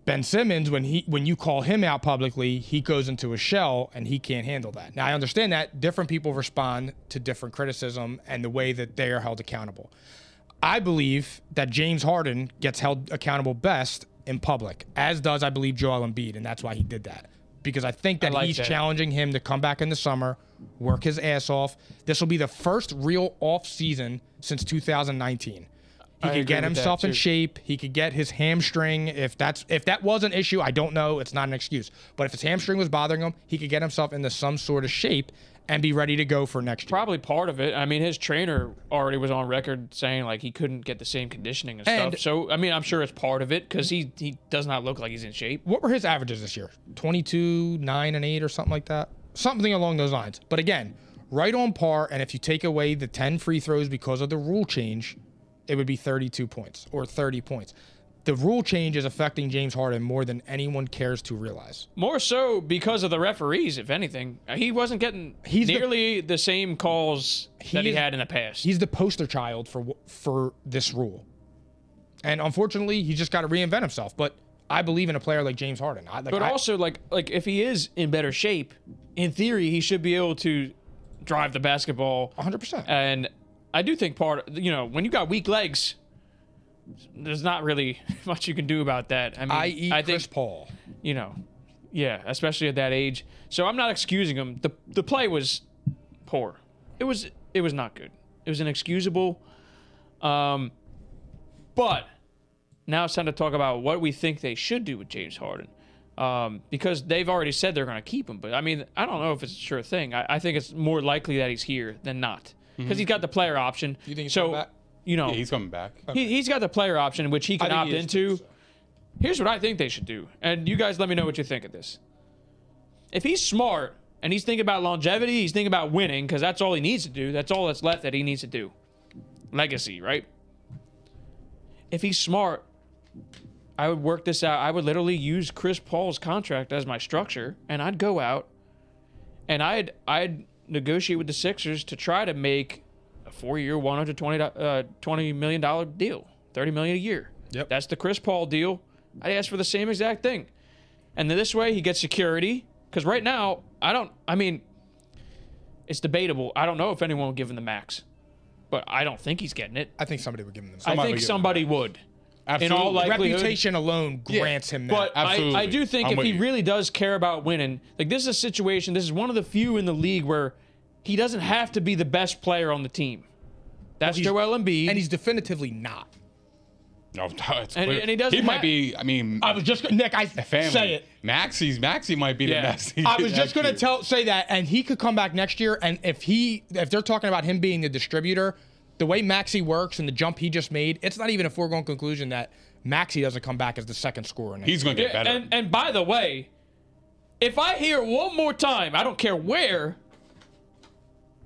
[SPEAKER 1] Ben Simmons, when he when you call him out publicly, he goes into a shell and he can't handle that. Now I understand that different people respond to different criticism and the way that they are held accountable. I believe that James Harden gets held accountable best in public, as does I believe Joel Embiid, and that's why he did that. Because I think that
[SPEAKER 3] like
[SPEAKER 1] he's
[SPEAKER 3] that.
[SPEAKER 1] challenging him to come back in the summer, work his ass off. This will be the first real off season since 2019. He
[SPEAKER 3] agree
[SPEAKER 1] could get
[SPEAKER 3] with that,
[SPEAKER 1] himself in
[SPEAKER 3] too.
[SPEAKER 1] shape. He could get his hamstring. If that's if that was an issue, I don't know. It's not an excuse. But if his hamstring was bothering him, he could get himself into some sort of shape and be ready to go for next year.
[SPEAKER 3] Probably part of it. I mean, his trainer already was on record saying like he couldn't get the same conditioning and,
[SPEAKER 1] And-
[SPEAKER 3] stuff. So I mean, I'm sure it's part of it because he he does not look like he's in shape.
[SPEAKER 1] What were his averages this year? 22, 9, and 8 or something like that? Something along those lines. But again, right on par. And if you take away the 10 free throws because of the rule change, it would be 32 points or 30 points. The rule change is affecting James Harden more than anyone cares to realize.
[SPEAKER 3] More so because of the referees, if anything, he wasn't getting
[SPEAKER 1] He's the-
[SPEAKER 3] nearly the, same calls that he
[SPEAKER 1] is-
[SPEAKER 3] had in the past.
[SPEAKER 1] He's the poster child for wh- for this rule. And unfortunately, he just got to reinvent himself. But I believe in a player like James Harden. I, like,
[SPEAKER 3] But
[SPEAKER 1] I-
[SPEAKER 3] also, like, like if he is in better shape, in theory, he should be able to drive the basketball.
[SPEAKER 1] 100%.
[SPEAKER 3] And I do think part, you know, when you got weak legs, there's not really much you can do about that. I mean,
[SPEAKER 1] I eat
[SPEAKER 3] I
[SPEAKER 1] Chris
[SPEAKER 3] think
[SPEAKER 1] Paul.
[SPEAKER 3] you know, yeah, especially at that age. So I'm not excusing him. the The play was poor. It was it was not good. It was inexcusable. Um, but now it's time to talk about what we think they should do with James Harden, um, because they've already said they're going to keep him. But I mean, I don't know if it's a sure thing. I, I think it's more likely that he's here than not, because he's got the player option. You
[SPEAKER 1] Mm-hmm. think he's
[SPEAKER 3] so?
[SPEAKER 1] coming back?
[SPEAKER 3] You know,
[SPEAKER 2] Yeah, he's coming back.
[SPEAKER 3] he, he's got the player option, which he can
[SPEAKER 1] think
[SPEAKER 3] opt
[SPEAKER 1] he is too,
[SPEAKER 3] into. Here's what I think they should do. And you guys let me know what you think of this. If he's smart and he's thinking about longevity, he's thinking about winning, because that's all he needs to do. That's all that's left that he needs to do. Legacy, right? If he's smart, I would work this out. I would literally use Chris Paul's contract as my structure, and I'd go out and I'd I'd negotiate with the Sixers to try to make a four-year, one hundred twenty uh, twenty million dollar deal, thirty million a year.
[SPEAKER 1] Yep.
[SPEAKER 3] that's the Chris Paul deal. I'd ask for the same exact thing, and then this way he gets security. Because right now, I don't. I mean, it's debatable. I don't know if anyone will give him the max, but I don't think he's getting it.
[SPEAKER 1] I think somebody would give him the
[SPEAKER 3] I
[SPEAKER 2] Somebody would
[SPEAKER 3] think
[SPEAKER 2] give him
[SPEAKER 3] somebody
[SPEAKER 2] the
[SPEAKER 3] would.
[SPEAKER 2] Absolutely.
[SPEAKER 3] all like- likelihood-
[SPEAKER 1] Reputation alone grants him that.
[SPEAKER 3] But I, I
[SPEAKER 2] Absolutely.
[SPEAKER 3] do think
[SPEAKER 2] I'm
[SPEAKER 3] if
[SPEAKER 2] with
[SPEAKER 3] he
[SPEAKER 2] you.
[SPEAKER 3] really does care about winning, like this is a situation, this is one of the few in the league where he doesn't have to be the best player on the team. That's
[SPEAKER 1] he's-
[SPEAKER 3] Joel Embiid.
[SPEAKER 1] and he's definitively not.
[SPEAKER 2] No, it's
[SPEAKER 3] And-
[SPEAKER 2] clear.
[SPEAKER 3] and he doesn't
[SPEAKER 2] He
[SPEAKER 3] ha-
[SPEAKER 2] might be. I mean,
[SPEAKER 1] I was just gonna- Nick. I
[SPEAKER 2] family.
[SPEAKER 1] say it.
[SPEAKER 2] Maxie's Maxie might be
[SPEAKER 3] Yeah.
[SPEAKER 2] the best.
[SPEAKER 1] I was just gonna
[SPEAKER 2] to
[SPEAKER 1] tell say that, and he could come back next year. And if he, if they're talking about him being the distributor, the way Maxi works and the jump he just made, it's not even a foregone conclusion that Maxi doesn't come back as the second scorer. Next
[SPEAKER 2] He's going to get
[SPEAKER 3] Yeah,
[SPEAKER 2] better.
[SPEAKER 3] and, and by the way, if I hear one more time, I don't care where,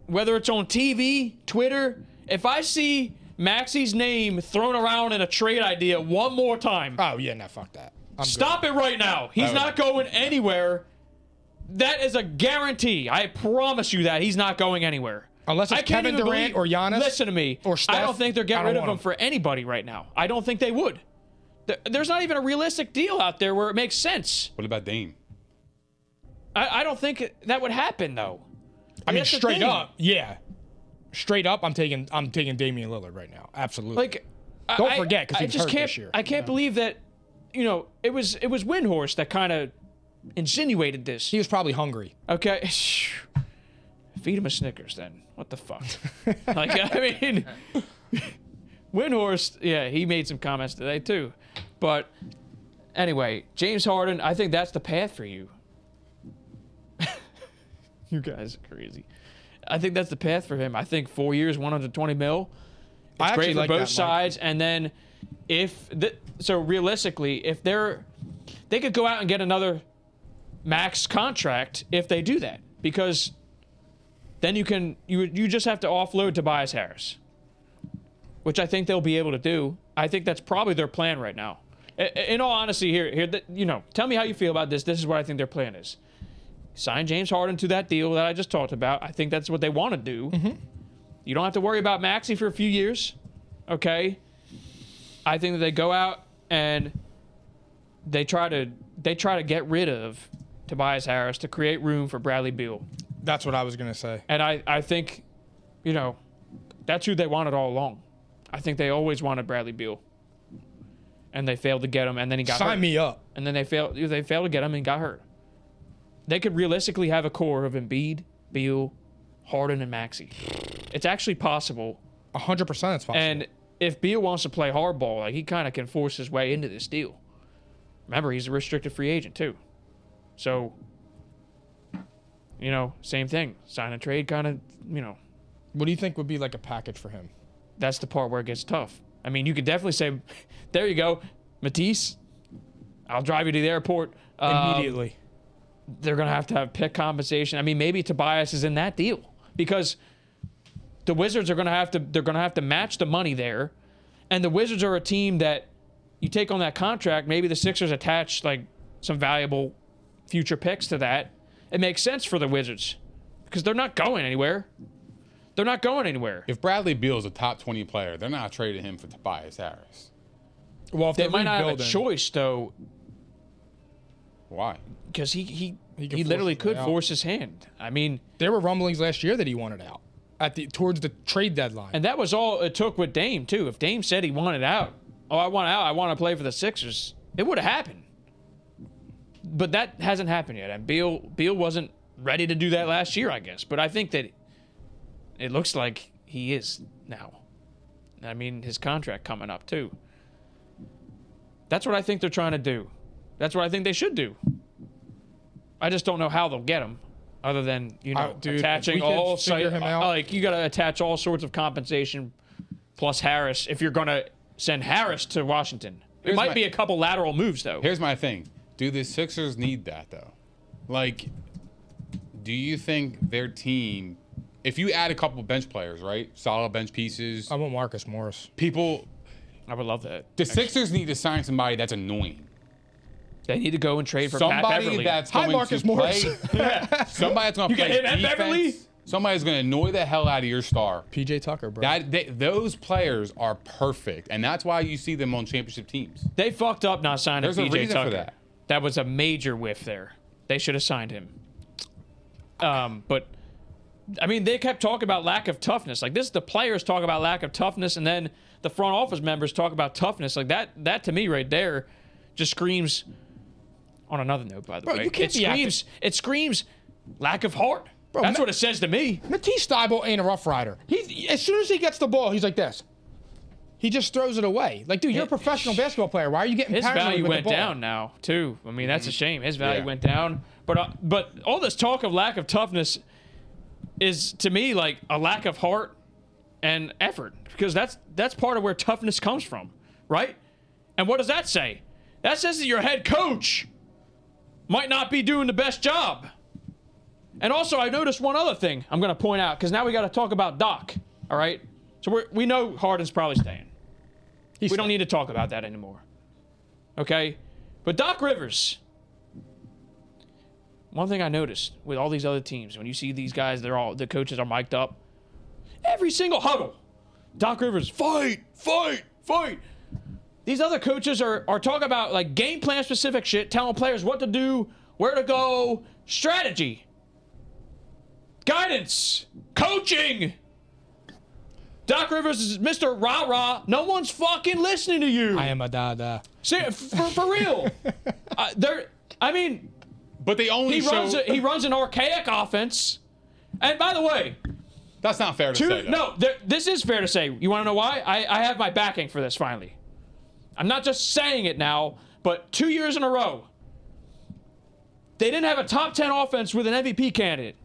[SPEAKER 3] whether it's on TV, Twitter, if I see Maxi's name thrown around in a trade idea one more time,
[SPEAKER 1] year. oh yeah, no, fuck that. I'm good.
[SPEAKER 3] Stop it right now. He's not going anywhere. That is a guarantee. I promise you that he's not going anywhere.
[SPEAKER 1] Unless it's
[SPEAKER 3] I can't
[SPEAKER 1] Kevin
[SPEAKER 3] even
[SPEAKER 1] Durant or Giannis
[SPEAKER 3] Listen to me.
[SPEAKER 1] or
[SPEAKER 3] I
[SPEAKER 1] Steph.
[SPEAKER 3] don't think they're
[SPEAKER 1] I
[SPEAKER 3] getting
[SPEAKER 1] don't
[SPEAKER 3] rid of
[SPEAKER 1] want
[SPEAKER 3] him
[SPEAKER 1] him.
[SPEAKER 3] for anybody right now. I don't think they would. There- There's not even a realistic deal out there where it makes sense.
[SPEAKER 2] what about Dame?
[SPEAKER 3] I, I don't think that would happen though.
[SPEAKER 1] I mean,
[SPEAKER 3] That's the
[SPEAKER 1] straight
[SPEAKER 3] thing.
[SPEAKER 1] up, yeah, straight up. I'm taking, I'm taking Damian Lillard right now. Absolutely.
[SPEAKER 3] Like, I-
[SPEAKER 1] Don't
[SPEAKER 3] I-
[SPEAKER 1] forget, 'cause he
[SPEAKER 3] I
[SPEAKER 1] was
[SPEAKER 3] just
[SPEAKER 1] hurt
[SPEAKER 3] can't.
[SPEAKER 1] this year,
[SPEAKER 3] I
[SPEAKER 1] you
[SPEAKER 3] can't
[SPEAKER 1] know?
[SPEAKER 3] believe that. You know, it was it was Windhorse that kind of insinuated this.
[SPEAKER 1] he was probably hungry.
[SPEAKER 3] Okay. Feed him a Snickers then. What the fuck? like, I mean, Windhorst, yeah, he made some comments today too. But anyway, James Harden, I think that's the path for you. you guys are crazy. I think that's the path for him. I think four years, 120 mil.
[SPEAKER 1] I
[SPEAKER 3] Great
[SPEAKER 1] actually
[SPEAKER 3] for
[SPEAKER 1] like
[SPEAKER 3] both
[SPEAKER 1] that, Mike.
[SPEAKER 3] sides. And then if, the, so realistically, if they're, they could go out and get another max contract if they do that because then you can you you just have to offload Tobias Harris, which I think they'll be able to do. I think that's probably their plan right now. I- I- In all honesty, here here th- you know, tell me how you feel about this. This is what I think their plan is: sign James Harden to that deal that I just talked about. I think that's what they want to do. You don't have to worry about Maxi for a few years, okay? I think that they go out and they try to they try to get rid of Tobias Harris to create room for Bradley Beal.
[SPEAKER 1] That's what I was gonna say.
[SPEAKER 3] And I, I think, you know, that's who they wanted all along. I think they always wanted Bradley Beal. And they failed to get him and then he got
[SPEAKER 1] Sign
[SPEAKER 3] hurt.
[SPEAKER 1] me up.
[SPEAKER 3] And then they failed they failed to get him and got hurt. They could realistically have a core of Embiid, Beal, Harden, and Maxi. It's actually possible.
[SPEAKER 1] 100. percent It's possible.
[SPEAKER 3] And if Beal wants to play hardball, like he kind of can force his way into this deal. Remember, he's a restricted free agent too. So you know, same thing. Sign and trade kind of, you know.
[SPEAKER 1] What do you think would be like a package for him?
[SPEAKER 3] That's the part where it gets tough. I mean, you could definitely say, there you go, Matisse, I'll drive you to the airport. Um,
[SPEAKER 1] Immediately.
[SPEAKER 3] they're going to have to have pick compensation. I mean, maybe Tobias is in that deal because the Wizards are going to have to they're going to have to match the money there, and the Wizards are a team that you take on that contract. Maybe the Sixers attach like some valuable future picks to that. It makes sense for the Wizards because they're not going anywhere. They're not going anywhere.
[SPEAKER 2] If Bradley Beal's a top 20 player, they're not trading him for Tobias Harris.
[SPEAKER 1] Well, if
[SPEAKER 3] They
[SPEAKER 1] they're
[SPEAKER 3] might not have a
[SPEAKER 1] rebuilding-
[SPEAKER 3] choice though
[SPEAKER 2] Why?
[SPEAKER 3] because he he he,
[SPEAKER 1] can force
[SPEAKER 3] literally
[SPEAKER 1] his
[SPEAKER 3] could
[SPEAKER 1] way out.
[SPEAKER 3] force his hand. I mean.
[SPEAKER 1] There were rumblings last year that he wanted out at the towards the trade deadline.
[SPEAKER 3] And that was all it took with Dame too. If Dame said he wanted out, oh, I want out, I want to play for the Sixers, it would have happened. But that hasn't happened yet, and Beal Beal wasn't ready to do that last year, I guess. But I think that it looks like he is now. I mean, his contract coming up too. That's what I think they're trying to do. That's what I think they should do. I just don't know how they'll get him, other than you know
[SPEAKER 1] I- dude, if we
[SPEAKER 3] attaching
[SPEAKER 1] could
[SPEAKER 3] all
[SPEAKER 1] figure
[SPEAKER 3] site- uh,
[SPEAKER 1] him out-
[SPEAKER 3] like you got to attach all sorts of compensation plus Harris if you're gonna send Harris to Washington. It
[SPEAKER 2] Here's
[SPEAKER 3] might
[SPEAKER 2] my-
[SPEAKER 3] be a couple lateral moves though.
[SPEAKER 2] Here's my thing. Do the Sixers need that though? Like, do you think their team, if you add a couple bench players, right, solid bench pieces,
[SPEAKER 1] I
[SPEAKER 3] Um,
[SPEAKER 1] want Marcus Morris.
[SPEAKER 2] people,
[SPEAKER 3] I would love that.
[SPEAKER 2] the Sixers need to sign somebody that's annoying,
[SPEAKER 3] they need to go and trade for Pat
[SPEAKER 2] somebody
[SPEAKER 3] Beverly.
[SPEAKER 2] that's
[SPEAKER 1] Hi,
[SPEAKER 2] going
[SPEAKER 1] Marcus
[SPEAKER 2] to
[SPEAKER 1] Morris.
[SPEAKER 2] play, somebody that's going to
[SPEAKER 3] You got
[SPEAKER 2] play
[SPEAKER 3] him and
[SPEAKER 2] defense,
[SPEAKER 3] Beverly?
[SPEAKER 2] somebody's going to annoy the hell out of your star.
[SPEAKER 1] PJ Tucker, bro.
[SPEAKER 2] That they, those players are perfect, and that's why you see them on championship teams.
[SPEAKER 3] They fucked up not signing
[SPEAKER 2] There's a
[SPEAKER 3] PJ
[SPEAKER 2] reason for
[SPEAKER 3] Tucker.
[SPEAKER 2] that.
[SPEAKER 3] That was a major whiff there. They should have signed him. Um, but I mean, they kept talking about lack of toughness. Like this, the players talk about lack of toughness, and then the front office members talk about toughness. Like that, that to me right there, just screams. On another note, by the
[SPEAKER 1] Bro,
[SPEAKER 3] way,
[SPEAKER 1] you can't
[SPEAKER 3] it
[SPEAKER 1] be acting-
[SPEAKER 3] screams. It screams lack of heart. That's
[SPEAKER 1] Ma-
[SPEAKER 3] what it says to me.
[SPEAKER 1] Matisse Thybulle ain't a rough rider. He's as soon as he gets the ball, he's like this. He just throws it away. Like, dude, you're a
[SPEAKER 3] It-
[SPEAKER 1] professional basketball player. Why are you getting
[SPEAKER 3] His
[SPEAKER 1] paranoid
[SPEAKER 3] value
[SPEAKER 1] with
[SPEAKER 3] went
[SPEAKER 1] the ball? Mm-hmm.
[SPEAKER 3] down now too. I mean, that's a shame. His value
[SPEAKER 2] Yeah.
[SPEAKER 3] went down, but uh, but all this talk of lack of toughness is to me like a lack of heart and effort because that's that's part of where toughness comes from, right? And what does that say? That says that your head coach might not be doing the best job. And also, I noticed one other thing I'm going to point out because now we got to talk about Doc. All right, so we we know Harden's probably staying.
[SPEAKER 1] He's
[SPEAKER 3] We don't need to talk about that anymore. Okay? But Doc Rivers, one thing I noticed with all these other teams, when you see these guys, they're all the coaches are mic'd up. Every single huddle, Doc Rivers, fight, fight, fight. These other coaches are, are talking about like game plan specific shit, telling players what to do, where to go, strategy, guidance, coaching. Doc Rivers is Mr. Rah Rah. No one's fucking listening to you.
[SPEAKER 1] I am a da-da.
[SPEAKER 3] Ser- for, for real. uh, there. I mean,
[SPEAKER 2] But they only
[SPEAKER 3] he
[SPEAKER 2] show.
[SPEAKER 3] runs a, he runs an archaic offense. And by the way,
[SPEAKER 2] that's not fair to
[SPEAKER 3] two,
[SPEAKER 2] say. though.
[SPEAKER 3] no, there, this is fair to say. You want to know why? I, I have my backing for this finally. I'm not just saying it now, but two years in a row, they didn't have a top 10 offense with an MVP candidate.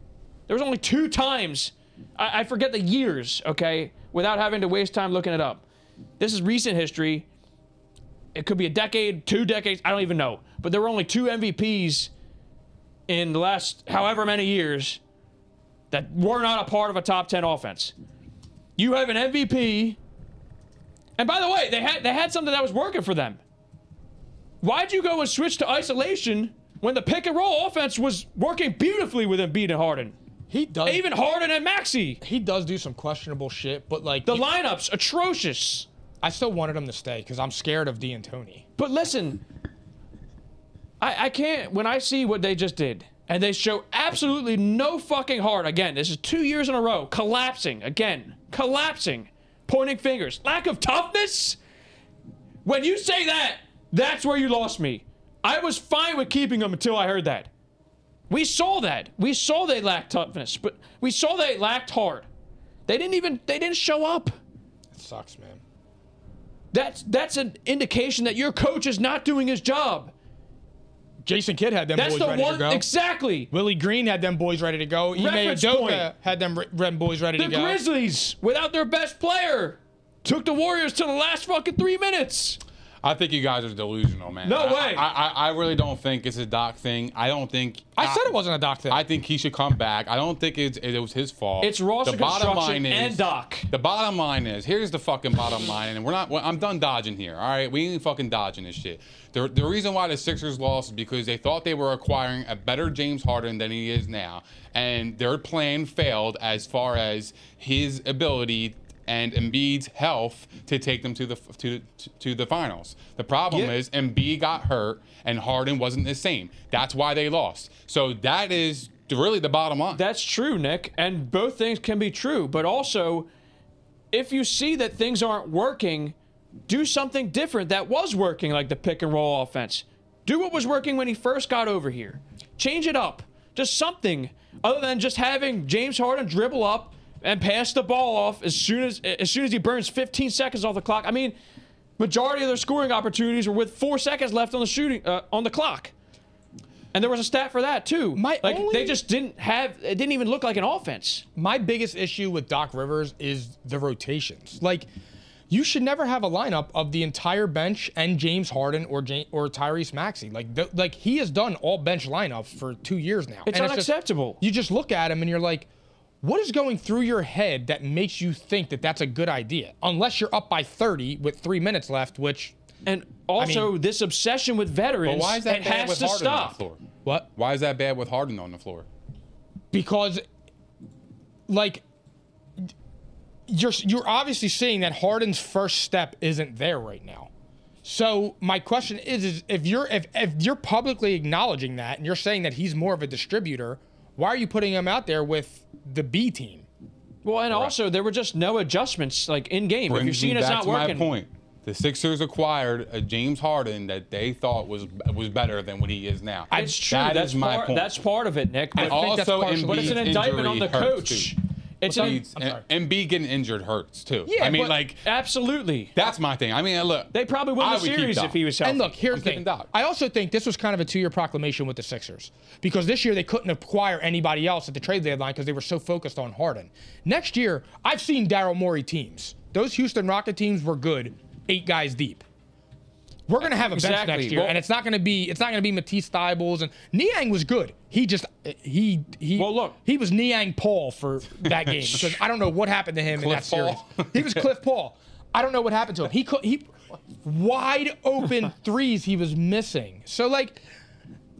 [SPEAKER 3] There was only two times, I, I forget the years, okay, without having to waste time looking it up. This is recent history. It could be a decade, two decades, I don't even know. But there were only two MVPs in the last however many years that were not a part of a top 10 offense. You have an MVP. And by the way, they had they had something that was working for them. Why'd you go and switch to isolation when the pick and roll offense was working beautifully with Embiid and Harden?
[SPEAKER 1] He does.
[SPEAKER 3] Even Harden and Maxi.
[SPEAKER 1] he does do some questionable shit, but like
[SPEAKER 3] The
[SPEAKER 1] he-
[SPEAKER 3] lineup's atrocious.
[SPEAKER 1] I still wanted him to stay because I'm scared of D'Antoni.
[SPEAKER 3] But listen, I, I can't. When I see what they just did, and they show absolutely no fucking heart again, this is two years in a row, collapsing again, collapsing, pointing fingers, lack of toughness. When you say that, that's where you lost me. I was fine with keeping them until I heard that. We saw that. We saw they lacked toughness, but we saw they lacked heart. They didn't even. They didn't show up.
[SPEAKER 1] It sucks, man.
[SPEAKER 3] That's that's an indication that your coach is not doing his job.
[SPEAKER 1] Jason Kidd had them
[SPEAKER 3] That's
[SPEAKER 1] boys
[SPEAKER 3] the
[SPEAKER 1] ready
[SPEAKER 3] one
[SPEAKER 1] to go.
[SPEAKER 3] exactly.
[SPEAKER 1] Willie Green had them boys ready to go. Ime
[SPEAKER 3] Reference
[SPEAKER 1] Udoka
[SPEAKER 3] point.
[SPEAKER 1] had them re- them boys ready
[SPEAKER 3] The
[SPEAKER 1] to go.
[SPEAKER 3] Grizzlies, without their best player, took the Warriors to the last fucking three minutes.
[SPEAKER 2] I think you guys are delusional, man.
[SPEAKER 3] No
[SPEAKER 2] I-
[SPEAKER 3] way.
[SPEAKER 2] I, I, I really don't think it's a Doc thing. I don't think.
[SPEAKER 1] I said it wasn't a doc thing.
[SPEAKER 2] I think he should come back. I don't think it's, it was his fault.
[SPEAKER 3] It's Ross
[SPEAKER 2] The bottom line
[SPEAKER 3] Construction
[SPEAKER 2] is
[SPEAKER 3] and Doc.
[SPEAKER 2] The bottom line is here's the fucking bottom line, and we're not. I'm done dodging here. All right, we ain't fucking dodging this shit. The, the reason why the Sixers lost is because they thought they were acquiring a better James Harden than he is now, and their plan failed as far as his ability and Embiid's health to take them to the to to the finals. The problem
[SPEAKER 3] Yeah.
[SPEAKER 2] is Embiid got hurt and Harden wasn't the same. That's why they lost. So that is really the bottom line.
[SPEAKER 3] That's true, Nick, and both things can be true. But also, if you see that things aren't working, do something different that was working, like the pick and roll offense. Do what was working when he first got over here. Change it up. Just something other than just having James Harden dribble up and pass the ball off as soon as as soon as he burns 15 seconds off the clock. I mean, majority of their scoring opportunities were with four seconds left on the shooting uh, on the clock. And there was a stat for that too.
[SPEAKER 1] My
[SPEAKER 3] like
[SPEAKER 1] only-
[SPEAKER 3] they just didn't have it didn't even look like an offense.
[SPEAKER 1] my biggest issue with Doc Rivers is the rotations. Like, you should never have a lineup of the entire bench and James Harden or Ja- or Tyrese Maxey. Like, th- like he has done all bench lineups for two years now.
[SPEAKER 3] It's
[SPEAKER 1] And just-
[SPEAKER 3] unacceptable.
[SPEAKER 1] you just look at him and you're like, what is going through your head that makes you think that that's a good idea? Unless you're up by 30 with three minutes left, which
[SPEAKER 3] And also this obsession with veterans
[SPEAKER 2] But why is that
[SPEAKER 3] it
[SPEAKER 2] bad
[SPEAKER 3] has
[SPEAKER 2] with
[SPEAKER 3] to
[SPEAKER 2] Harden on the
[SPEAKER 3] stop.
[SPEAKER 2] floor?
[SPEAKER 1] what?
[SPEAKER 2] Why is that bad with Harden on the floor?
[SPEAKER 1] because like you're you're obviously seeing that Harden's first step isn't there right now. So my question is is if you're if, if you're publicly acknowledging that and you're saying that he's more of a distributor, why are you putting him out there with the B team?
[SPEAKER 3] Well, and also there were just no adjustments like in game. If
[SPEAKER 2] Brings
[SPEAKER 3] you're seeing
[SPEAKER 2] me
[SPEAKER 3] it's
[SPEAKER 2] back
[SPEAKER 3] not
[SPEAKER 2] to
[SPEAKER 3] working,
[SPEAKER 2] my point. The Sixers acquired a James Harden that they thought was was better than what he is now.
[SPEAKER 3] it's true.
[SPEAKER 2] That
[SPEAKER 3] that's
[SPEAKER 2] is my
[SPEAKER 3] part,
[SPEAKER 2] point.
[SPEAKER 3] That's part of it, Nick.
[SPEAKER 2] and
[SPEAKER 3] But,
[SPEAKER 1] think that's
[SPEAKER 2] also,
[SPEAKER 1] partially-
[SPEAKER 3] but it's an
[SPEAKER 2] Embiid's
[SPEAKER 3] indictment on the
[SPEAKER 2] injury hurts,
[SPEAKER 3] coach.
[SPEAKER 2] too.
[SPEAKER 3] It's an,
[SPEAKER 2] Embiid's- Embiid getting injured hurts too.
[SPEAKER 1] Yeah,
[SPEAKER 2] I mean,
[SPEAKER 1] but-
[SPEAKER 2] like
[SPEAKER 3] absolutely.
[SPEAKER 2] that's my thing. I mean, look,
[SPEAKER 3] They probably win
[SPEAKER 2] I
[SPEAKER 3] the
[SPEAKER 2] would keep
[SPEAKER 3] series
[SPEAKER 2] Doc.
[SPEAKER 3] if he was healthy.
[SPEAKER 1] And look, here's
[SPEAKER 2] I'm
[SPEAKER 1] the thing.
[SPEAKER 2] keeping Doc.
[SPEAKER 1] I also think this was kind of a two-year proclamation with the Sixers because this year they couldn't acquire anybody else at the trade deadline because they were so focused on Harden. Next year, I've seen Daryl Morey teams. Those Houston Rocket teams were good, eight guys deep. We're gonna have a bench
[SPEAKER 3] Exactly.
[SPEAKER 1] next year,
[SPEAKER 3] Well-
[SPEAKER 1] and it's not gonna be it's not gonna be Matisse Thybulles and Niang was good. He just he he
[SPEAKER 3] Well, look.
[SPEAKER 1] he was Niang Paul for that game because I don't know what happened to him in that
[SPEAKER 2] Cliff
[SPEAKER 1] series.
[SPEAKER 2] Paul.
[SPEAKER 1] He was Cliff Paul. I don't know what happened to him. He could he wide open threes he was missing. So like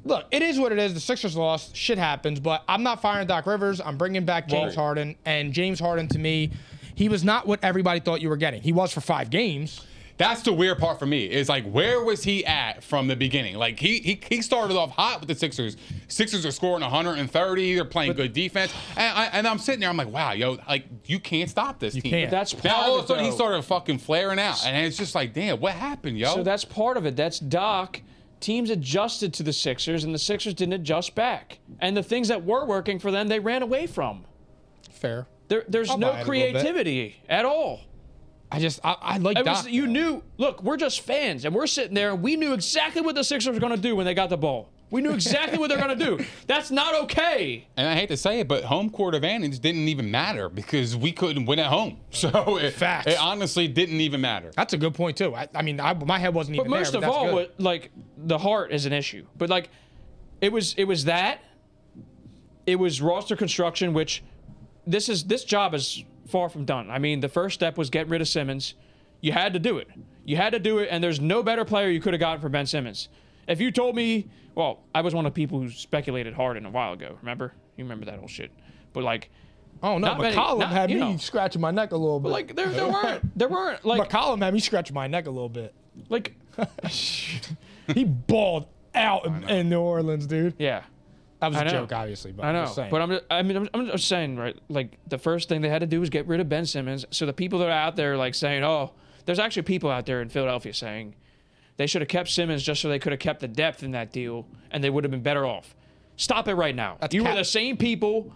[SPEAKER 1] look, it is what it is. The Sixers lost. Shit happens, but I'm not firing Doc Rivers. I'm bringing back James
[SPEAKER 2] Well-
[SPEAKER 1] Harden and James Harden to me he was not what everybody thought you were getting. He was for 5 games.
[SPEAKER 2] That's the weird part for me is like where was he at from the beginning? Like he he, he started off hot with the Sixers. Sixers are scoring 130. They're playing good defense, and, I, and I'm sitting there. I'm like, wow, yo, like you can't stop this team.
[SPEAKER 1] can't. But
[SPEAKER 3] that's
[SPEAKER 2] now
[SPEAKER 3] part
[SPEAKER 2] all
[SPEAKER 3] of
[SPEAKER 2] of a sudden
[SPEAKER 3] it,
[SPEAKER 2] he
[SPEAKER 3] though.
[SPEAKER 2] started fucking flaring out, and it's just like, damn, what happened, yo?
[SPEAKER 3] So
[SPEAKER 1] Oh.
[SPEAKER 3] that's part of it. That's Doc. Teams adjusted to the Sixers, and the Sixers didn't adjust back. And the things that were working for them, they ran away from.
[SPEAKER 1] Fair.
[SPEAKER 3] There, there's
[SPEAKER 1] I'll buy
[SPEAKER 3] no
[SPEAKER 1] it a little bit.
[SPEAKER 3] creativity at all.
[SPEAKER 1] I just I, I like
[SPEAKER 3] It
[SPEAKER 1] Doc.
[SPEAKER 3] was, you knew. Look, we're just fans, and we're sitting there, and we knew exactly what the Sixers were going to do when they got the ball. We knew exactly what they're going to do. That's not okay.
[SPEAKER 2] and I hate to say it, but home court advantage didn't even matter because we couldn't win at home. So it,
[SPEAKER 1] Facts.
[SPEAKER 2] it honestly didn't even matter.
[SPEAKER 1] That's a good point too. I, I mean, I, my head wasn't
[SPEAKER 3] But
[SPEAKER 1] even
[SPEAKER 3] most
[SPEAKER 1] there.
[SPEAKER 3] of all,
[SPEAKER 1] that's good.
[SPEAKER 3] what, like the heart is an issue. But like, it was it was that. It was roster construction, which this is this job is far from done. I mean, the first step was get rid of Simmons. You had to do it. You had to do it, and there's no better player you could have gotten for Ben Simmons. If you told me, well, I was one of the people who speculated Harden a while ago. Remember? You remember that whole shit. But like,
[SPEAKER 1] oh no,
[SPEAKER 3] not many-
[SPEAKER 1] McCollum
[SPEAKER 3] not-
[SPEAKER 1] had me
[SPEAKER 3] you know.
[SPEAKER 1] scratching my neck a little bit.
[SPEAKER 3] like there there weren't there weren't like
[SPEAKER 1] McCollum had me scratching my neck a little bit.
[SPEAKER 3] like
[SPEAKER 1] He balled out in, in New Orleans, dude.
[SPEAKER 3] yeah.
[SPEAKER 1] That was
[SPEAKER 3] I
[SPEAKER 1] a
[SPEAKER 3] know.
[SPEAKER 1] joke, obviously, but
[SPEAKER 3] I
[SPEAKER 1] I'm
[SPEAKER 3] know,
[SPEAKER 1] just saying.
[SPEAKER 3] but I'm just, I mean, I'm, I'm just saying, right? Like the first thing they had to do was get rid of Ben Simmons. So the people that are out there, like saying, "Oh, there's actually people out there in Philadelphia saying they should have kept Simmons just so they could have kept the depth in that deal and they would have been better off." Stop it right now. you
[SPEAKER 1] cap.
[SPEAKER 3] were the same people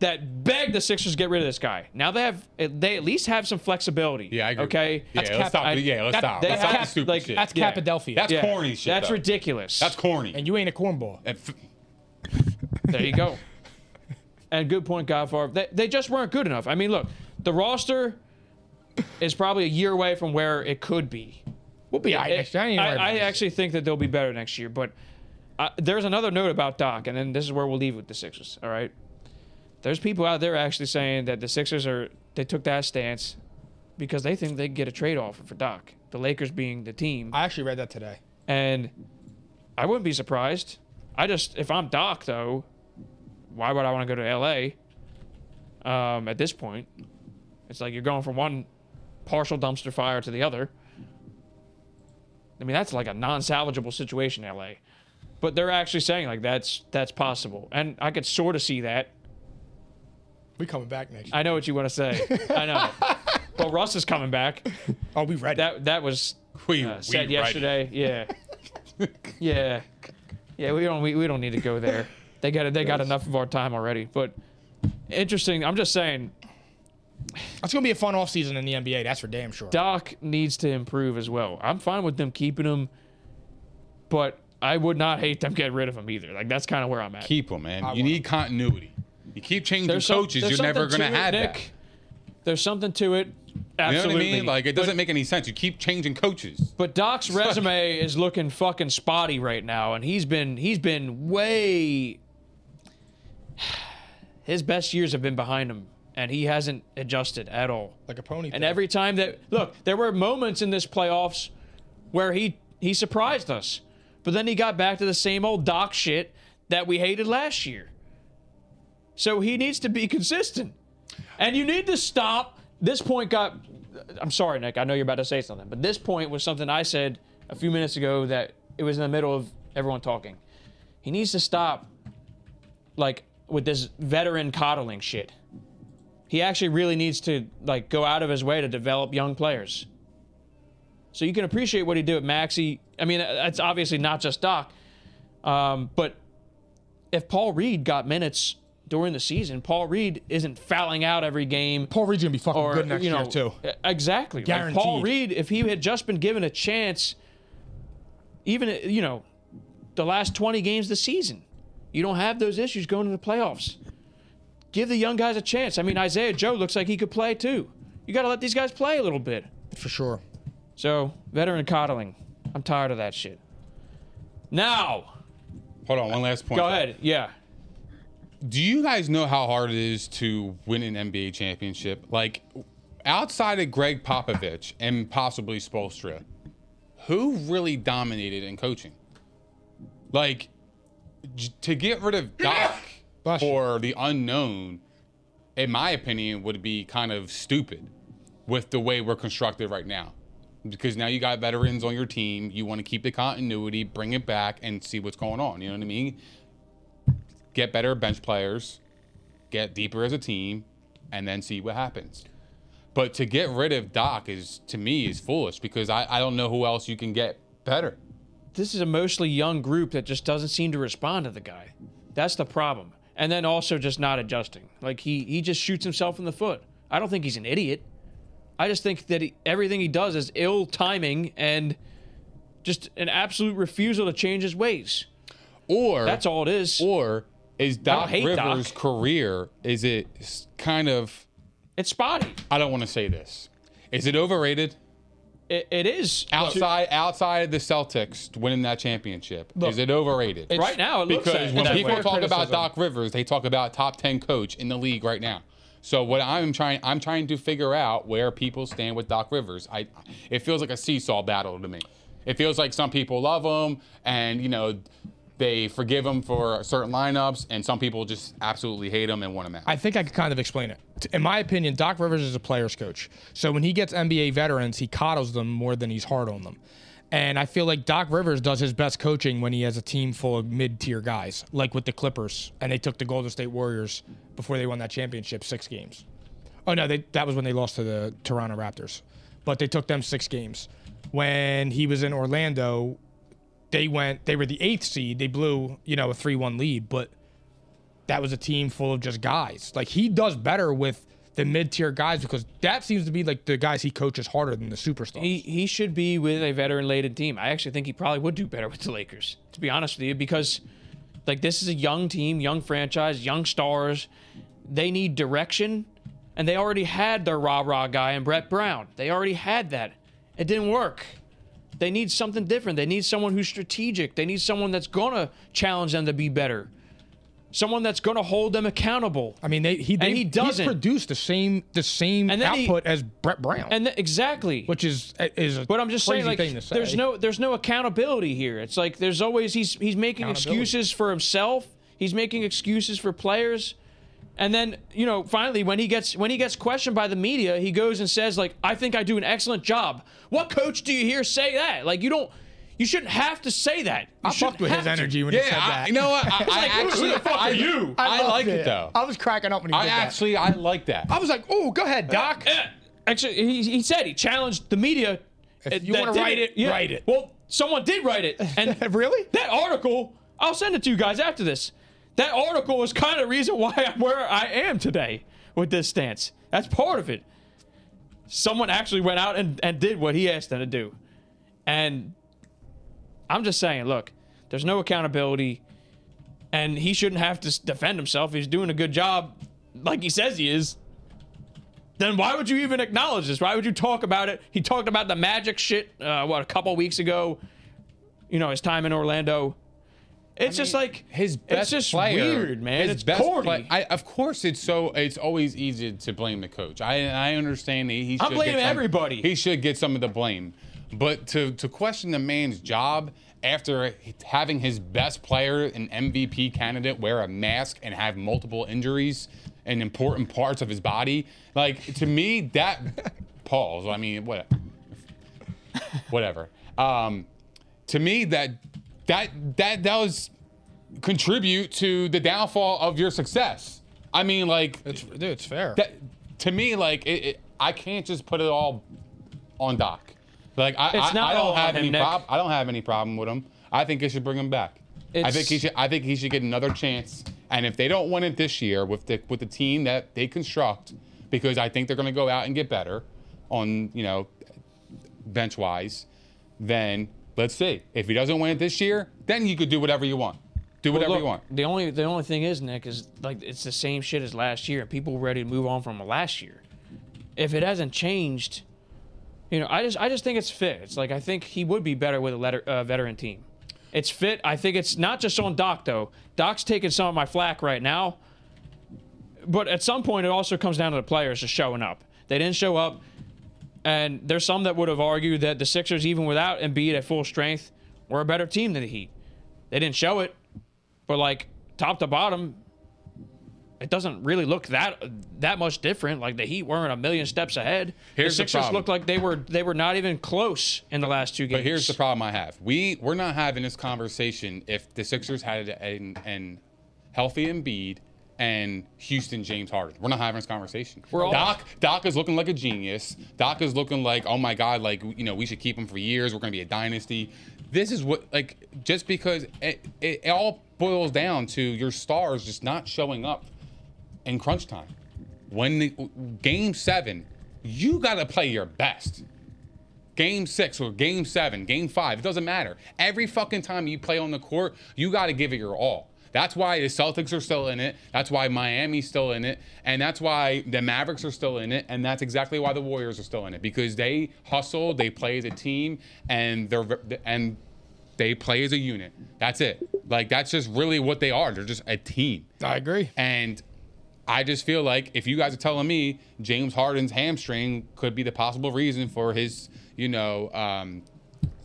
[SPEAKER 3] that begged the Sixers to get rid of this guy. Now they have they at least have some flexibility.
[SPEAKER 2] Yeah, I agree.
[SPEAKER 3] Okay,
[SPEAKER 2] Yeah, let's stop. yeah, let's
[SPEAKER 1] that-
[SPEAKER 2] stop.
[SPEAKER 3] they
[SPEAKER 2] Let's stop
[SPEAKER 3] have-
[SPEAKER 2] the stupid
[SPEAKER 3] like,
[SPEAKER 2] shit.
[SPEAKER 1] That's
[SPEAKER 3] Yeah.
[SPEAKER 1] Cappadelphia.
[SPEAKER 2] That's
[SPEAKER 3] Yeah.
[SPEAKER 2] corny shit.
[SPEAKER 3] That's
[SPEAKER 2] though.
[SPEAKER 3] ridiculous.
[SPEAKER 2] That's corny.
[SPEAKER 1] and you ain't a cornball.
[SPEAKER 2] And f-
[SPEAKER 3] There you go. and good point, Godfar. They, they just weren't good enough. I mean, look, the roster is probably a year away from where it could be.
[SPEAKER 1] We'll be all right
[SPEAKER 3] It-
[SPEAKER 1] next year. I, ain't worried
[SPEAKER 3] I,
[SPEAKER 1] about
[SPEAKER 3] I
[SPEAKER 1] this.
[SPEAKER 3] actually think that they'll be better next year. But uh, there's another note about Doc, and then this is where we'll leave with the Sixers. All right. There's people out there actually saying that the Sixers are they took that stance because they think they can get a trade offer for Doc. The Lakers being the team,
[SPEAKER 1] I actually read that today.
[SPEAKER 3] and I wouldn't be surprised. I just, if I'm Doc, though, why would I want to go to LA um, at this point? It's like you're going from one partial dumpster fire to the other. I mean, that's like a non-salvageable situation, LA. But they're actually saying like that's that's possible, and I could sort of see that.
[SPEAKER 1] We coming back next. year.
[SPEAKER 3] I know what you want to say. I know. Well, Russ is coming back.
[SPEAKER 1] Are Oh, we ready?
[SPEAKER 3] That that was
[SPEAKER 2] we,
[SPEAKER 3] uh,
[SPEAKER 2] we
[SPEAKER 3] said
[SPEAKER 2] right.
[SPEAKER 3] yesterday. Yeah, yeah, yeah. We don't we, we don't need to go there. They got they got enough of our time already. But interesting. I'm just saying,
[SPEAKER 1] It's gonna be a fun offseason in the NBA. That's for damn sure.
[SPEAKER 3] Doc needs to improve as well. I'm fine with them keeping him, but I would not hate them getting rid of him either. Like that's kind of where I'm at.
[SPEAKER 2] Keep them, man.
[SPEAKER 1] want
[SPEAKER 2] You need continuity. You keep changing
[SPEAKER 3] some-
[SPEAKER 2] coaches,
[SPEAKER 3] there's
[SPEAKER 2] you're never
[SPEAKER 3] something
[SPEAKER 2] going to
[SPEAKER 3] to it,
[SPEAKER 2] have
[SPEAKER 3] Nick.
[SPEAKER 2] that.
[SPEAKER 3] There's something to it.
[SPEAKER 2] You know
[SPEAKER 3] Absolutely.
[SPEAKER 2] what I mean? Like it doesn't make any sense. You keep changing coaches.
[SPEAKER 3] But Doc's resume is looking fucking spotty right now, and he's been he's been way. His best years have been behind him, and he hasn't adjusted at all.
[SPEAKER 1] like a pony.
[SPEAKER 3] And every time that look, there were moments in this playoffs where he he surprised us, but then he got back to the same old Doc shit that we hated last year. So he needs to be consistent, and you need to stop. This point got. I'm sorry, Nick. I know you're about to say something, but this point was something I said a few minutes ago that it was in the middle of everyone talking. He needs to stop, like with this veteran coddling shit he actually really needs to like go out of his way to develop young players. So you can appreciate what he did with Maxi. I mean, that's obviously not just Doc, um, but if Paul Reed got minutes during the season, Paul Reed isn't fouling out every game.
[SPEAKER 1] Paul Reed's gonna be fucking
[SPEAKER 3] or
[SPEAKER 1] good next
[SPEAKER 3] you know, e,
[SPEAKER 1] year too.
[SPEAKER 3] Exactly. Like, Paul
[SPEAKER 1] Guaranteed.
[SPEAKER 3] Reed, if he had just been given a chance, even you know, the last 20 games this season, you don't have those issues going to the playoffs. Give the young guys a chance. I mean, Isaiah Joe looks like he could play too. You got to let these guys play a little bit.
[SPEAKER 1] For sure.
[SPEAKER 3] So, veteran coddling. I'm tired of that shit. Now,
[SPEAKER 2] Hold on, one last point.
[SPEAKER 3] go ahead. Yeah.
[SPEAKER 2] Do you guys know how hard it is to win an NBA championship? Like outside of Greg Popovich and possibly Spolstra, who really dominated in coaching? Like j- to get rid of Doc
[SPEAKER 1] Bless you.
[SPEAKER 2] for the unknown, in my opinion, would be kind of stupid with the way we're constructed right now. Because now you got veterans on your team, you want to keep the continuity, bring it back, and see what's going on. You know what I mean? Get better bench players, get deeper as a team, and then see what happens. But to get rid of Doc is to me is foolish because I, I don't know who else you can get better.
[SPEAKER 3] this is a mostly young group that just doesn't seem to respond to the guy. That's the problem. And then also just not adjusting. Like he he just shoots himself in the foot. I don't think he's an idiot. I just think that he, everything he does is ill timing and just an absolute refusal to change his ways.
[SPEAKER 2] Or
[SPEAKER 3] That's all it is.
[SPEAKER 2] Or is Doc
[SPEAKER 3] hate Doc.
[SPEAKER 2] Rivers' career is it s- kind of
[SPEAKER 3] It's spotty.
[SPEAKER 2] I don't want to say this. Is it overrated?
[SPEAKER 3] It, it is
[SPEAKER 2] Outside outside of the Celtics winning that championship, is it overrated?
[SPEAKER 3] right now. It looks
[SPEAKER 2] because
[SPEAKER 3] that,
[SPEAKER 2] when
[SPEAKER 3] that
[SPEAKER 2] people
[SPEAKER 3] way.
[SPEAKER 2] talk about Doc Rivers, they talk about top ten coach in the league right now. So what I'm trying, I'm trying to figure out where people stand with Doc Rivers. I, it feels like a seesaw battle to me. It feels like some people love him, and you know, they forgive him for certain lineups, and some people just absolutely hate him and want him out.
[SPEAKER 1] I think I could kind of explain it. T- In my opinion, Doc Rivers is a player's coach. So when he gets NBA veterans, he coddles them more than he's hard on them. And I feel like Doc Rivers does his best coaching when he has a team full of mid-tier guys, like with the Clippers, and they took the Golden State Warriors before they won that championship six games. Oh no, they, that was when they lost to the Toronto Raptors, but they took them six games. When he was in Orlando, they went. They were the eighth seed. They blew, you know, a three-one lead, but that was a team full of just guys. Like he does better with the mid tier guys because that seems to be like the guys he coaches harder than the superstars.
[SPEAKER 3] He, he should be with a veteran laden team. I actually think he probably would do better with the Lakers, to be honest with you, because like this is a young team, young franchise, young stars. They need direction, and they already had their rah rah guy and Brett Brown. They already had that. It didn't work. They need something different. They need someone who's strategic. They need someone that's gonna challenge them to be better. Someone that's gonna hold them accountable.
[SPEAKER 1] I mean, they, he they,
[SPEAKER 3] And he doesn't.
[SPEAKER 1] he's produced the same the same
[SPEAKER 3] And then he-
[SPEAKER 1] output as Brett Brown,
[SPEAKER 3] And th- exactly.
[SPEAKER 1] which is is a
[SPEAKER 3] But I'm just
[SPEAKER 1] crazy
[SPEAKER 3] saying, like,
[SPEAKER 1] thing to say.
[SPEAKER 3] there's no there's no accountability here. It's like there's always he's he's making
[SPEAKER 1] Accountability.
[SPEAKER 3] excuses for himself. He's making excuses for players, and then you know finally when he gets when he gets questioned by the media, he goes and says like, "I think I do an excellent job." What coach do you hear say that? Like you don't, you shouldn't have to say that. You
[SPEAKER 1] I
[SPEAKER 3] shouldn't
[SPEAKER 1] fucked with his
[SPEAKER 3] have to.
[SPEAKER 1] energy when
[SPEAKER 2] yeah,
[SPEAKER 1] he said
[SPEAKER 2] I,
[SPEAKER 1] that.
[SPEAKER 2] you know what? I, I
[SPEAKER 3] like, who
[SPEAKER 2] actually,
[SPEAKER 3] the fuck
[SPEAKER 2] I,
[SPEAKER 3] are you?
[SPEAKER 2] I,
[SPEAKER 1] loved
[SPEAKER 2] like it,
[SPEAKER 1] it
[SPEAKER 2] though.
[SPEAKER 1] I was cracking up when he
[SPEAKER 2] I
[SPEAKER 1] did that.
[SPEAKER 2] actually, I like that.
[SPEAKER 1] I was like, oh, go ahead, Doc.
[SPEAKER 3] Yeah, actually, he, he said he challenged the media.
[SPEAKER 1] If
[SPEAKER 3] uh,
[SPEAKER 1] you
[SPEAKER 3] that
[SPEAKER 1] wanna
[SPEAKER 3] did
[SPEAKER 1] write it, write it.
[SPEAKER 3] Well, someone did write it, and
[SPEAKER 1] Really?
[SPEAKER 3] that article. I'll send it to you guys after this. That article was kind of the reason why I'm where I am today with this stance. That's part of it. Someone actually went out and, and did what he asked them to do. And I'm just saying, look, there's no accountability, and he shouldn't have to s- defend himself. He's doing a good job, like he says he is then why would you even acknowledge this? Why would you talk about it? He talked about the magic shit, uh, what, a couple weeks ago, you know, his time in Orlando. It's just like,
[SPEAKER 2] his best
[SPEAKER 3] it's just
[SPEAKER 2] player,
[SPEAKER 3] weird, man.
[SPEAKER 2] his
[SPEAKER 3] it's
[SPEAKER 2] best
[SPEAKER 3] corny.
[SPEAKER 2] play- I, of course, it's so. It's always easy to blame the coach. I I understand that he. Should
[SPEAKER 3] I'm blaming
[SPEAKER 2] get some-
[SPEAKER 3] everybody.
[SPEAKER 2] He should get some of the blame, but to to question the man's job after having his best player, an MVP candidate, wear a mask and have multiple injuries and important parts of his body, like to me that pause. I mean, what? Whatever. Um, to me, that that that that was contribute to the downfall of your success. I mean, like
[SPEAKER 1] It's, dude, it's fair.
[SPEAKER 2] that, to me, like it, it, I can't just put it all on Doc. Like I,
[SPEAKER 3] It's
[SPEAKER 2] I,
[SPEAKER 3] not
[SPEAKER 2] I don't
[SPEAKER 3] all on
[SPEAKER 2] have
[SPEAKER 3] him,
[SPEAKER 2] any
[SPEAKER 3] Nick.
[SPEAKER 2] problem. I don't have any problem with him. I think they should bring him back. I
[SPEAKER 3] It's-
[SPEAKER 2] think he should. I think he should get another chance. And if they don't win it this year with the with the team that they construct, because I think they're going to go out and get better on you know bench wise, then let's see. If he doesn't win it this year, then you could do whatever you want. Do whatever
[SPEAKER 3] Look,
[SPEAKER 2] you want.
[SPEAKER 3] The only the only thing is, Nick, is like it's the same shit as last year, and people were ready to move on from last year. If it hasn't changed, you know, I just I just think it's fit. It's like I think he would be better with a letter, uh, veteran team. It's fit. I think it's not just on Doc though. Doc's taking some of my flack right now, but at some point it also comes down to the players just showing up. They didn't show up, and there's some that would have argued that the Sixers, even without Embiid at full strength, were a better team than the Heat. They didn't show it but like top to bottom it doesn't really look that that much different like the heat weren't a million steps ahead
[SPEAKER 2] Here's the
[SPEAKER 3] the sixers
[SPEAKER 2] problem.
[SPEAKER 3] looked like they were they were not even close in the last two games
[SPEAKER 2] But here's the problem I have. We we're not having this conversation if the Sixers had an, an healthy Embiid and Houston James Harden. We're not having this conversation.
[SPEAKER 3] We're all-
[SPEAKER 2] Doc Doc is looking like a genius. Doc is looking like oh my god, like you know we should keep him for years. We're gonna be a dynasty. This is what like just because it, it all boils down to your stars just not showing up in crunch time. When the, game seven, you got to play your best. Game six or game seven, game five, it doesn't matter. Every fucking time you play on the court, you got to give it your all. That's why the Celtics are still in it. That's why Miami's still in it. And that's why the Mavericks are still in it. And that's exactly why the Warriors are still in it because they hustle, they play as a team, and they're and they play as a unit. That's it. Like that's just really what they are. They're just a team.
[SPEAKER 1] I agree.
[SPEAKER 2] And I just feel like if you guys are telling me James Harden's hamstring could be the possible reason for his, you know, um,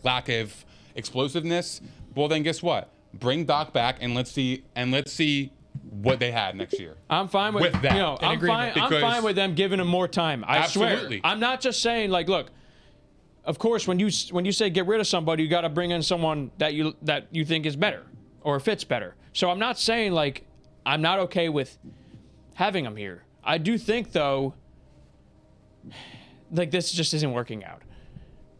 [SPEAKER 2] lack of explosiveness, well then guess what? Bring Doc back and let's see and let's see what they have next year.
[SPEAKER 3] I'm fine with,
[SPEAKER 2] With that,
[SPEAKER 3] You know,
[SPEAKER 2] in
[SPEAKER 3] I'm fine.
[SPEAKER 2] agreement,
[SPEAKER 3] I'm
[SPEAKER 2] because-
[SPEAKER 3] fine with them giving him more time. I
[SPEAKER 2] Absolutely.
[SPEAKER 3] swear. I'm not just saying like, look. Of course, when you s- when you say get rid of somebody, you got to bring in someone that you that you think is better or fits better. So I'm not saying like I'm not okay with having him here. I do think though, like this just isn't working out.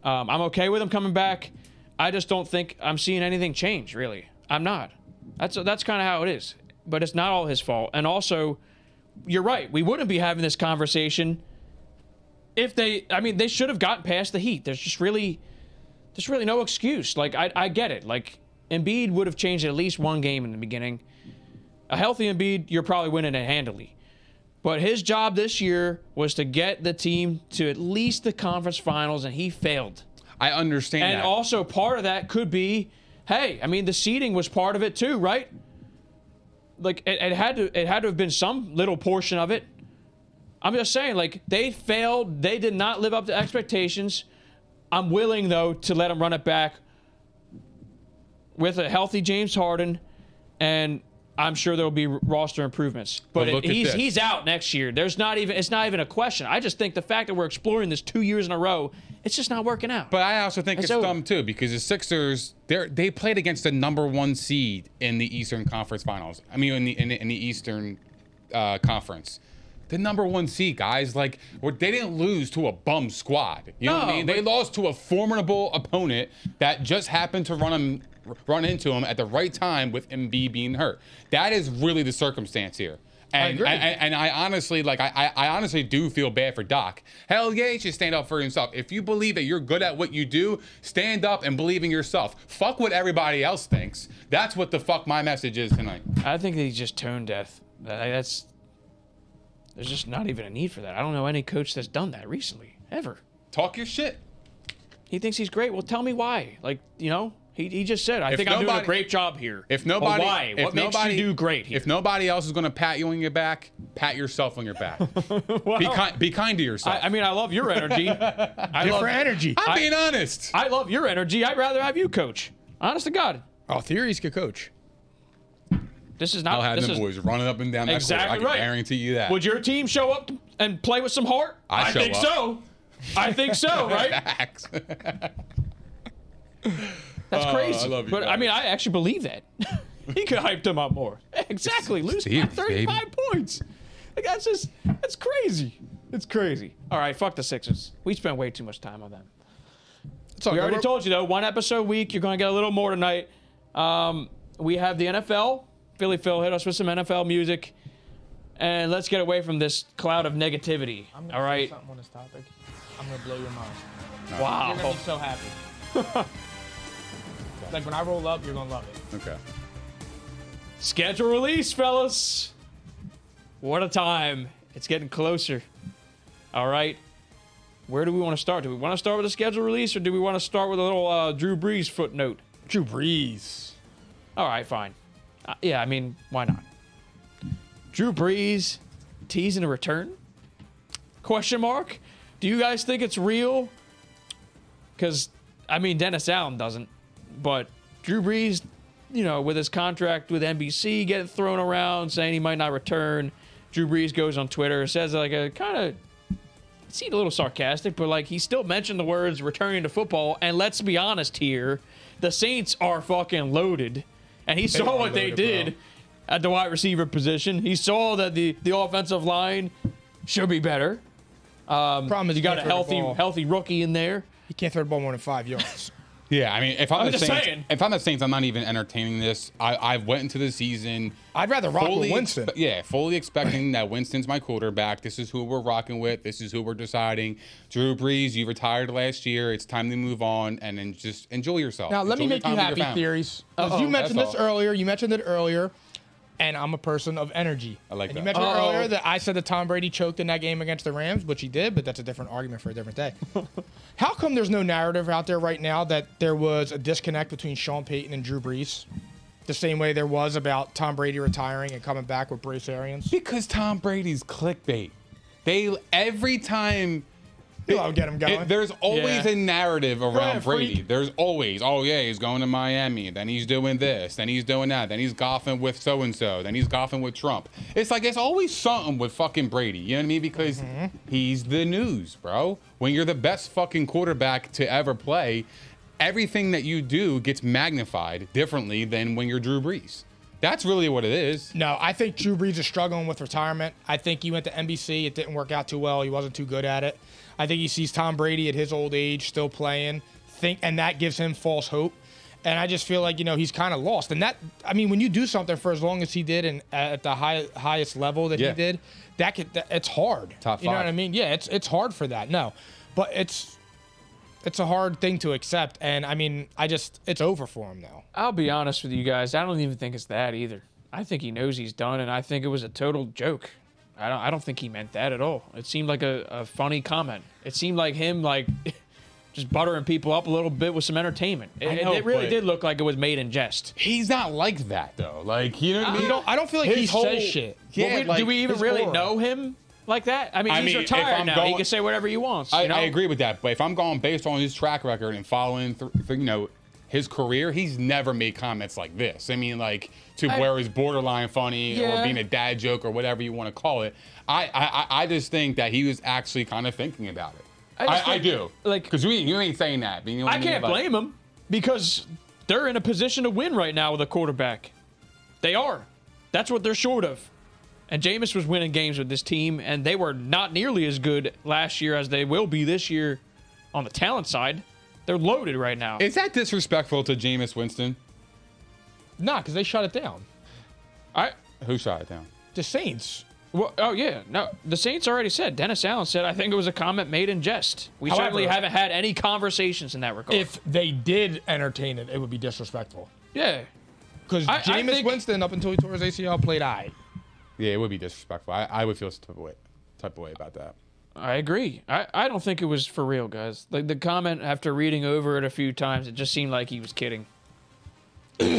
[SPEAKER 3] Um, I'm okay with him coming back. I just don't think I'm seeing anything change really. I'm not. That's that's kind of how it is. but it's not all his fault. And also, you're right. We wouldn't be having this conversation if they. I mean, they should have gotten past the Heat. There's just really, there's really no excuse. Like I, I get it. Like Embiid would have changed at least one game in the beginning. A healthy Embiid, you're probably winning it handily. But his job this year was to get the team to at least the conference finals, and he failed.
[SPEAKER 2] I understand
[SPEAKER 3] And
[SPEAKER 2] that.
[SPEAKER 3] also, part of that could be, hey, I mean, the seeding was part of it too, right? Like it, it had to, it had to have been some little portion of it. I'm just saying, like they failed, they did not live up to expectations. I'm willing though to let them run it back with a healthy James Harden, and I'm sure there will be roster improvements. But
[SPEAKER 2] But look
[SPEAKER 3] it-
[SPEAKER 2] at
[SPEAKER 3] he's
[SPEAKER 2] this.
[SPEAKER 3] he's out next year. There's not even it's not even a question. I just think the fact that we're exploring this two years in a row, it's just not working out.
[SPEAKER 2] But I also think
[SPEAKER 3] It's
[SPEAKER 2] it's,
[SPEAKER 3] over.
[SPEAKER 2] dumb too because the Sixers they they played against the number one seed in the Eastern Conference Finals. I mean, in the in the, in the Eastern uh, Conference, the number one seed guys like were- they didn't lose to a bum squad. You know what I
[SPEAKER 3] No,
[SPEAKER 2] mean? They lost to a formidable opponent that just happened to run him run into him at the right time with MB being hurt. That is really the circumstance here. And,
[SPEAKER 1] agree.
[SPEAKER 2] and- and, and I honestly, like, I, I, I honestly do feel bad for Doc. Hell yeah, he should stand up for himself. If you believe that you're good at what you do, stand up and believe in yourself. Fuck what everybody else thinks. That's what the fuck my message is tonight.
[SPEAKER 3] I think that he's just tone deaf. That- That's there's just not even a need for that. I don't know any coach that's done that recently ever.
[SPEAKER 2] Talk your shit.
[SPEAKER 3] He thinks he's great. Well, tell me why. Like you know, he, he just said, I
[SPEAKER 2] If
[SPEAKER 3] think I'm doing a
[SPEAKER 2] nobody-
[SPEAKER 3] great job here.
[SPEAKER 2] If
[SPEAKER 3] Well,
[SPEAKER 2] nobody,
[SPEAKER 3] why?
[SPEAKER 2] if
[SPEAKER 3] what makes
[SPEAKER 2] nobody,
[SPEAKER 3] you do great here?
[SPEAKER 2] If nobody else is gonna pat you on your back, pat yourself on your back. be kind, be kind to yourself.
[SPEAKER 3] Oh. I, I mean, I love your energy. I love
[SPEAKER 1] Different energy.
[SPEAKER 2] I'm
[SPEAKER 3] I-
[SPEAKER 2] being honest.
[SPEAKER 3] I love your energy. I'd rather have you coach. Honest to God,
[SPEAKER 1] Oh, theories could coach.
[SPEAKER 3] this is not.
[SPEAKER 2] I'll have
[SPEAKER 3] this
[SPEAKER 2] them
[SPEAKER 3] is,
[SPEAKER 2] boys running up and down that
[SPEAKER 3] Exactly
[SPEAKER 2] court. I can
[SPEAKER 3] right.
[SPEAKER 2] guarantee you that.
[SPEAKER 3] Would your team show up and play with some heart?
[SPEAKER 2] I show
[SPEAKER 3] think
[SPEAKER 2] up.
[SPEAKER 3] so. I think so, right?
[SPEAKER 2] Facts.
[SPEAKER 3] That's
[SPEAKER 2] Oh,
[SPEAKER 3] crazy.
[SPEAKER 2] I love you
[SPEAKER 3] but I
[SPEAKER 2] guys.
[SPEAKER 3] mean, I actually believe that. he could hyped him up more. Exactly. Lose by
[SPEAKER 2] Steve,
[SPEAKER 3] 35
[SPEAKER 2] baby.
[SPEAKER 3] points. Like, that's just, that's crazy. It's crazy. All right, fuck the Sixers. We spent way too much time on them.
[SPEAKER 1] It's all
[SPEAKER 3] We
[SPEAKER 1] good.
[SPEAKER 3] already
[SPEAKER 1] We're-
[SPEAKER 3] told you, though, one episode a week. You're going to get a little more tonight. Um, we have the NFL. Philly Phil hit us with some NFL music. And let's get away from this cloud of negativity. All right.
[SPEAKER 4] Something on this topic. I'm gonna blow your mind.
[SPEAKER 3] Wow.
[SPEAKER 4] I'm so happy. like when I roll up, you're gonna love it.
[SPEAKER 2] okay.
[SPEAKER 3] Schedule release, fellas. What a time. It's getting closer. All right. Where do we want to start? Do we want to start with a schedule release or do we want to start with a little uh, Drew Brees footnote?
[SPEAKER 1] Drew Brees.
[SPEAKER 3] All right, fine. Uh, yeah, I mean, why not? Drew Brees teasing a return? Question mark? Do you guys think it's real? Because I mean, Dennis Allen doesn't, but Drew Brees, you know, with his contract with NBC getting thrown around, saying he might not return. Drew Brees goes on Twitter, says like a kind of. Seemed a little sarcastic, but like he still mentioned the words returning to football. And let's be honest here, the Saints are fucking loaded. And he saw
[SPEAKER 1] are
[SPEAKER 3] what they
[SPEAKER 1] loaded,
[SPEAKER 3] did at the wide receiver position. He saw that the, the offensive line should be better.
[SPEAKER 1] Problem is
[SPEAKER 3] You got a
[SPEAKER 1] can't throw the
[SPEAKER 3] healthy
[SPEAKER 1] ball.
[SPEAKER 3] healthy rookie in there.
[SPEAKER 1] He can't throw the ball more than five yards.
[SPEAKER 2] Yeah, I mean, if I'm,
[SPEAKER 3] I'm
[SPEAKER 2] the
[SPEAKER 3] just
[SPEAKER 2] Saints,
[SPEAKER 3] saying.
[SPEAKER 2] if I'm the Saints, I'm not even entertaining this. I, I went into the season.
[SPEAKER 1] I'd rather rock with Winston.
[SPEAKER 2] expe- yeah, fully expecting that Winston's my quarterback. This is who we're rocking with. This is who we're deciding. Drew Brees, you retired last year. It's time to move on and then just enjoy yourself.
[SPEAKER 1] Now let me
[SPEAKER 2] Enjoy
[SPEAKER 1] make
[SPEAKER 2] your
[SPEAKER 1] you
[SPEAKER 2] time
[SPEAKER 1] happy,
[SPEAKER 2] with your family.
[SPEAKER 1] theories. 'Cause you mentioned
[SPEAKER 2] that's
[SPEAKER 1] this
[SPEAKER 2] all.
[SPEAKER 1] earlier. You mentioned it earlier, and I'm a person of energy.
[SPEAKER 2] I like
[SPEAKER 1] and You
[SPEAKER 2] that.
[SPEAKER 1] mentioned
[SPEAKER 3] Uh-oh.
[SPEAKER 1] earlier that I said that Tom Brady choked in that game against the Rams, which he did, but that's a different argument for a different day. How come there's no narrative out there right now that there was a disconnect between Sean Payton and Drew Brees, the same way there was about Tom Brady retiring and coming back with Bruce Arians?
[SPEAKER 2] Because Tom Brady's clickbait. They every time
[SPEAKER 1] I'll get him going.
[SPEAKER 2] It- there's always
[SPEAKER 3] Yeah.
[SPEAKER 2] a narrative around
[SPEAKER 1] ahead,
[SPEAKER 2] Brady.
[SPEAKER 1] freak.
[SPEAKER 2] There's always, oh yeah, he's going to Miami, then he's doing this, then he's doing that, then he's golfing with so and so, then he's golfing with Trump. It's like it's always something with fucking Brady. You know what I mean? Because
[SPEAKER 1] Mm-hmm.
[SPEAKER 2] he's the news, bro. When you're the best fucking quarterback to ever play, everything that you do gets magnified differently than when you're Drew Brees. That's really what it is.
[SPEAKER 1] No, I think Drew Brees is struggling with retirement. I think he went to NBC. It didn't work out too well. He wasn't too good at it. I think he sees Tom Brady at his old age still playing, think, and that gives him false hope. And I just feel like you know he's kind of lost. And that I mean, when you do something for as long as he did and at the high, highest level that
[SPEAKER 2] Yeah.
[SPEAKER 1] he did, that could that, it's hard.
[SPEAKER 2] Top
[SPEAKER 1] You know what
[SPEAKER 2] five.
[SPEAKER 1] I mean? Yeah, it's it's hard for that. No, but it's it's a hard thing to accept. And I mean, I just it's over for him now.
[SPEAKER 3] I'll be honest with you guys. I don't even think it's that either. I think he knows he's done, and I think it was a total joke. I don't. I don't think he meant that at all. It seemed like a, a funny comment. It seemed like him like just buttering people up a little bit with some entertainment. It,
[SPEAKER 2] know,
[SPEAKER 3] it really
[SPEAKER 2] but-
[SPEAKER 3] did look like it was made in jest.
[SPEAKER 2] He's not like that though. Like you know what I mean?
[SPEAKER 1] You don't- I don't feel like
[SPEAKER 2] His
[SPEAKER 1] he
[SPEAKER 2] whole-
[SPEAKER 1] says shit.
[SPEAKER 2] Yeah,
[SPEAKER 3] But we-
[SPEAKER 2] like,
[SPEAKER 3] do we even
[SPEAKER 2] his
[SPEAKER 3] really
[SPEAKER 2] aura.
[SPEAKER 3] know him like that? I mean,
[SPEAKER 2] I
[SPEAKER 3] he's
[SPEAKER 2] mean, if I'm
[SPEAKER 3] retired now.
[SPEAKER 2] going-
[SPEAKER 3] he can say whatever he wants.
[SPEAKER 2] I,
[SPEAKER 3] you know?
[SPEAKER 2] I agree with that, but if I'm going based on his track record and following, through, you know, his career, he's never made comments like this. I mean, like to where it's borderline funny or
[SPEAKER 3] Yeah.
[SPEAKER 2] being a dad joke or whatever you want to call it. I, I, I- I just think that he was actually kind of thinking about it.
[SPEAKER 3] I
[SPEAKER 2] I,
[SPEAKER 3] just
[SPEAKER 2] I,
[SPEAKER 3] think,
[SPEAKER 2] do,
[SPEAKER 3] like-
[SPEAKER 2] because we you ain't saying that. but You know what
[SPEAKER 3] I
[SPEAKER 2] mean?
[SPEAKER 3] can't
[SPEAKER 2] Like,
[SPEAKER 3] blame him because they're in a position to win right now with a quarterback. They are. That's what they're short of. And Jameis was winning games with this team, and they were not nearly as good last year as they will be this year on the talent side. They're loaded right now.
[SPEAKER 2] Is that disrespectful to Jameis Winston?
[SPEAKER 1] Nah, because they shut it down.
[SPEAKER 3] I,
[SPEAKER 2] Who shot it down?
[SPEAKER 1] The Saints.
[SPEAKER 3] well, oh, yeah. No, the Saints already said. Dennis Allen said, I think it was a comment made in jest. We
[SPEAKER 1] However-
[SPEAKER 3] certainly haven't had any conversations in that regard.
[SPEAKER 1] If they did entertain it, it would be disrespectful.
[SPEAKER 3] yeah.
[SPEAKER 1] Because
[SPEAKER 3] I- I
[SPEAKER 1] Jameis
[SPEAKER 3] think-
[SPEAKER 1] Winston, up until he tore his ACL, played I.
[SPEAKER 2] Yeah, it would be disrespectful. I, I would feel some type of way, type of way about that.
[SPEAKER 3] I agree. I, I don't think it was for real, guys. Like the comment after reading over it a few times, it just seemed like he was kidding.
[SPEAKER 1] He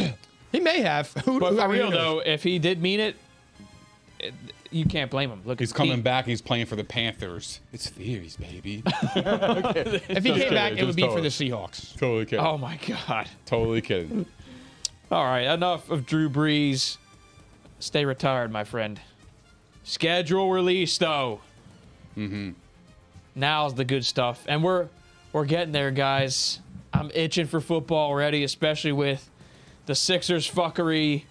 [SPEAKER 1] may have. Who,
[SPEAKER 3] But
[SPEAKER 1] who- I
[SPEAKER 3] for
[SPEAKER 1] mean,
[SPEAKER 3] real
[SPEAKER 1] who knows?
[SPEAKER 3] though, if he did mean it, it- you can't blame him. Look,
[SPEAKER 2] He's
[SPEAKER 3] he-
[SPEAKER 2] coming back. He's playing for the Panthers. It's theories, baby.
[SPEAKER 1] if he came back, it
[SPEAKER 2] just
[SPEAKER 1] would be for
[SPEAKER 2] totally.
[SPEAKER 1] the Seahawks.
[SPEAKER 2] totally kidding.
[SPEAKER 3] Oh my god!
[SPEAKER 2] Totally kidding.
[SPEAKER 3] All right, enough of Drew Brees. Stay retired, my friend. Schedule release though. Mm-hmm. Now's the good stuff, and we're we're getting there, guys. I'm itching for football already, especially with the Sixers fuckery,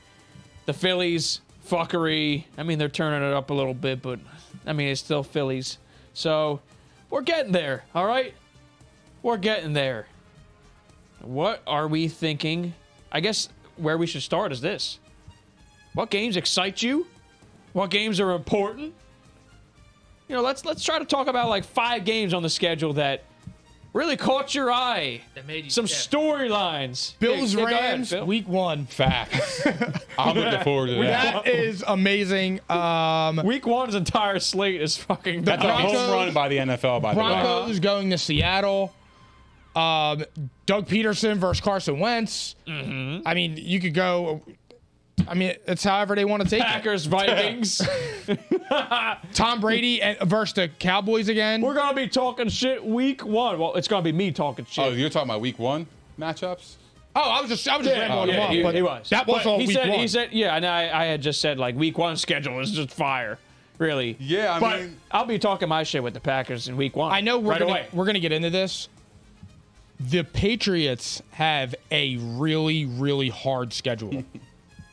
[SPEAKER 3] the Phillies fuckery. I mean, they're turning it up a little bit, but I mean, it's still Phillies. So we're getting there, all right? We're getting there. What are we thinking? I guess where we should start is this what games excite you? What games are important? You know, let's let's try to talk about like five games on the schedule that really caught your eye.
[SPEAKER 6] That made you
[SPEAKER 3] Some
[SPEAKER 6] step.
[SPEAKER 3] storylines.
[SPEAKER 1] Bills
[SPEAKER 3] Yeah, yeah, go ahead,
[SPEAKER 1] Rams
[SPEAKER 3] Phil.
[SPEAKER 1] week one.
[SPEAKER 2] Facts. I'm looking forward to that.
[SPEAKER 1] That is amazing. Um,
[SPEAKER 3] Week one's entire slate is fucking.
[SPEAKER 2] That's a home run by the NFL, by the way.
[SPEAKER 1] Broncos going to Seattle. Um, Doug Peterson versus Carson Wentz. I mean, you could go. I mean, it's however they want to take it.
[SPEAKER 3] Packers, Vikings.
[SPEAKER 1] Tom Brady and, versus the Cowboys again.
[SPEAKER 3] We're gonna be talking shit week one. Well, it's gonna be me talking shit.
[SPEAKER 2] Oh, you're talking about week one matchups?
[SPEAKER 1] oh, I was just, I was just rambling
[SPEAKER 3] yeah,
[SPEAKER 1] him
[SPEAKER 3] he,
[SPEAKER 1] up, but
[SPEAKER 3] he was.
[SPEAKER 1] That was
[SPEAKER 3] But
[SPEAKER 1] all
[SPEAKER 3] he
[SPEAKER 1] week
[SPEAKER 3] said,
[SPEAKER 1] one.
[SPEAKER 3] He said, yeah, and I, I had just said like week one schedule is just fire, really.
[SPEAKER 2] Yeah, I
[SPEAKER 3] but
[SPEAKER 2] mean-
[SPEAKER 3] I'll be talking my shit with the Packers in week one.
[SPEAKER 1] I know we're
[SPEAKER 3] right
[SPEAKER 1] gonna
[SPEAKER 3] away.
[SPEAKER 1] we're gonna get into this. The Patriots have a really really hard schedule.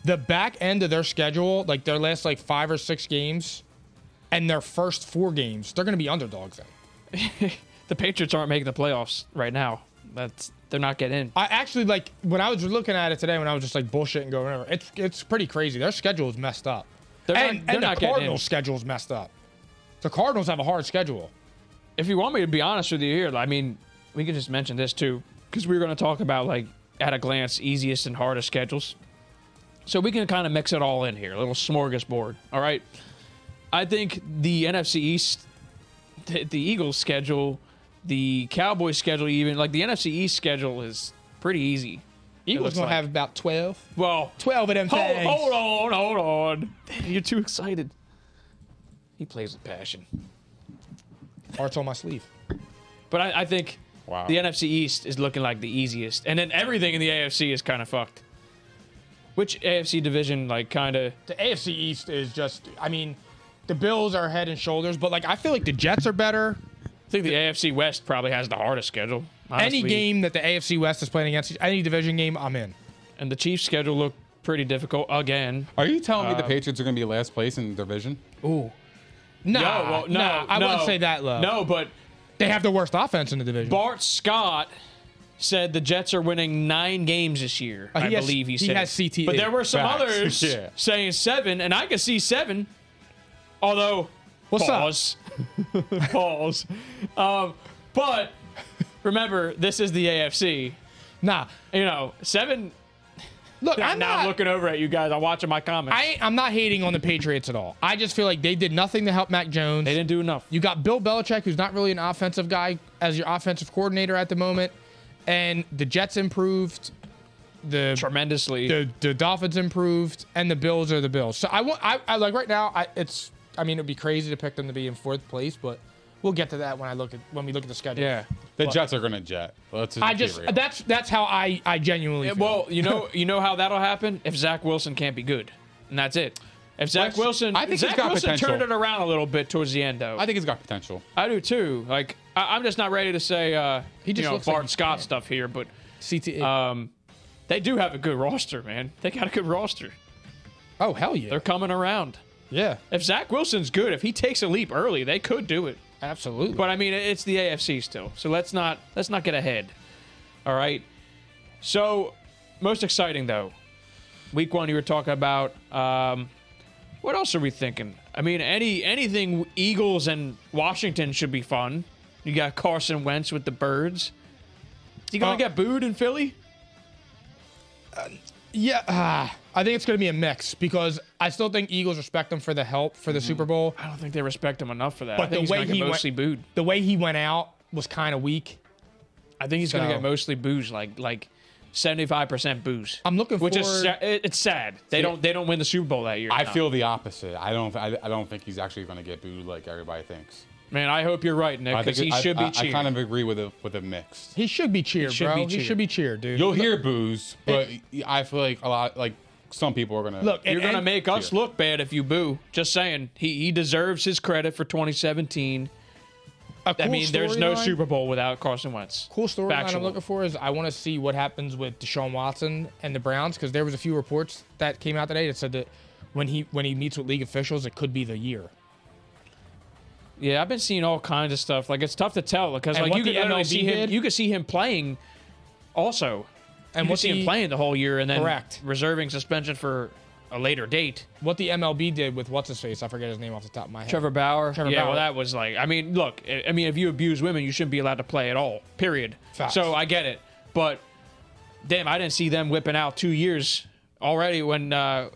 [SPEAKER 1] the back end of their schedule, like their last like five or six games, and their first four games, they're gonna be underdogs. In.
[SPEAKER 3] the Patriots aren't making the playoffs right now. That's they're not getting in.
[SPEAKER 1] I actually like when I was looking at it today when I was just like bullshitting going over. It's it's pretty crazy. Their schedule is messed up,
[SPEAKER 3] They're
[SPEAKER 1] and,
[SPEAKER 3] not, they're
[SPEAKER 1] and
[SPEAKER 3] not
[SPEAKER 1] the
[SPEAKER 3] getting in.
[SPEAKER 1] Cardinals' schedule is messed up. The Cardinals have a hard schedule.
[SPEAKER 3] if you want me to be honest with you here, I mean, we can just mention this too, because we were going to talk about like at a glance easiest and hardest schedules. So we can kind of mix it all in here, a little smorgasbord. All right. I think the NFC East, the, the Eagles schedule, the Cowboys schedule, even like the NFC East schedule is pretty easy.
[SPEAKER 1] Eagles
[SPEAKER 3] looks
[SPEAKER 1] gonna
[SPEAKER 3] like.
[SPEAKER 1] have about 12,
[SPEAKER 3] Well,
[SPEAKER 1] 12 of them.
[SPEAKER 3] Hold,
[SPEAKER 1] things.
[SPEAKER 3] hold on, hold on. You're too excited. He plays with passion.
[SPEAKER 1] Hearts on my sleeve.
[SPEAKER 3] But I, I think
[SPEAKER 2] Wow.
[SPEAKER 3] the NFC East is looking like the easiest, and then everything in the AFC is kind of fucked. Which AFC division, like, kind of?
[SPEAKER 1] the AFC East is just I mean, the Bills are head and shoulders, but like I feel like the Jets are better.
[SPEAKER 3] I think the AFC West probably has the hardest schedule.
[SPEAKER 1] Any
[SPEAKER 3] honestly.
[SPEAKER 1] game that the AFC West is playing against any division game, I'm in.
[SPEAKER 3] and the Chiefs' schedule looked pretty difficult again.
[SPEAKER 2] Are you telling
[SPEAKER 1] Uh,
[SPEAKER 2] me the Patriots are going to be last place in the division?
[SPEAKER 1] No,
[SPEAKER 3] no, well, no,
[SPEAKER 1] I
[SPEAKER 3] no.
[SPEAKER 1] wouldn't say that low.
[SPEAKER 3] No, but
[SPEAKER 1] They have the worst offense in the division.
[SPEAKER 3] Bart Scott said the Jets are winning nine games this year.
[SPEAKER 1] Uh, he
[SPEAKER 3] I
[SPEAKER 1] has-
[SPEAKER 3] believe he
[SPEAKER 1] he
[SPEAKER 3] said.
[SPEAKER 1] has CTE.
[SPEAKER 3] But there were some
[SPEAKER 1] Facts.
[SPEAKER 3] others
[SPEAKER 1] Yeah.
[SPEAKER 3] saying seven, and I could see seven. Although,
[SPEAKER 1] What's up?
[SPEAKER 3] pause, pause. Um, but remember, this is the AFC.
[SPEAKER 1] Nah,
[SPEAKER 3] You know, seven.
[SPEAKER 1] look,
[SPEAKER 3] I'm
[SPEAKER 1] I'm
[SPEAKER 3] now
[SPEAKER 1] not.
[SPEAKER 3] looking over at you guys. I'm watching my comments.
[SPEAKER 1] I, I'm not hating on the Patriots at all. I just feel like they did nothing to help Mac Jones.
[SPEAKER 3] they didn't do enough.
[SPEAKER 1] You got Bill Belichick, who's not really an offensive guy, as your offensive coordinator at the moment. And the Jets improved. The
[SPEAKER 3] tremendously.
[SPEAKER 1] the, the Dolphins improved, and the Bills are the Bills. So I want I, I like right now. I it's I mean it'd be crazy to pick them to be in fourth place, but we'll get to that when I look at when we look at the schedule.
[SPEAKER 3] yeah.
[SPEAKER 2] The Jets are gonna jet. Let's
[SPEAKER 1] I
[SPEAKER 2] be
[SPEAKER 1] just
[SPEAKER 2] real.
[SPEAKER 1] that's that's how I I genuinely. feel.
[SPEAKER 3] Well, you know, you know how that'll happen if Zach Wilson can't be good, and that's it. If Zach
[SPEAKER 2] Which-
[SPEAKER 3] Wilson,
[SPEAKER 2] I think
[SPEAKER 3] Zach
[SPEAKER 2] he's got
[SPEAKER 3] Wilson
[SPEAKER 2] potential.
[SPEAKER 3] turned it around a little bit towards the end, though.
[SPEAKER 2] I think it's got potential.
[SPEAKER 3] I do too. Like I, I'm just not ready to say uh, he
[SPEAKER 1] just
[SPEAKER 3] you know,
[SPEAKER 1] looks like
[SPEAKER 3] Bart
[SPEAKER 1] he
[SPEAKER 3] Scott
[SPEAKER 1] can.
[SPEAKER 3] stuff here, but
[SPEAKER 1] CTE.
[SPEAKER 3] um, they do have a good roster, man. They got a good roster.
[SPEAKER 1] oh hell yeah,
[SPEAKER 3] They're coming around.
[SPEAKER 1] yeah,
[SPEAKER 3] If Zach Wilson's good, if he takes a leap early, they could do it.
[SPEAKER 1] absolutely.
[SPEAKER 3] But I mean, it's the AFC still, so let's not let's not get ahead. All right. So, most exciting though, week one you were talking about. Um, what else are we thinking? I mean, any anything Eagles and Washington should be fun. You got Carson Wentz with the Birds. Is he gonna
[SPEAKER 1] Uh,
[SPEAKER 3] get booed in Philly?
[SPEAKER 1] Yeah, ah, I think it's going to be a mix because I still think Eagles respect him for the help for the Super Bowl.
[SPEAKER 3] Mm-hmm. I don't think they respect him enough for that.
[SPEAKER 1] But
[SPEAKER 3] I think
[SPEAKER 1] the way
[SPEAKER 3] he's gonna
[SPEAKER 1] he
[SPEAKER 3] get
[SPEAKER 1] went-
[SPEAKER 3] mostly booed.
[SPEAKER 1] The way he went out was kind of weak.
[SPEAKER 3] I think he's
[SPEAKER 1] So-
[SPEAKER 3] gonna get mostly booze, like like seventy five percent booze.
[SPEAKER 1] I'm looking
[SPEAKER 3] which is
[SPEAKER 1] forward-
[SPEAKER 3] sa- it- it's sad. They don't they don't win the Super Bowl that year.
[SPEAKER 2] I
[SPEAKER 3] No.
[SPEAKER 2] feel the opposite. I don't. I, I don't think he's actually gonna get booed like everybody thinks.
[SPEAKER 3] man. I hope you're right, Nick,
[SPEAKER 2] I
[SPEAKER 3] because
[SPEAKER 2] think
[SPEAKER 3] he
[SPEAKER 2] I-
[SPEAKER 3] should
[SPEAKER 2] I,
[SPEAKER 3] be cheated.
[SPEAKER 2] I kind of agree with a with a mix.
[SPEAKER 1] He should be cheered,
[SPEAKER 3] should
[SPEAKER 1] bro.
[SPEAKER 3] be
[SPEAKER 1] He
[SPEAKER 3] cheered.
[SPEAKER 1] should be cheered, dude.
[SPEAKER 2] You'll hear boos, but I feel like a lot like some people are gonna
[SPEAKER 1] Look,
[SPEAKER 3] you're
[SPEAKER 1] and-
[SPEAKER 3] gonna
[SPEAKER 1] and-
[SPEAKER 3] make us look bad if you boo. Just saying, he he deserves his credit for 2017.
[SPEAKER 1] A
[SPEAKER 3] I
[SPEAKER 1] cool
[SPEAKER 3] mean, there's no
[SPEAKER 1] storyline-
[SPEAKER 3] Super Bowl without Carson Wentz.
[SPEAKER 1] cool storyline
[SPEAKER 3] Factual.
[SPEAKER 1] I'm looking for is I want to see what happens with Deshaun Watson and the Browns because there was a few reports that came out today that said that when he when he meets with league officials, it could be the year.
[SPEAKER 3] Yeah, I've been seeing all kinds of stuff. Like it's tough to tell because
[SPEAKER 1] And
[SPEAKER 3] like
[SPEAKER 1] what
[SPEAKER 3] you could
[SPEAKER 1] the
[SPEAKER 3] literally
[SPEAKER 1] MLB
[SPEAKER 3] see him.
[SPEAKER 1] did-
[SPEAKER 3] You could see him playing, also,
[SPEAKER 1] And
[SPEAKER 3] you could
[SPEAKER 1] what
[SPEAKER 3] see him
[SPEAKER 1] the-
[SPEAKER 3] playing the whole year and then
[SPEAKER 1] Correct.
[SPEAKER 3] reserving suspension for a later date.
[SPEAKER 1] What the MLB did with what's his face, I forget his name off the top of my head.
[SPEAKER 3] Trevor Bauer.
[SPEAKER 1] Trevor
[SPEAKER 3] yeah,
[SPEAKER 1] Bauer.
[SPEAKER 3] well, that was like, I mean, look, I I mean, if you abuse women, you shouldn't be allowed to play at all, period.
[SPEAKER 1] Facts.
[SPEAKER 3] So I get it. But damn, I didn't see them whipping out two years already when uh,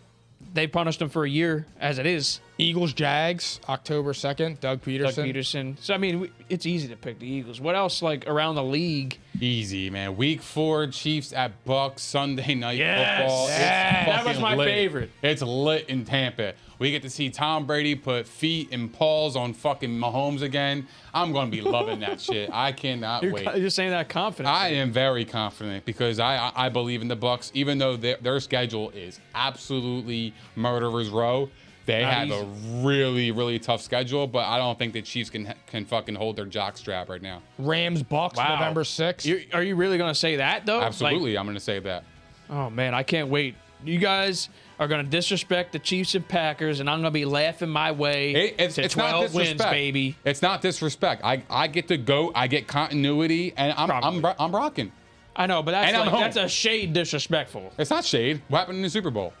[SPEAKER 3] they punished him for a year as it is.
[SPEAKER 1] Eagles Jags October second. Doug Peterson.
[SPEAKER 3] Doug Peterson. So, I mean, we, it's easy to pick the Eagles. What else, like, around the league?
[SPEAKER 2] easy, man. Week four, Chiefs at Bucks Sunday night
[SPEAKER 3] Yes.
[SPEAKER 2] football. It's
[SPEAKER 3] Yes. That was
[SPEAKER 2] fucking
[SPEAKER 3] my
[SPEAKER 2] lit.
[SPEAKER 3] favorite.
[SPEAKER 2] It's lit in Tampa. We get to see Tom Brady put feet and paws on fucking Mahomes again. I'm gonna be loving that shit. I cannot
[SPEAKER 3] You're,
[SPEAKER 2] wait.
[SPEAKER 3] you're saying that confident.
[SPEAKER 2] I am very confident because I I- I believe in the Bucks, even though their, their schedule is absolutely murderers row. They
[SPEAKER 3] Not
[SPEAKER 2] have a
[SPEAKER 3] easy.
[SPEAKER 2] really really tough schedule, but I don't think the Chiefs can can fucking hold their jock strap right now.
[SPEAKER 1] Rams Bucks
[SPEAKER 3] Wow.
[SPEAKER 1] November sixth.
[SPEAKER 3] You- are you really going to say that, though? Like,
[SPEAKER 2] Absolutely, I'm gonna say that.
[SPEAKER 3] Oh man, I can't wait. You guys are gonna disrespect the Chiefs and Packers, and I'm gonna be laughing my way
[SPEAKER 2] It- it's,
[SPEAKER 3] to
[SPEAKER 2] it's not
[SPEAKER 3] 12
[SPEAKER 2] disrespect,
[SPEAKER 3] wins, baby.
[SPEAKER 2] It's not disrespect. I I get to go. I get continuity, and I'm I'm, ro- I'm rocking.
[SPEAKER 3] I know, but that's
[SPEAKER 2] And I'm
[SPEAKER 3] like,
[SPEAKER 2] home.
[SPEAKER 3] that's a shade disrespectful.
[SPEAKER 2] It's not shade. What happened in the Super Bowl?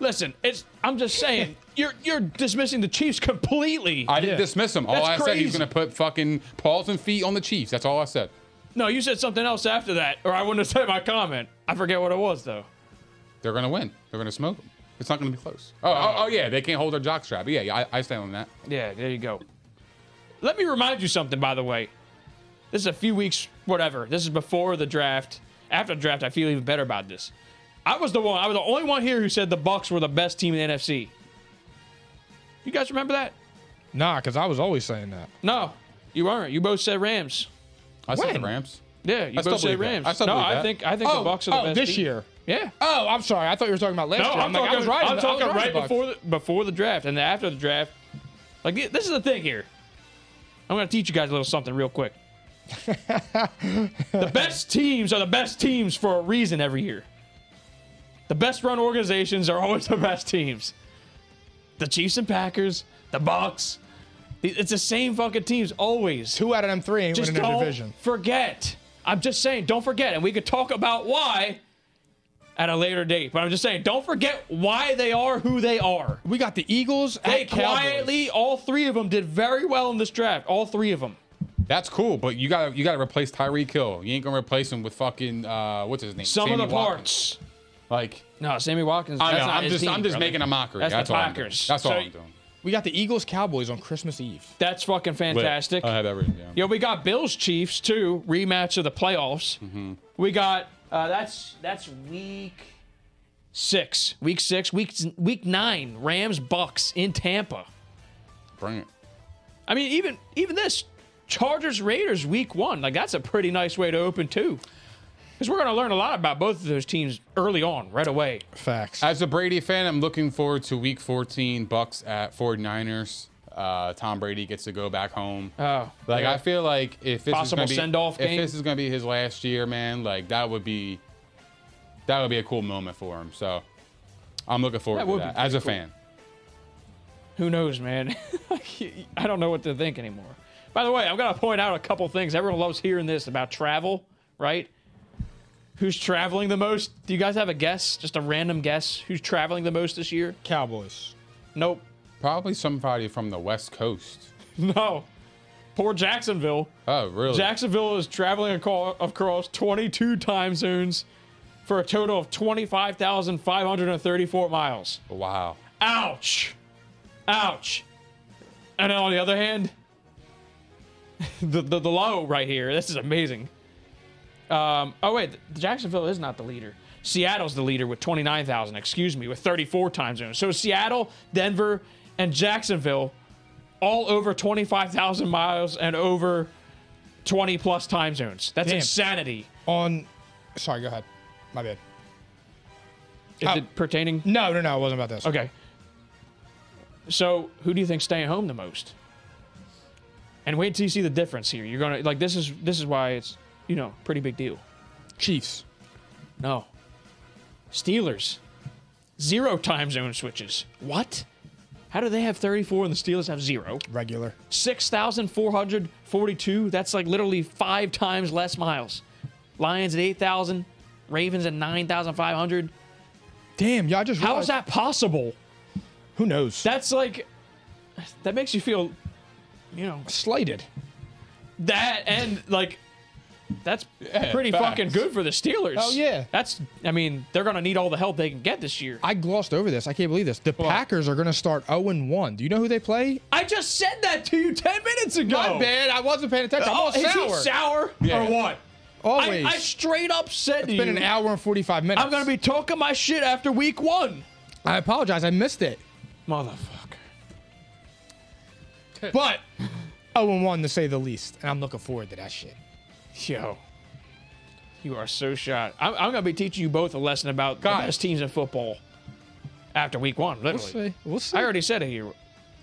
[SPEAKER 3] Listen, it's I'm just saying you're you're dismissing the Chiefs completely.
[SPEAKER 2] I didn't dismiss him. All
[SPEAKER 3] That's
[SPEAKER 2] I said he's
[SPEAKER 3] crazy.
[SPEAKER 2] gonna put fucking paws and feet on the Chiefs. That's all I said.
[SPEAKER 3] no, you said something else after that, or I wouldn't have said my comment. I forget what it was though.
[SPEAKER 2] They're gonna win. They're gonna smoke them. It's not gonna be close. Oh, oh, oh yeah, they can't hold their jock strap. Yeah, yeah I, I stand on that.
[SPEAKER 3] Yeah, there you go. Let me remind you something, by the way. This is a few weeks, whatever. This is before the draft. After the draft, I feel even better about this. I was the one. I was the only one here who said the Bucks were the best team in the NFC. You guys remember that?
[SPEAKER 1] nah, because I was always saying that.
[SPEAKER 3] No, you weren't. You both said Rams.
[SPEAKER 2] I said the
[SPEAKER 1] When?
[SPEAKER 2] Rams.
[SPEAKER 3] Yeah, you
[SPEAKER 2] I still
[SPEAKER 3] both said
[SPEAKER 2] believe that.
[SPEAKER 3] Rams.
[SPEAKER 2] I still
[SPEAKER 3] no,
[SPEAKER 2] believe
[SPEAKER 3] I
[SPEAKER 2] that.
[SPEAKER 3] think I think the
[SPEAKER 2] Oh,
[SPEAKER 3] Bucks are the
[SPEAKER 1] Oh,
[SPEAKER 3] best.
[SPEAKER 1] this
[SPEAKER 3] team.
[SPEAKER 1] year.
[SPEAKER 3] Yeah.
[SPEAKER 1] Oh, I'm sorry. I thought you were talking about last
[SPEAKER 3] No,
[SPEAKER 1] year.
[SPEAKER 3] I'm,
[SPEAKER 1] like,
[SPEAKER 3] talking,
[SPEAKER 1] I was right.
[SPEAKER 3] I'm
[SPEAKER 1] I
[SPEAKER 3] talking
[SPEAKER 1] was
[SPEAKER 3] right
[SPEAKER 1] about
[SPEAKER 3] before the, before the draft and then after the draft. Like th- this is the thing here. I'm gonna teach you guys a little something real quick. the best teams are the best teams for a reason every year. The best run organizations are always the best teams. The Chiefs and Packers, the Bucks. It's the same fucking teams always.
[SPEAKER 1] Two out of them three ain't
[SPEAKER 3] Just
[SPEAKER 1] winning their
[SPEAKER 3] don't
[SPEAKER 1] division.
[SPEAKER 3] forget. I'm just saying, don't forget, and we could talk about why at a later date. But I'm just saying, don't forget why they are who they are.
[SPEAKER 1] We got the Eagles.
[SPEAKER 3] They
[SPEAKER 1] at Cowboys.
[SPEAKER 3] quietly, all three of them did very well in this draft. All three of them.
[SPEAKER 2] That's cool, but you got to you got to replace Tyreek Hill. You ain't gonna replace him with fucking uh, what's his name?
[SPEAKER 3] Some
[SPEAKER 2] Sammy
[SPEAKER 3] of the parts.
[SPEAKER 2] Watkins. Like
[SPEAKER 3] No, Sammy Watkins.
[SPEAKER 2] I
[SPEAKER 3] that's
[SPEAKER 2] know,
[SPEAKER 3] not
[SPEAKER 2] I'm
[SPEAKER 3] his
[SPEAKER 2] just
[SPEAKER 3] team,
[SPEAKER 2] I'm just
[SPEAKER 3] brother.
[SPEAKER 2] making a mockery.
[SPEAKER 3] That's,
[SPEAKER 2] That's,
[SPEAKER 3] the
[SPEAKER 2] all
[SPEAKER 3] Packers.
[SPEAKER 2] I'm doing. That's all
[SPEAKER 3] So,
[SPEAKER 2] I'm doing.
[SPEAKER 1] We got the Eagles Cowboys on Christmas Eve.
[SPEAKER 3] That's fucking
[SPEAKER 2] Lit.
[SPEAKER 3] fantastic.
[SPEAKER 2] I have everything. Yeah.
[SPEAKER 3] Yo, we got Bills Chiefs too rematch of the playoffs. We got uh, that's that's week six, week six, week week nine. Rams Bucks in Tampa.
[SPEAKER 2] Bring it.
[SPEAKER 3] I mean, even even this Chargers Raiders week one. Like that's a pretty nice way to open too, because we're gonna learn a lot about both of those teams early on, right away.
[SPEAKER 1] Facts.
[SPEAKER 2] As a Brady fan, I'm looking forward to Week 14 Bucks at 49ers. Uh, Tom Brady gets to go back home.
[SPEAKER 3] Oh,
[SPEAKER 2] like
[SPEAKER 3] yeah.
[SPEAKER 2] I feel like if this
[SPEAKER 3] Possible
[SPEAKER 2] is gonna be,
[SPEAKER 3] send-off
[SPEAKER 2] if
[SPEAKER 3] game?
[SPEAKER 2] this is gonna be his last year, man, like that would be that would be a cool moment for him. So I'm looking forward
[SPEAKER 3] That
[SPEAKER 2] to
[SPEAKER 3] would
[SPEAKER 2] that
[SPEAKER 3] be
[SPEAKER 2] as a
[SPEAKER 3] pretty cool.
[SPEAKER 2] fan.
[SPEAKER 3] Who knows, man? I don't know what to think anymore. By the way, I'm gonna point out a couple things. Everyone loves hearing this about travel, right? Who's traveling the most? Do you guys have a guess? Just a random guess? Who's traveling the most this year?
[SPEAKER 1] Cowboys.
[SPEAKER 3] Nope.
[SPEAKER 2] Probably somebody from the West Coast.
[SPEAKER 3] No. Poor Jacksonville.
[SPEAKER 2] Oh, really?
[SPEAKER 3] Jacksonville is traveling aco- across 22 time zones for a total of 25,534 miles.
[SPEAKER 2] Wow.
[SPEAKER 3] Ouch. Ouch. And on the other hand, the, the, the low right here, this is amazing. Um, oh, wait, Jacksonville is not the leader. Seattle's the leader with 29,000, excuse me, with 34 time zones. So Seattle, Denver, and Jacksonville all over 25,000 miles and over 20 plus time zones. That's
[SPEAKER 1] Damn.
[SPEAKER 3] insanity.
[SPEAKER 1] On. Sorry, go ahead. My bad.
[SPEAKER 3] Is
[SPEAKER 1] Oh.
[SPEAKER 3] it pertaining?
[SPEAKER 1] No, no, no. It wasn't about this.
[SPEAKER 3] Okay. So who do you think's staying home the most? And wait till you see the difference here. You're gonna like this is this is why it's you know pretty big deal.
[SPEAKER 1] Chiefs.
[SPEAKER 3] No. Steelers. Zero time zone switches. What? How do they have 34 and the Steelers have zero?
[SPEAKER 1] Regular.
[SPEAKER 3] 6,442. That's like literally five times less miles. Lions at 8,000. Ravens at 9,500.
[SPEAKER 1] Damn, y'all just.
[SPEAKER 3] How is
[SPEAKER 1] realized-
[SPEAKER 3] that possible?
[SPEAKER 1] Who knows?
[SPEAKER 3] That's like, that makes you feel, you know,
[SPEAKER 1] slighted.
[SPEAKER 3] that and like, that's pretty
[SPEAKER 2] facts.
[SPEAKER 3] fucking good for the Steelers.
[SPEAKER 1] Oh, yeah.
[SPEAKER 3] That's, I mean, they're going to need all the help they can get this year.
[SPEAKER 1] I glossed over this. I can't believe this. The Packers are going to start 0 1. Do you know who they play?
[SPEAKER 3] I just said that to you 10 minutes ago.
[SPEAKER 1] My bad. I wasn't paying attention. I'm
[SPEAKER 3] Oh,
[SPEAKER 1] all
[SPEAKER 3] is
[SPEAKER 1] sour.
[SPEAKER 3] he sour?
[SPEAKER 2] Yeah.
[SPEAKER 3] Or what? I,
[SPEAKER 1] Always.
[SPEAKER 3] I straight up said to
[SPEAKER 1] it's been
[SPEAKER 3] you,
[SPEAKER 1] an hour and 45 minutes.
[SPEAKER 3] I'm going to be talking my shit after week one.
[SPEAKER 1] I apologize. I missed it.
[SPEAKER 3] Motherfucker.
[SPEAKER 1] But 0 1 oh to say the least. And I'm looking forward to that shit.
[SPEAKER 3] Yo. You are so shot. I'm, I'm going to be teaching you both a lesson about the
[SPEAKER 2] Guys.
[SPEAKER 3] best teams in football after week one, literally.
[SPEAKER 1] see. We'll see.
[SPEAKER 3] I already said it here.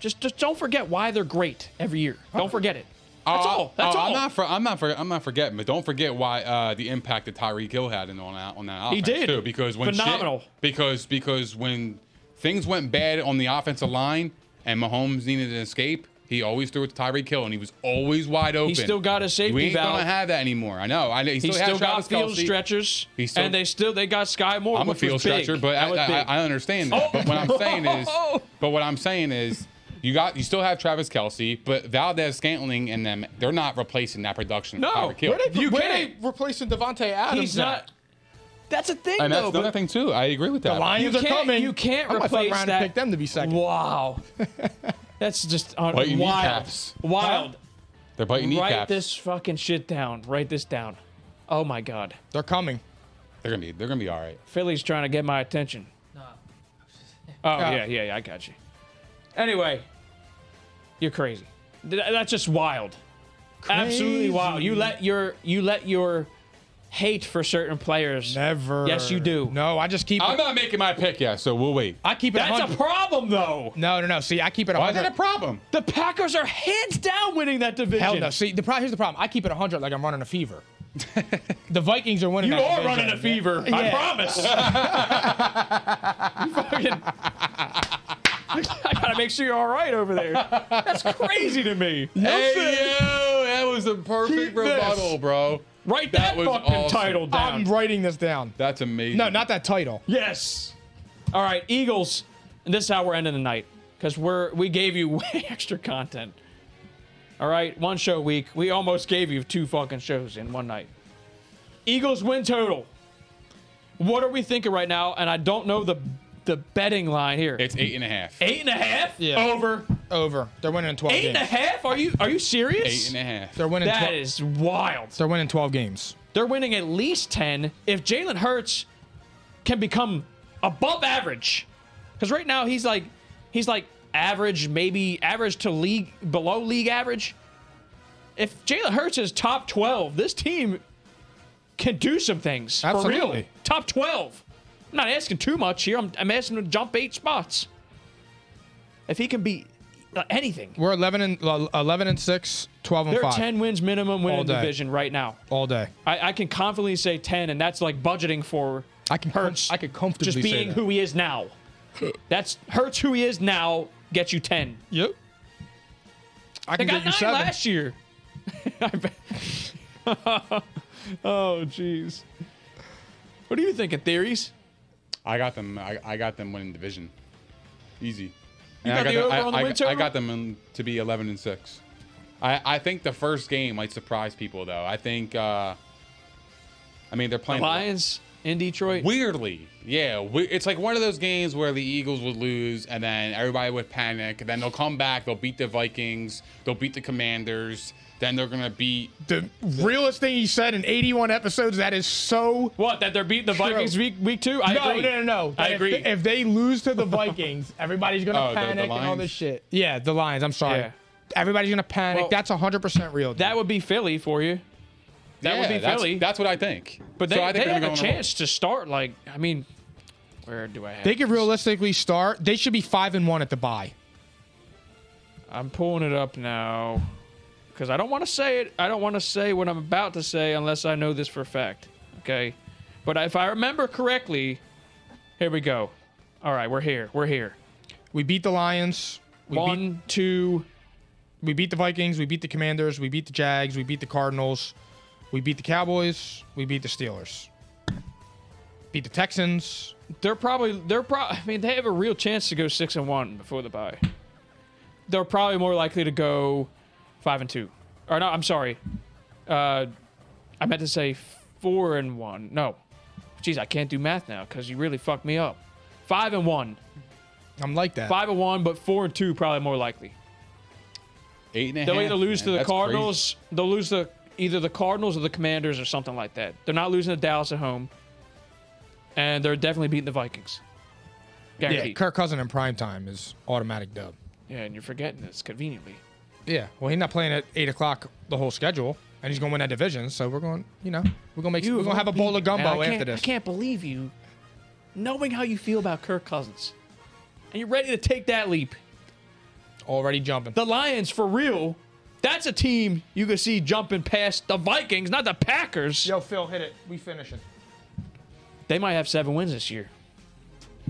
[SPEAKER 3] Just just don't forget why they're great every year. Don't forget it. That's
[SPEAKER 2] Oh,
[SPEAKER 3] all. That's
[SPEAKER 2] oh,
[SPEAKER 3] all.
[SPEAKER 2] I'm not. For, I'm not. For, I'm not forgetting. But don't forget why uh, the impact that Tyreek Hill had in, on that on that
[SPEAKER 3] He
[SPEAKER 2] offense
[SPEAKER 3] did.
[SPEAKER 2] too. Because when shit-
[SPEAKER 3] Phenomenal.
[SPEAKER 2] because because when things went bad on the offensive line and Mahomes needed an escape, he always threw it to Tyreek Hill, and he was always wide open.
[SPEAKER 3] still got his safety
[SPEAKER 2] We ain't
[SPEAKER 3] valve.
[SPEAKER 2] gonna have that anymore. I know. I know. He
[SPEAKER 3] he
[SPEAKER 2] still,
[SPEAKER 3] still
[SPEAKER 2] has
[SPEAKER 3] got
[SPEAKER 2] Travis
[SPEAKER 3] field
[SPEAKER 2] Kelce.
[SPEAKER 3] stretchers.
[SPEAKER 2] He still-
[SPEAKER 3] and they still they got Sky Moore.
[SPEAKER 2] I'm a
[SPEAKER 3] which was
[SPEAKER 2] field
[SPEAKER 3] big.
[SPEAKER 2] stretcher, but
[SPEAKER 3] That
[SPEAKER 2] I,
[SPEAKER 3] was
[SPEAKER 2] I,
[SPEAKER 3] big.
[SPEAKER 2] I understand that. But what I'm saying is,
[SPEAKER 3] Oh.
[SPEAKER 2] but what I'm saying is, you got you still have Travis Kelsey, but Valdez Scantling and them, they're not replacing that production.
[SPEAKER 3] No,
[SPEAKER 2] of Tyreek Hill.
[SPEAKER 3] where they-
[SPEAKER 2] you
[SPEAKER 3] where
[SPEAKER 2] can't.
[SPEAKER 3] they-
[SPEAKER 1] Replacing Devontae Adams.
[SPEAKER 3] He's not. That's a thing
[SPEAKER 2] And
[SPEAKER 3] though.
[SPEAKER 2] that's another
[SPEAKER 3] but
[SPEAKER 2] thing too. I agree with that.
[SPEAKER 1] The Lions
[SPEAKER 3] you
[SPEAKER 1] are
[SPEAKER 3] can't,
[SPEAKER 1] coming.
[SPEAKER 3] you can't
[SPEAKER 1] I might fuck
[SPEAKER 3] replace
[SPEAKER 1] around and
[SPEAKER 3] that.
[SPEAKER 1] pick them to be second.
[SPEAKER 3] Wow. That's just un-
[SPEAKER 2] Bite your
[SPEAKER 3] wild.
[SPEAKER 2] kneecaps.
[SPEAKER 3] Wild.
[SPEAKER 2] They're biting
[SPEAKER 3] Write
[SPEAKER 2] kneecaps.
[SPEAKER 3] this fucking shit down. Write this down. Oh my god.
[SPEAKER 1] They're coming.
[SPEAKER 2] They're gonna be. They're gonna be all right.
[SPEAKER 3] Philly's trying to get my attention. Oh yeah, yeah, yeah. I got you. Anyway, you're crazy. Th- That's just wild. Absolutely
[SPEAKER 1] Crazy.
[SPEAKER 3] wild. You let your you let your hate for certain players.
[SPEAKER 1] Never.
[SPEAKER 3] Yes, you do.
[SPEAKER 1] No, I just keep.
[SPEAKER 2] I'm not making my pick yet, so we'll wait.
[SPEAKER 1] I keep it.
[SPEAKER 3] That's
[SPEAKER 1] 100.
[SPEAKER 3] a problem though.
[SPEAKER 1] no, no, no. See, I keep it.
[SPEAKER 2] Why is that
[SPEAKER 1] 100.
[SPEAKER 2] a problem?
[SPEAKER 3] The Packers are hands down winning that division.
[SPEAKER 1] Hell no. See, the pro- here's the problem. I keep it 100 like I'm running a fever. the Vikings are winning.
[SPEAKER 3] You
[SPEAKER 1] that
[SPEAKER 3] are
[SPEAKER 1] division.
[SPEAKER 3] running a fever. I promise. you fucking. I gotta make sure you're all right over there. That's crazy to me.
[SPEAKER 2] Hey, yo, that was a perfect
[SPEAKER 3] Keep this.
[SPEAKER 2] rebuttal, bro.
[SPEAKER 3] Write that,
[SPEAKER 2] was
[SPEAKER 3] fucking
[SPEAKER 2] awesome.
[SPEAKER 3] title down.
[SPEAKER 1] I'm writing this down.
[SPEAKER 2] That's amazing.
[SPEAKER 1] No, not that title.
[SPEAKER 3] Yes. All right, Eagles. And this is how we're ending the night because we're we gave you way extra content. All right, one show a week. We almost gave you two fucking shows in one night. Eagles win total. What are we thinking right now? And I don't know the the betting line here.
[SPEAKER 2] It's eight and a half.
[SPEAKER 3] eight and a half.
[SPEAKER 1] Yeah.
[SPEAKER 3] Over.
[SPEAKER 1] Over. They're winning in 12
[SPEAKER 3] Eight and
[SPEAKER 1] games.
[SPEAKER 3] a half. Are you are you serious?
[SPEAKER 2] Eight and a half.
[SPEAKER 1] They're winning.
[SPEAKER 3] That
[SPEAKER 1] 12
[SPEAKER 3] is wild.
[SPEAKER 1] They're winning 12 games.
[SPEAKER 3] They're winning at least 10 if Jalen Hurts can become above average. Because right now he's like he's like average, maybe average to league below league average. If Jalen Hurts is top 12, this team can do some things. For real.
[SPEAKER 1] Absolutely.
[SPEAKER 3] Top 12. I'm not asking too much here. I'm, I'm asking him to jump eight spots. If he can be uh, anything.
[SPEAKER 1] We're 11 and well, 11 and 6, 12 and
[SPEAKER 3] They're
[SPEAKER 1] 5
[SPEAKER 3] 10 wins minimum
[SPEAKER 1] All
[SPEAKER 3] winning
[SPEAKER 1] day.
[SPEAKER 3] division right now.
[SPEAKER 1] all day.
[SPEAKER 3] I, I can confidently say 10, and that's like budgeting for
[SPEAKER 1] I can com-
[SPEAKER 3] Hurts.
[SPEAKER 1] I could comfortably
[SPEAKER 3] just
[SPEAKER 1] say
[SPEAKER 3] being
[SPEAKER 1] that.
[SPEAKER 3] who he is now. That's Hurts who he is now gets you 10.
[SPEAKER 1] Yep. I
[SPEAKER 3] They
[SPEAKER 1] can
[SPEAKER 3] got
[SPEAKER 1] get you
[SPEAKER 3] nine
[SPEAKER 1] 7.
[SPEAKER 3] last year. I bet. oh, jeez. What are you thinking, theories?
[SPEAKER 2] I got them. I, I got them winning division. Easy.
[SPEAKER 3] You
[SPEAKER 2] And
[SPEAKER 3] got
[SPEAKER 2] I
[SPEAKER 3] the
[SPEAKER 2] them,
[SPEAKER 3] over
[SPEAKER 2] I,
[SPEAKER 3] on the
[SPEAKER 2] I-
[SPEAKER 3] win total?
[SPEAKER 2] I got them in, to be 11 and six. I, I think the first game might surprise people though. I think. Uh, I mean, they're playing
[SPEAKER 3] Lions in Detroit.
[SPEAKER 2] Weirdly, yeah, we, it's like one of those games where the Eagles would lose, and then everybody would panic. And then they'll come back, they'll beat the Vikings, they'll beat the Commanders, then they're gonna beat
[SPEAKER 1] The realest thing he said in 81 episodes that is so
[SPEAKER 3] what? That they're beating the Vikings week week two? I
[SPEAKER 1] no,
[SPEAKER 3] agree.
[SPEAKER 1] no, no, no.
[SPEAKER 3] I
[SPEAKER 1] If-
[SPEAKER 3] agree.
[SPEAKER 1] If, they lose to the Vikings, everybody's
[SPEAKER 2] Oh,
[SPEAKER 1] gonna
[SPEAKER 2] the- the
[SPEAKER 1] panic and all
[SPEAKER 2] Lions?
[SPEAKER 1] this shit. Yeah, the Lions. I'm sorry.
[SPEAKER 3] Yeah.
[SPEAKER 1] Everybody's gonna panic.
[SPEAKER 3] Well,
[SPEAKER 1] That's 100 percent real. dude.
[SPEAKER 3] that would be Philly for you. That would
[SPEAKER 2] Yeah,
[SPEAKER 3] be
[SPEAKER 2] that's-
[SPEAKER 3] Philly.
[SPEAKER 2] That's, what I think.
[SPEAKER 3] but they,
[SPEAKER 2] So I think
[SPEAKER 3] they
[SPEAKER 2] they're
[SPEAKER 3] have
[SPEAKER 2] gonna
[SPEAKER 3] a
[SPEAKER 2] go on roll.
[SPEAKER 3] chance to start. Like, I mean, where do I have
[SPEAKER 1] they could realistically start. They should be five and one at the bye.
[SPEAKER 3] I'm pulling it up now because I don't want to say it. I don't want to say what I'm about to say unless I know this for a fact. Okay. But if I remember correctly, here we go. All right, we're here. We're here.
[SPEAKER 1] We beat the Lions. We beat,
[SPEAKER 3] One, two.
[SPEAKER 1] we beat the Vikings. We beat the Commanders. We beat the Jags. We beat the Cardinals. We beat the Cowboys. We beat the Steelers. Beat the Texans.
[SPEAKER 3] They're probably they're probably. I mean, they have a real chance to go six and one before the bye. They're probably more likely to go five and two. Or no, I'm sorry. Uh, I meant to say four and one. No, jeez, I can't do math now because you really fucked me up. Five and one.
[SPEAKER 1] I'm like that.
[SPEAKER 3] five and one, but four and two probably more likely.
[SPEAKER 2] Eight and a half.
[SPEAKER 3] They'll either lose to
[SPEAKER 2] man,
[SPEAKER 3] the
[SPEAKER 2] that's crazy.
[SPEAKER 3] Cardinals, they'll lose the either the Cardinals or the Commanders or something like that. They're not losing to Dallas at home, and they're definitely beating the Vikings.
[SPEAKER 1] Yeah,
[SPEAKER 3] Guaranteed. Yeah,
[SPEAKER 1] Kirk Cousin in prime time is automatic dub.
[SPEAKER 3] and you're forgetting this conveniently.
[SPEAKER 1] Yeah. Well, he's not playing at eight o'clock the whole schedule, and he's gonna win that division. So we're going, you know, we're gonna make, we're gonna have a bowl of
[SPEAKER 3] Man, I
[SPEAKER 1] gumbo
[SPEAKER 3] can't-
[SPEAKER 1] after this.
[SPEAKER 3] I can't believe you, knowing how you feel about Kirk Cousins, and you're ready to take that leap.
[SPEAKER 1] Already jumping.
[SPEAKER 3] The Lions, for real, that's a team you could see jumping past the Vikings, not the Packers.
[SPEAKER 1] Phil, hit it. We finish it.
[SPEAKER 3] They might have seven wins this year.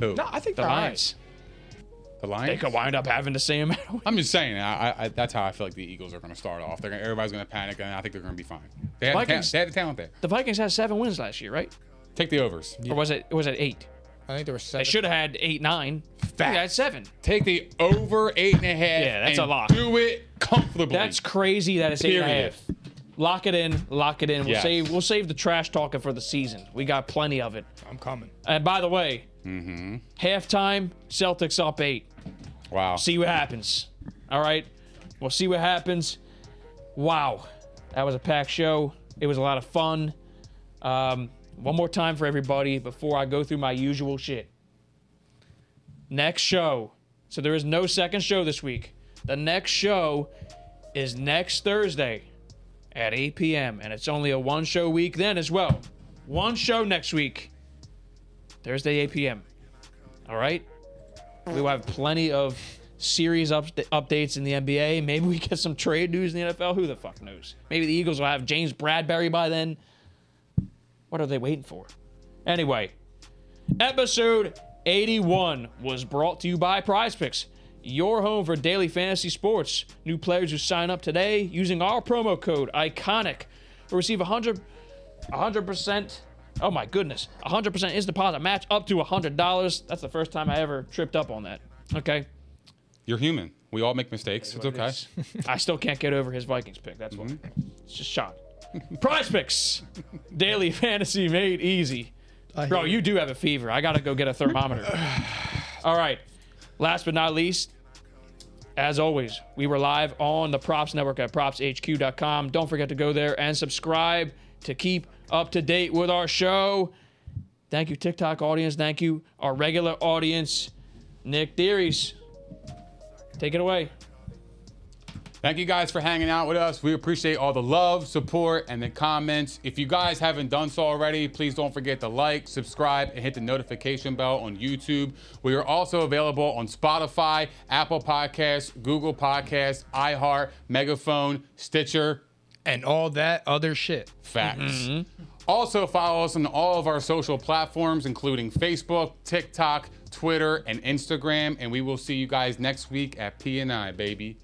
[SPEAKER 2] Who?
[SPEAKER 1] No, I think
[SPEAKER 3] The
[SPEAKER 1] they're all
[SPEAKER 3] Lions.
[SPEAKER 2] The Lions.
[SPEAKER 3] They could wind up having the same amount. of-
[SPEAKER 2] I'm just saying. I, I, I, that's how I feel like the Eagles are going to start off. They're gonna, everybody's going to panic, and I think they're going to be fine. They have, the ta-
[SPEAKER 3] Vikings-
[SPEAKER 2] they have the talent there.
[SPEAKER 3] The Vikings had seven wins last year, right?
[SPEAKER 2] Take the overs.
[SPEAKER 3] Or was it was it eight?
[SPEAKER 1] right. I think there were seven.
[SPEAKER 3] They should have had eight, nine. They had seven.
[SPEAKER 2] Take the over eight and a half.
[SPEAKER 3] Yeah, that's
[SPEAKER 2] and
[SPEAKER 3] a lot.
[SPEAKER 2] Do it comfortably.
[SPEAKER 3] That's crazy. That it's eight and a
[SPEAKER 2] Period.
[SPEAKER 3] half. Lock it in. Lock it in. We'll
[SPEAKER 2] Yes.
[SPEAKER 3] save we'll save the trash talking for the season. We got plenty of it.
[SPEAKER 1] I'm coming.
[SPEAKER 3] And by the way,
[SPEAKER 2] Mm-hmm.
[SPEAKER 3] halftime Celtics up eight.
[SPEAKER 2] wow.
[SPEAKER 3] See what happens. All right, we'll see what happens. Wow, that was a packed show. It was a lot of fun. Um, one more time for everybody before I go through my usual shit. Next show. So there is no second show this week. The next show is next Thursday at 8 p.m. and it's only a one show week then as well. One show next week. Thursday 8 p.m. All right? We will have plenty of series up- updates in the NBA. Maybe we get some trade news in the NFL. Who the fuck knows? Maybe the Eagles will have James Bradbury by then. What are they waiting for? Anyway, episode 81 was brought to you by Prize Picks. your home for daily fantasy sports. New players who sign up today using our promo code ICONIC will receive 100 100% Oh my goodness. 100% is deposit match up to $100. That's the first time I ever tripped up on that. Okay.
[SPEAKER 2] You're human. We all make mistakes. It's okay.
[SPEAKER 3] I still can't get over his Vikings pick. That's why. It's just shocking. Prize picks. Daily fantasy made easy. Bro, you do have a fever. I got to go get a thermometer. All right. Last but not least, as always, we were live on the Props Network at propshq.com. Don't forget to go there and subscribe to keep up to date with our show. Thank you, TikTok audience. Thank you, our regular audience. Nick Theories, take it away.
[SPEAKER 2] Thank you guys for hanging out with us. We appreciate all the love, support, and the comments. If you guys haven't done so already, please don't forget to like, subscribe, and hit the notification bell on YouTube. We are also available on Spotify, Apple Podcasts, Google Podcasts, iHeart, Megaphone, Stitcher,
[SPEAKER 1] and all that other shit.
[SPEAKER 2] Facts. Also, follow us on all of our social platforms, including Facebook, TikTok, Twitter, and Instagram. And we will see you guys next week at P and I, baby.